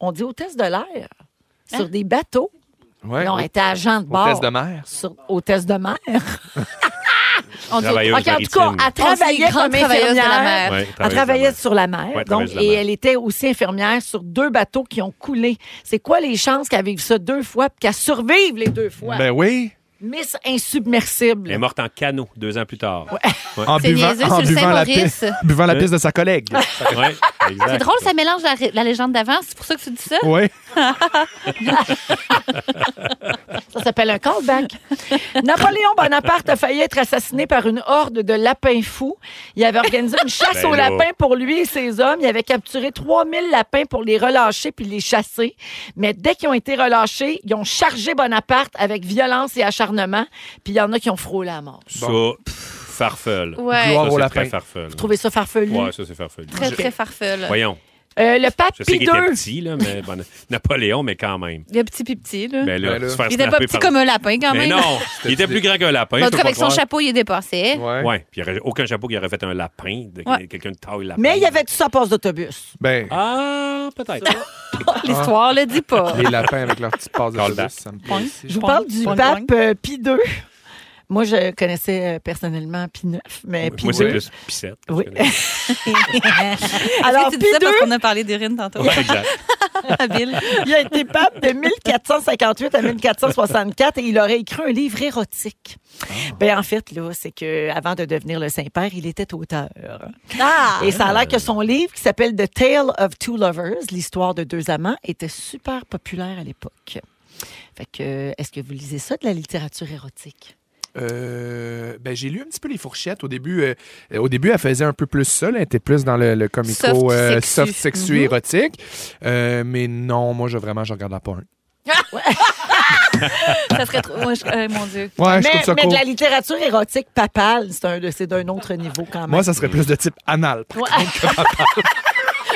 A: On dit hôtesse de l'air
D: Hein?
A: sur des bateaux.
B: Ouais,
A: Non, elle était agent de
B: au
A: bord.
B: test de mer.
A: Sur, hôtesse de mer.
D: On dit
C: Travailleuse
A: OK, en tout cas,
C: maritime.
A: elle
D: On dit
A: travaillait
D: grande
A: comme
D: travailleuse de la
A: infirmière.
D: mer.
C: Ouais,
A: Elle
C: travailleuse
A: travaillait
C: de
A: sur la mer,
C: Ouais,
A: donc,
C: travailleuse de la
A: et
C: mer.
A: elle était aussi infirmière sur deux bateaux qui ont coulé. C'est quoi les chances qu'elle vive ça deux fois puis qu'elle survive les deux fois?
B: Ben oui,
A: Miss
C: Elle est
A: Insubmersible.
C: morte en canot deux ans plus tard.
B: en
D: C'est
B: buvant,
D: niaiseux
B: en
D: sur le
B: buvant la
D: Saint-Maurice.
B: pisse, buvant
C: Euh.
B: la pisse de sa collègue.
C: Ouais,
A: Ah,
C: exact.
D: Ah, C'est drôle, ça mélange la, ré- la légende d'avant. C'est pour ça que tu dis ça?
B: oui.
A: Ça s'appelle un callback. Napoléon Bonaparte a failli être assassiné par une horde de lapins fous. Il avait organisé une chasse
C: Ben
A: aux
C: là.
A: lapins pour lui et ses hommes. Il avait capturé 3000 lapins pour les relâcher puis les chasser. Mais dès qu'ils ont été relâchés, ils ont chargé Bonaparte avec violence et acharnement. Puis il y en a qui ont frôlé à mort.
C: Ça, pff, farfel.
B: Gloire
D: Ouais.
C: Ça,
B: au
C: c'est
B: lapin.
C: très farfel.
A: Vous trouvez ça farfelu?
C: Ouais, ça, c'est farfelu.
D: Très,
C: euh, Je-
D: très farfelu.
C: Voyons.
A: Euh, le pape
C: Je sais
A: Pie
C: qu'il était
A: II.
C: petit, là, mais bon, Napoléon, mais quand même.
D: Il est petit puis petit, là.
C: Ben là,
B: Ben là.
C: se faire
D: il était pas
C: snapper
D: petit
C: par-
D: comme un lapin, quand
C: Mais
D: même.
C: non, il était plus grand qu'un lapin.
D: en
C: je
D: tout
C: peux
D: cas,
C: pas
D: avec son
C: croire.
D: chapeau, il est dépassé.
B: Ouais.
C: Ouais, puis il n'y aurait aucun chapeau qui aurait fait un lapin, de-
D: Ouais.
C: quelqu'un de taille lapin.
A: Mais il y avait tout ça passe d'autobus.
B: Ben,
C: Ah, peut-être.
D: L'histoire le dit pas.
B: les lapins avec leur petite passe de
C: Call
B: sauce,
C: back.
B: ça me plaît
D: Point.
B: aussi.
A: Je vous parle du
D: Point, point,
A: pape euh, Pie II. Moi, je connaissais euh, personnellement P9, mais P2.
C: Moi, c'est plus Pissette.
A: Oui.
D: Alors,
A: Alors,
D: tu dis ça parce
A: P2,
D: qu'on a parlé d'urine tantôt. Ah,
C: Ouais, exact.
D: Habile.
A: il a été pape de 1458 à 1464 et il aurait écrit un livre érotique.
C: Ah.
A: Ben, en fait, là, c'est que avant de devenir le Saint-Père, il était auteur.
D: Ah!
A: Et ça a l'air que son livre, qui s'appelle The Tale of Two Lovers, l'histoire de deux amants, était super populaire à l'époque. Fait que, est-ce que vous lisez ça de la littérature érotique?
B: Euh, ben, j'ai lu un petit peu les fourchettes au début. euh, euh, au début, elle faisait un peu plus ça. là. Elle était plus dans le, le comico
D: Soft
B: euh,
D: sexu.
B: soft sexu
A: Mm-hmm.
B: érotique. Euh, mais non, moi, je, vraiment, je regarde la porn.
D: Ça serait trop. Moi, je- euh, mon Dieu.
B: Ouais, je
A: mais
B: trouve ça
A: mais
B: cool.
A: de la littérature érotique papale, c'est un- c'est d'un autre niveau quand même.
B: Moi, ça serait plus de type anal. par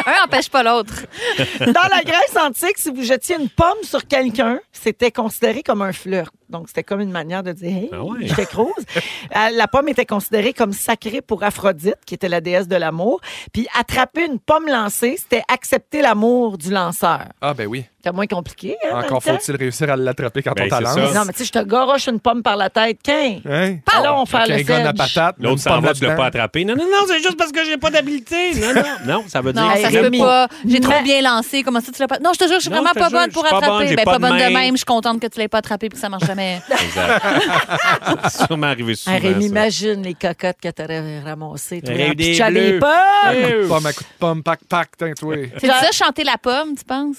D: Un empêche pas l'autre.
A: Dans la Grèce antique, si vous jetiez une pomme sur quelqu'un, c'était considéré comme un flirt. Donc, c'était comme une manière de dire Hey,
C: Ah ouais.
A: je t'écrose. Euh, la pomme était considérée comme sacrée pour Aphrodite, qui était la déesse de l'amour. Puis, attraper une pomme lancée, c'était accepter l'amour du lanceur.
B: Ah, ben oui.
A: C'était moins compliqué. hein, dans le
B: Encore
A: temps.
B: faut-il réussir à l'attraper quand
C: Ben,
B: on t'a
C: c'est
B: lance.
C: ça.
A: Non, mais tu sais, je te garoche une pomme par la tête. Qu'un?
B: Hein?
A: Allons faire
D: Ah,
B: Avec
A: le
B: un gun à
A: sedge.
B: patate. une
C: L'autre s'en
B: pomme
C: va, tu l'as
B: là-dedans.
C: pas attrapé. Non, non, non, c'est juste parce que j'ai pas d'habilité. Non, non. Non, ça veut dire.
D: Non,
A: Hey,
D: ça se peut
A: Rémi.
D: pas. J'ai trop
A: Mais-
D: bien lancé. Comment ça, tu l'as pas. Non, je te jure, je suis
C: Non,
D: vraiment
C: je te
D: pas
C: jure,
D: bonne
C: je
D: pour
C: suis pas
D: attraper.
C: bonne, j'ai
D: ben,
C: pas
D: pas
C: de
D: bonne
C: main.
D: de même. Je suis contente que tu l'aies pas attrapé puis que ça marche jamais.
C: Exact. C'est sûrement arrivé souvent.
A: Ah, Rémi,
C: ça.
A: imagine les cocottes que t'aurais ramassées. Toi,
C: Rémi
A: en
C: des
A: pitchant les
C: bleus.
A: pommes.
C: Hey,
B: Pomme à coup de pomme, pac, pac, tiens, toi.
D: C'est ça, chanter la pomme, tu penses?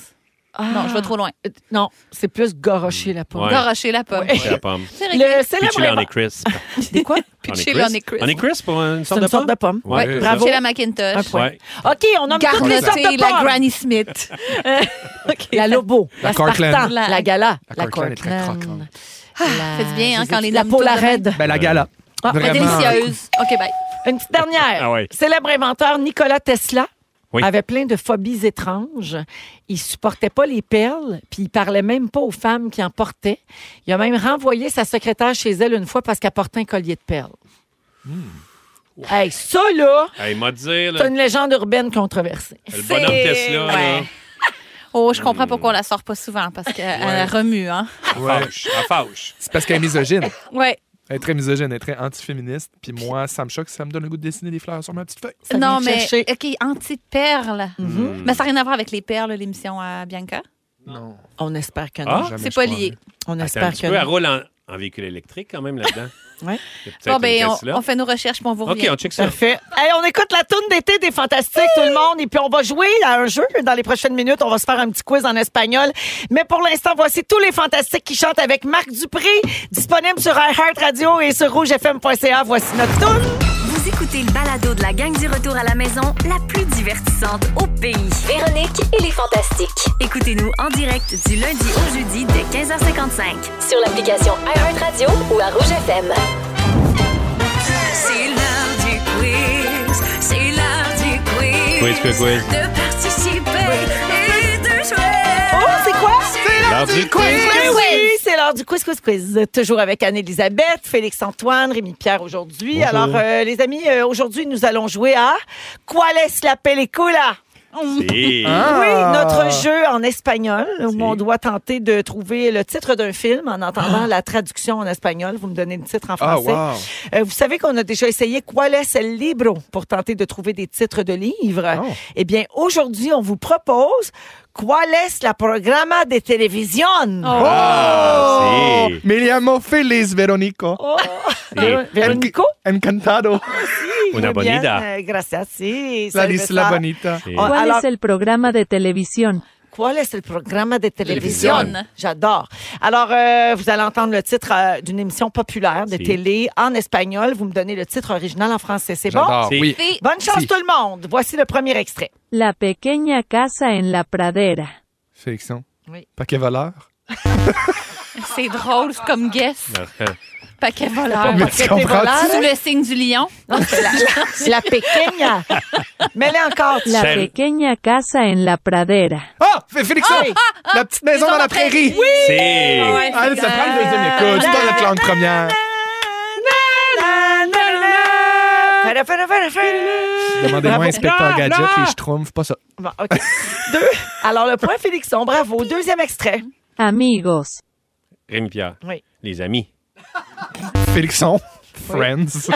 D: Non, je vais trop loin.
A: Ah. Euh, Non, c'est plus garocher la pomme.
C: Ouais.
D: Garocher la pomme.
C: C'est la pomme.
D: C'est réglé.
A: Le
C: Puis tu l'en
A: célèbre
C: es crisp.
A: Des quoi?
D: Pitcher le Honey Crisp.
C: On est crisp pour une
A: C'est
C: sorte
A: une
C: de
A: sorte de
C: pomme.
A: pomme.
C: Ouais,
D: Ouais,
C: c'est
A: bravo.
D: Pitcher la Macintosh.
A: Un point.
C: Ouais.
A: OK, on nomme toutes les sortes
D: Garnotter,
A: de
D: la
A: pommes.
D: Granny Smith.
A: La Lobo, la,
B: La Cortland.
A: Spartan, la,
D: La-
A: Gala, la,
B: la Cortland est très
A: Cortland,
B: croquante.
A: la-
D: faites bien, hein,
A: je
D: quand
A: sais-
D: les
A: La
D: nomme toutes de
A: Polared.
B: Ben, la gala.
A: Ah,
D: La
B: Vraiment.
D: délicieuse. OK, bye.
A: Une petite dernière.
C: Ah ouais.
A: Célèbre inventeur Nikola Tesla
C: Oui.
A: avait plein de phobies étranges. Il supportait pas les perles, puis il parlait même pas aux femmes qui en portaient. Il a même renvoyé sa secrétaire chez elle une fois parce qu'elle portait un collier de perles.
C: Hmm.
A: Hey, ça, là,
C: Hey, m'a dire,
A: c'est
C: là,
A: une légende urbaine controversée.
C: le bonhomme
D: C'est-
C: Tesla, là,
D: Ouais. Oh, je comprends pourquoi on la sort pas souvent, parce qu'elle elle remue, hein?
B: Ouais.
C: fâche, elle fâche.
B: C'est parce qu'elle est misogyne.
D: Ouais.
B: Elle est très misogyne, elle est très antiféministe. Puis moi, ça me choque, ça me donne le goût de dessiner des fleurs sur ma petite feuille.
A: Ça
D: non,
A: vient
D: mais.
A: chercher.
D: OK, anti-perles. Mais ça n'a rien à voir avec les perles, l'émission à Bianca.
B: Non.
A: On espère que non.
C: Ah,
B: jamais,
D: C'est
B: je
D: pas
B: crois.
D: lié.
A: On
C: Attends
A: espère
C: un petit
A: que
C: peu, elle
A: non.
C: roule en, en véhicule électrique quand même là-dedans. Il
A: Ouais.
C: y a peut-être
D: Bon, ben,
C: une
D: on,
C: Tesla.
D: on fait nos recherches, puis on vous
C: OK,
D: revient.
C: on check ça.
A: Parfait. Hey, on écoute la toune d'été des Fantastiques, tout le monde. Et puis, on va jouer à un jeu dans les prochaines minutes. On va se faire un petit quiz en espagnol. Mais pour l'instant, voici tous les Fantastiques qui chantent avec Marc Dupré, disponible sur iHeartRadio et sur rougefm.ca. Voici notre toune.
F: Vous écoutez le balado de la gang du retour à la maison, la plus divertissante au pays.
G: Véronique et les Fantastiques.
F: Écoutez-nous en direct du lundi au jeudi dès 15h55.
G: Sur l'application iHeartRadio ou à Rouge FM.
F: C'est l'heure du quiz, c'est l'heure du quiz.
C: Quiz, quiz, quiz.
F: De participer et de jouer.
A: Oh, c'est quoi?
C: L'heure du quiz.
A: Ben oui, c'est l'heure du quiz, quiz, quiz. Toujours avec Anne-Elisabeth, Félix-Antoine, Rémi-Pierre aujourd'hui. Alors, euh, les amis, euh, aujourd'hui, nous allons jouer à « ¿Cuál es la película? »
C: Et-
A: Oui,
B: Ah!
A: notre jeu en espagnol où
C: Si.
A: on doit tenter de trouver le titre d'un film en entendant la traduction en espagnol. Vous me donnez le titre en
B: Ah,
A: français. Euh, vous savez qu'on a déjà essayé Qual es el libro pour tenter de trouver des titres de livres.
B: Oh.
A: Eh bien, aujourd'hui, on vous propose Qual es la programa de télévision? Oh!
C: Ah,
B: wow!
C: si.
B: Me llamo Feliz Veronico.
A: Oh.
C: Et-
A: Veronico?
B: Encantado.
C: Una
A: Muy bien,
C: bonita.
A: euh, gracias. Sí,
B: La
A: salve
B: Isla
A: ça.
B: Bonita. Oh,
C: Et-
A: Ah, alors-
I: el programa de televisión?
A: Quel est le programme de télévision?
D: Télévision.
A: J'adore. Alors, euh, vous allez entendre le titre euh, d'une émission populaire de
C: Si.
A: télé en espagnol. Vous me donnez le titre original en français. C'est bon?
B: J'adore,
C: Si.
B: oui.
D: Fais-
A: Bonne chance
B: Si.
A: tout le monde. Voici le premier extrait.
I: La pequeña casa en la pradera.
B: Félixon.
A: Oui.
B: Paquet voleur.
D: C'est drôle c'est comme guess.
C: Ah,
D: Paquet voleur.
B: Mais tu
A: Paquet
B: comprends?
A: voleur.
D: Sous le signe du lion.
A: La Pékin. Mais là encore. tu-
I: La
C: Sel-
I: pequeña casa en la pradera.
B: Ah! Fé- Félixon! La petite maison dans la prairie. Oui!
C: C'est.
B: Allez, ça prend le deuxième écoute. C'est dans la langue première.
A: Na, na, na. Fada, fada, fada, fada.
B: Demandez-moi, inspecteur
A: Non,
B: Gadget,
A: non.
B: les schtroumpfs, pas ça.
A: Bon, OK. Deux. Alors, le point Félixon. Bravo. Deuxième extrait.
I: Amigos.
C: Rémi Pierre.
A: Oui.
C: Les amis.
B: Félixon, Friends.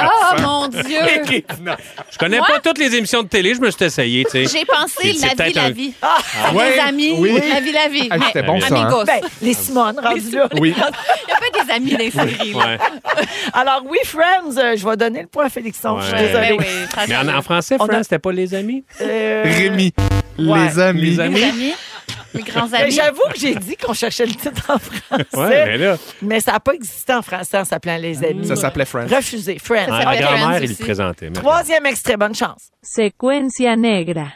D: Ah, mon Dieu!
C: Je connais
D: Moi?
C: pas toutes les émissions de télé, je me suis essayé, tu sais.
D: J'ai
C: C'est-
D: pensé
C: c'est
D: la vie,
C: peut-être
D: la
C: un-
D: vie.
A: Ah,
C: Ah,
D: Mes
C: ouais?
D: amis,
C: Oui.
D: la vie, la vie.
C: Ah, c'était bon, ça, hein?
D: Amigos.
A: Ben, les Simones, rendu là.
B: Oui.
D: Il n'y a pas des amis dans les séries. là.
C: Ouais.
A: Alors, oui, Friends, euh, je vais donner le point à Félixon. Je suis
C: Ouais.
A: désolée.
D: Ben oui, ça
C: Mais en,
D: donne.
C: en français,
A: On a-
C: Friends, c'était pas les amis?
A: Euh,
B: Rémi,
A: ouais.
B: les amis.
C: Les amis?
D: Mes amis, mes grands
A: mais
D: amis.
A: J'avoue que j'ai dit qu'on cherchait le titre en français,
C: Ouais, mais là,
A: mais ça n'a pas existé en français en s'appelant Les Amis.
B: Ça s'appelait Friends.
A: Refusé, Friends.
C: ma
D: s'appelle Friends
C: grand-mère, il le
D: aussi.
C: présentait. mais-
A: Troisième extrait, bonne chance.
I: Secuencia negra.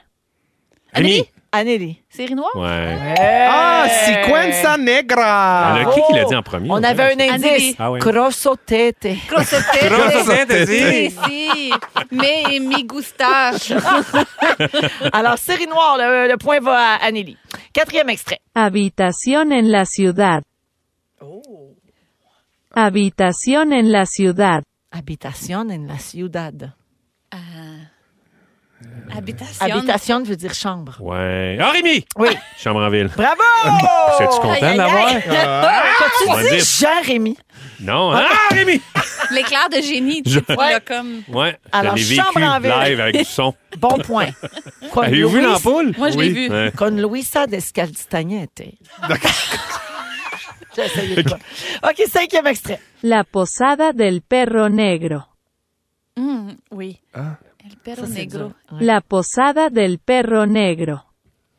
C: Rémi?
A: Anneli.
D: Série noire?
C: Ouais.
B: Ah, Sequenza Negra!
C: Alors, Euh, qui qui l'a dit en premier?
A: Eh. On avait un indice.
D: Anneli.
C: Ah oui.
A: Grosso tête.
D: Grosse
C: Grosse
D: tête.
C: tête,
D: Si,
C: si.
D: si. Mais mi gustache.
A: Alors, série noire, le, le point va à Anneli. Quatrième extrait.
I: Habitación en la ciudad.
D: Oh.
I: Habitación en la ciudad.
A: Habitation en la ciudad.
D: Habitation.
A: Habitation veut dire chambre.
C: Ouais. Ah, Rémi!
A: Oui.
C: Chambre en ville.
A: Bravo! Ah,
C: C'est-tu Oh. content de l'avoir? Ah, On va
A: T'as-tu dit
C: dire-
A: Jean-Rémi?
C: Non. Ah, Rémi!
D: L'éclair de génie. tu sais, tu l'as comme...
C: Ouais.
A: Alors,
C: J'avais vécu
A: chambre en ville.
C: live avec du son.
A: Bon point. Con
C: Avez-vous vu
A: Luis-
C: l'ampoule?
D: Moi, je l'ai vu.
C: Ouais.
A: Con Luisa Descalstagnette. J'essayais pas. OK, cinquième extrait.
I: La posada del perro negro.
D: Hum, oui. El perro negro.
I: La posada del perro negro.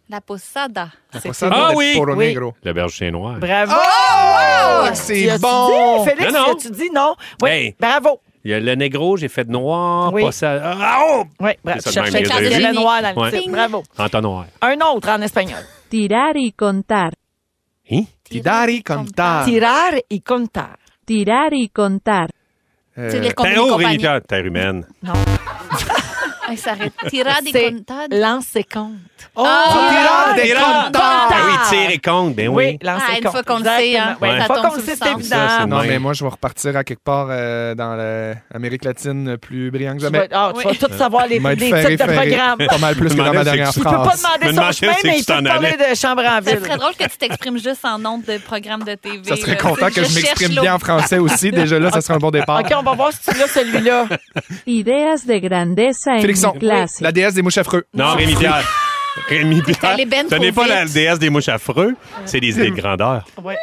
D: La posada.
B: Posada
C: Ah
B: del
C: oui!
B: Poro
A: Oui.
B: Negro.
C: Le berger chien noir.
A: Bravo!
B: Ah,
A: Oh, Tu
B: c'est
A: as-tu
B: bon!
A: dit, Félix,
C: Non, non.
A: tu dit non? Oui.
C: Hey.
A: Bravo!
C: Il y a le négro, j'ai fait de noir,
A: Oui.
C: pas ça. Ah, oh!
A: Oui, bravo.
C: C'est ça de
A: Cherchez
C: même,
A: le
C: les
A: cadre
D: deux.
A: de noir dans le
C: Ouais.
A: titre. Bravo.
C: Entonnoir.
I: Hein?
A: Un autre en espagnol.
I: Tirar y contar.
C: Hein?
B: Tidari Cantar.
A: Ah. Tirar y contar.
I: Tirar y contar.
D: C'est
B: euh,
D: les
C: T'es
D: compagnies.
C: Rémi
D: compagnies.
C: Pierre, Ben, oh, terre humaine.
D: Ay, ça arrête. Tira des
A: C'est
D: contades.
A: lancer compte. Oh!
B: Tirar de Cantar!
C: Ben oui, tire et compte, ben oui.
A: lancer
D: Ah, une
A: compte.
D: fois qu'on le sait, hein.
A: Exactement. Ouais, Une
D: Ça
A: fois
D: tombe
A: qu'on
D: sous
A: le
D: le
A: sait, c'est
D: sens.
C: Ça, c'est
A: évident.
C: une-
B: Non,
C: Oui.
B: mais moi, je vais repartir à quelque part euh, dans l'Amérique latine plus brillant que
A: Tu vas,
B: jamais.
A: ah, tu vas tout savoir les,
B: M'a
A: les
B: été
A: titres
B: ferré,
A: de
B: ferré.
A: programme.
B: Pas mal plus que dans ma dernière
C: Je
A: Tu peux pas
B: phrase.
C: Je me
A: demander
C: demandais
A: son chemin,
C: si
A: mais
C: tu
A: il faut
C: t'en
A: parler de chambre en
D: Ça
A: ville.
D: serait drôle que tu t'exprimes juste en nombre de programmes de TV.
B: Ça serait
D: là.
B: content que je
D: cherche
B: m'exprime
D: l'autre.
B: bien en français aussi. Déjà là, ça serait un bon départ.
A: OK, on va voir si tu l'as, celui-là.
I: Ideas de grandeza en
B: Félixon,
I: mi clase.
B: la déesse des mouches affreux.
C: Non, Rémi Pierre. Rémi Pierre.
D: allé ben
C: Ce n'est
D: trop
C: pas la
D: vite.
C: déesse des mouches affreux, c'est des idées de grandeur.
A: Ouais.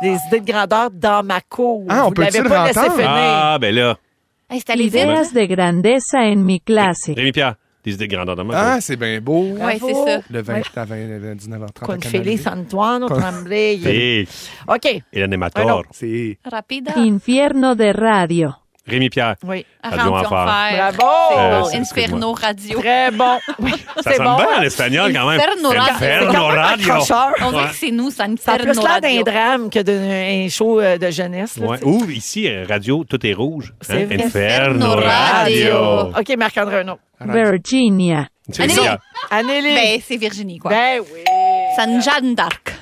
A: Des idées de grandeur dans ma cour.
B: Ah, on
A: Vous
B: peut-tu
A: l'avez
B: le
A: pas laissé
B: réentendre?
A: finir.
C: Ah, ben là.
D: Hey, c'est allé vite.
I: Ideas de grandeza en mi clase.
C: Rémi Pierre, des idées de grandeur de moi.
B: Ah, c'est bien beau.
D: Ouais, c'est ça.
B: Le 20 à 20, euh, 19h30. à
A: Con
B: Canal
A: Félix
B: V.
A: Antoine, Tremblay.
C: Et,
A: OK.
C: et
A: Un
C: l'animateur.
A: autre.
B: C'est
D: Rapida.
I: Infierno de radio.
C: Rémi Pierre.
A: Oui.
C: Radio
D: Rendu
C: Enfer.
D: enfer.
A: Bravo!
C: Euh,
D: Bon,
C: c'est-
D: Oh, Inferno Radio.
A: Très bon. Oui,
C: Ça
A: c'est
C: sonne
A: bon. hein?
C: bien en espagnol quand même.
D: Inferno Radio.
C: Inferno Radio.
A: Accrocheur.
D: On dirait
C: Ouais.
D: que c'est nous, ça nous
A: Ça a plus
D: Inferno
A: l'air d'un
D: Radio.
A: drame que d'un show euh, de jeunesse. là,
C: Ouais.
A: tu sais.
C: Ou ici, euh, radio, tout est rouge. hein?
A: C'est vrai.
C: Inferno
D: Inferno Radio.
C: Radio.
A: OK, Marc-André Renaud.
I: Virginia.
C: C'est
D: Allez,
C: ça.
A: Anneli.
D: Ben, c'est Virginie, quoi.
A: Ben oui.
D: Ça nous Jeanne d'Arc.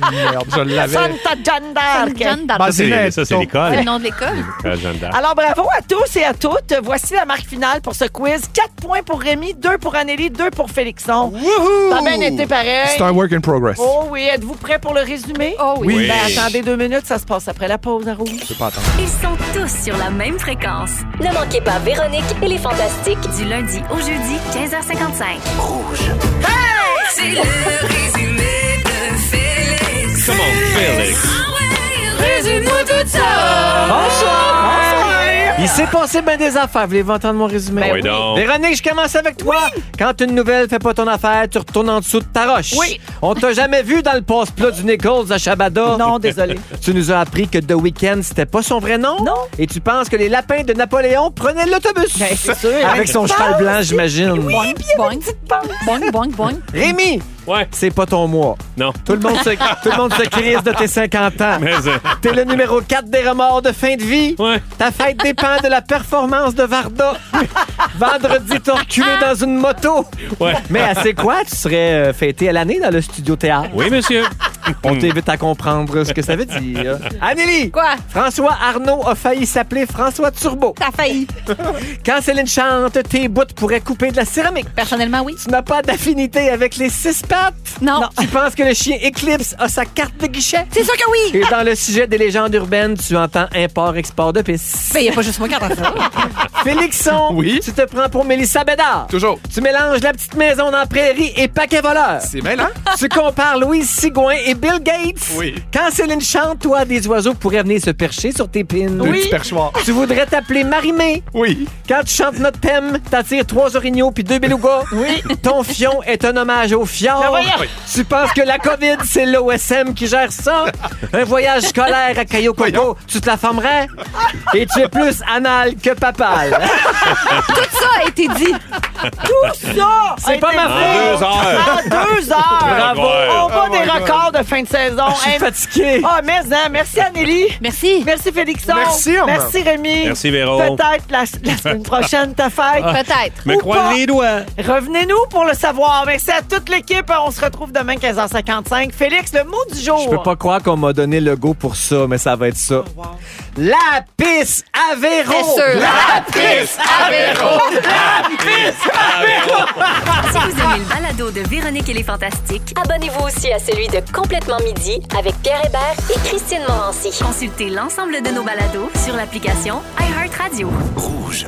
B: merde,
D: Ah,
B: je l'avais.
A: Santa Jeanne
D: Jeanne
A: d'Arc.
D: d'Arc.
C: Ça, c'est-
B: Basinette.
C: Ça, c'est l'école.
D: C'est le nom de l'école.
C: L'école Jeanne d'Arc.
A: Alors, bravo à tous et à toutes. Voici la marque finale pour ce quiz. 4 points pour Rémi, 2 pour Anneli, 2 pour Félixon. Ça a bien été pareil.
B: C'est un work in progress.
A: Oh oui, êtes-vous prêts pour le résumé?
D: Oh oui.
C: Oui.
A: Ben, attendez deux minutes, ça se passe après la pause à rouge.
B: Je peux pas attendre.
F: Ils sont tous sur la même fréquence.
G: Ne manquez pas Véronique et les Fantastiques.
F: Du lundi au jeudi, 15h55.
M: C'est le résumé de Félix.
C: Come on, Félix.
D: Ah
M: Résume-nous tout ça.
E: Il s'est passé bien des affaires. Voulez-vous entendre mon résumé?
A: Ben
C: oui, donc.
E: Véronique, je commence avec toi. Quand une nouvelle fait pas ton affaire, tu retournes en dessous de ta roche.
A: Oui.
E: On t'a jamais vu dans le passe-plat du Nichols à Shabada.
A: Non, désolé.
E: Tu nous as appris que The Weeknd, c'était pas son vrai nom.
A: Non.
E: Et tu penses que les lapins de Napoléon prenaient l'autobus.
A: Ben, c'est sûr.
E: Avec son cheval blanc, j'imagine.
D: Boing. Boing, boing, boing.
E: Rémi,
C: Ouais,
E: c'est pas ton mois.
C: non.
E: Tout le monde se, tout le monde se crise de tes 50 ans.
C: Mais, euh,
E: T'es le numéro 4 des remords de fin de vie.
C: ouais.
E: Ta fête dépend de la performance de Varda. Vendredi, t'as reculé dans une moto.
C: Ouais.
E: euh, Mais à c'est quoi? Tu serais euh, fêté à l'année dans le studio théâtre.
C: Oui, monsieur.
E: On t'évite à comprendre ce que ça veut dire. Amélie!
D: Quoi?
E: François Arnaud a failli s'appeler François Turbo.
D: T'as failli.
E: Quand Céline chante, tes bouts pourraient couper de la céramique.
D: Personnellement, oui.
E: Tu n'as pas d'affinité avec les six pattes?
D: Non.
E: Tu penses que le chien Eclipse a sa carte de guichet?
D: C'est sûr que oui!
E: Et dans le sujet des légendes urbaines, tu entends import-export de pisse.
D: Mais il n'y a pas juste moi qui entends ça.
E: Félixon, tu te prends pour Mélissa Bédard.
B: Toujours.
E: Tu mélanges la petite maison dans la prairie et paquet voleur.
B: C'est mêlant.
E: Tu compares Louise Sigouin et Bill Gates.
B: Oui.
E: Quand Céline chante, toi, des oiseaux pourraient venir se percher sur tes pins.
B: Deux Oui. petits perchoirs.
E: Tu voudrais t'appeler Marimé.
B: Oui.
E: Quand tu chantes notre thème, t'attires trois orignaux puis deux belugas. Oui. Ton fion est un hommage au
A: Ben
E: fjord.
A: voyons. Oui.
E: Tu penses que la COVID, c'est l'OSM qui gère ça? Un voyage scolaire à Cayo Coco, tu te la formerais? Et tu es plus anal que papal.
D: Tout ça a été dit.
A: Tout ça!
E: C'est
A: a
E: pas
A: été
E: ma faute.
A: fait En deux heures!
E: Bravo.
A: On bat
E: Oh
A: des
E: my God.
A: records de fin de saison.
E: Je suis
A: Hein?
E: fatigué.
A: Ah, mais hein, merci Anélie.
D: Merci.
A: Merci Félixon.
B: Merci, Armand.
A: Merci Rémi.
C: Merci, Véro.
A: Peut-être la, la semaine prochaine, ta fête.
D: Peut-être.
C: Mais
A: Ou
C: croise
A: pas.
C: les doigts.
A: Revenez-nous pour le savoir. Merci à toute l'équipe. On se retrouve demain 15h55. Félix, le mot du jour.
E: Je peux pas croire qu'on m'a donné le go pour ça, mais ça va être ça. La pisse Avéro!
D: C'est sûr.
E: La pisse Avéro! Ah,
G: Si vous aimez le balado de Véronique et les Fantastiques, abonnez-vous aussi à celui de Complètement Midi avec Pierre Hébert et Christine Morancy.
F: Consultez l'ensemble de nos balados sur l'application iHeartRadio.
J: Rouge.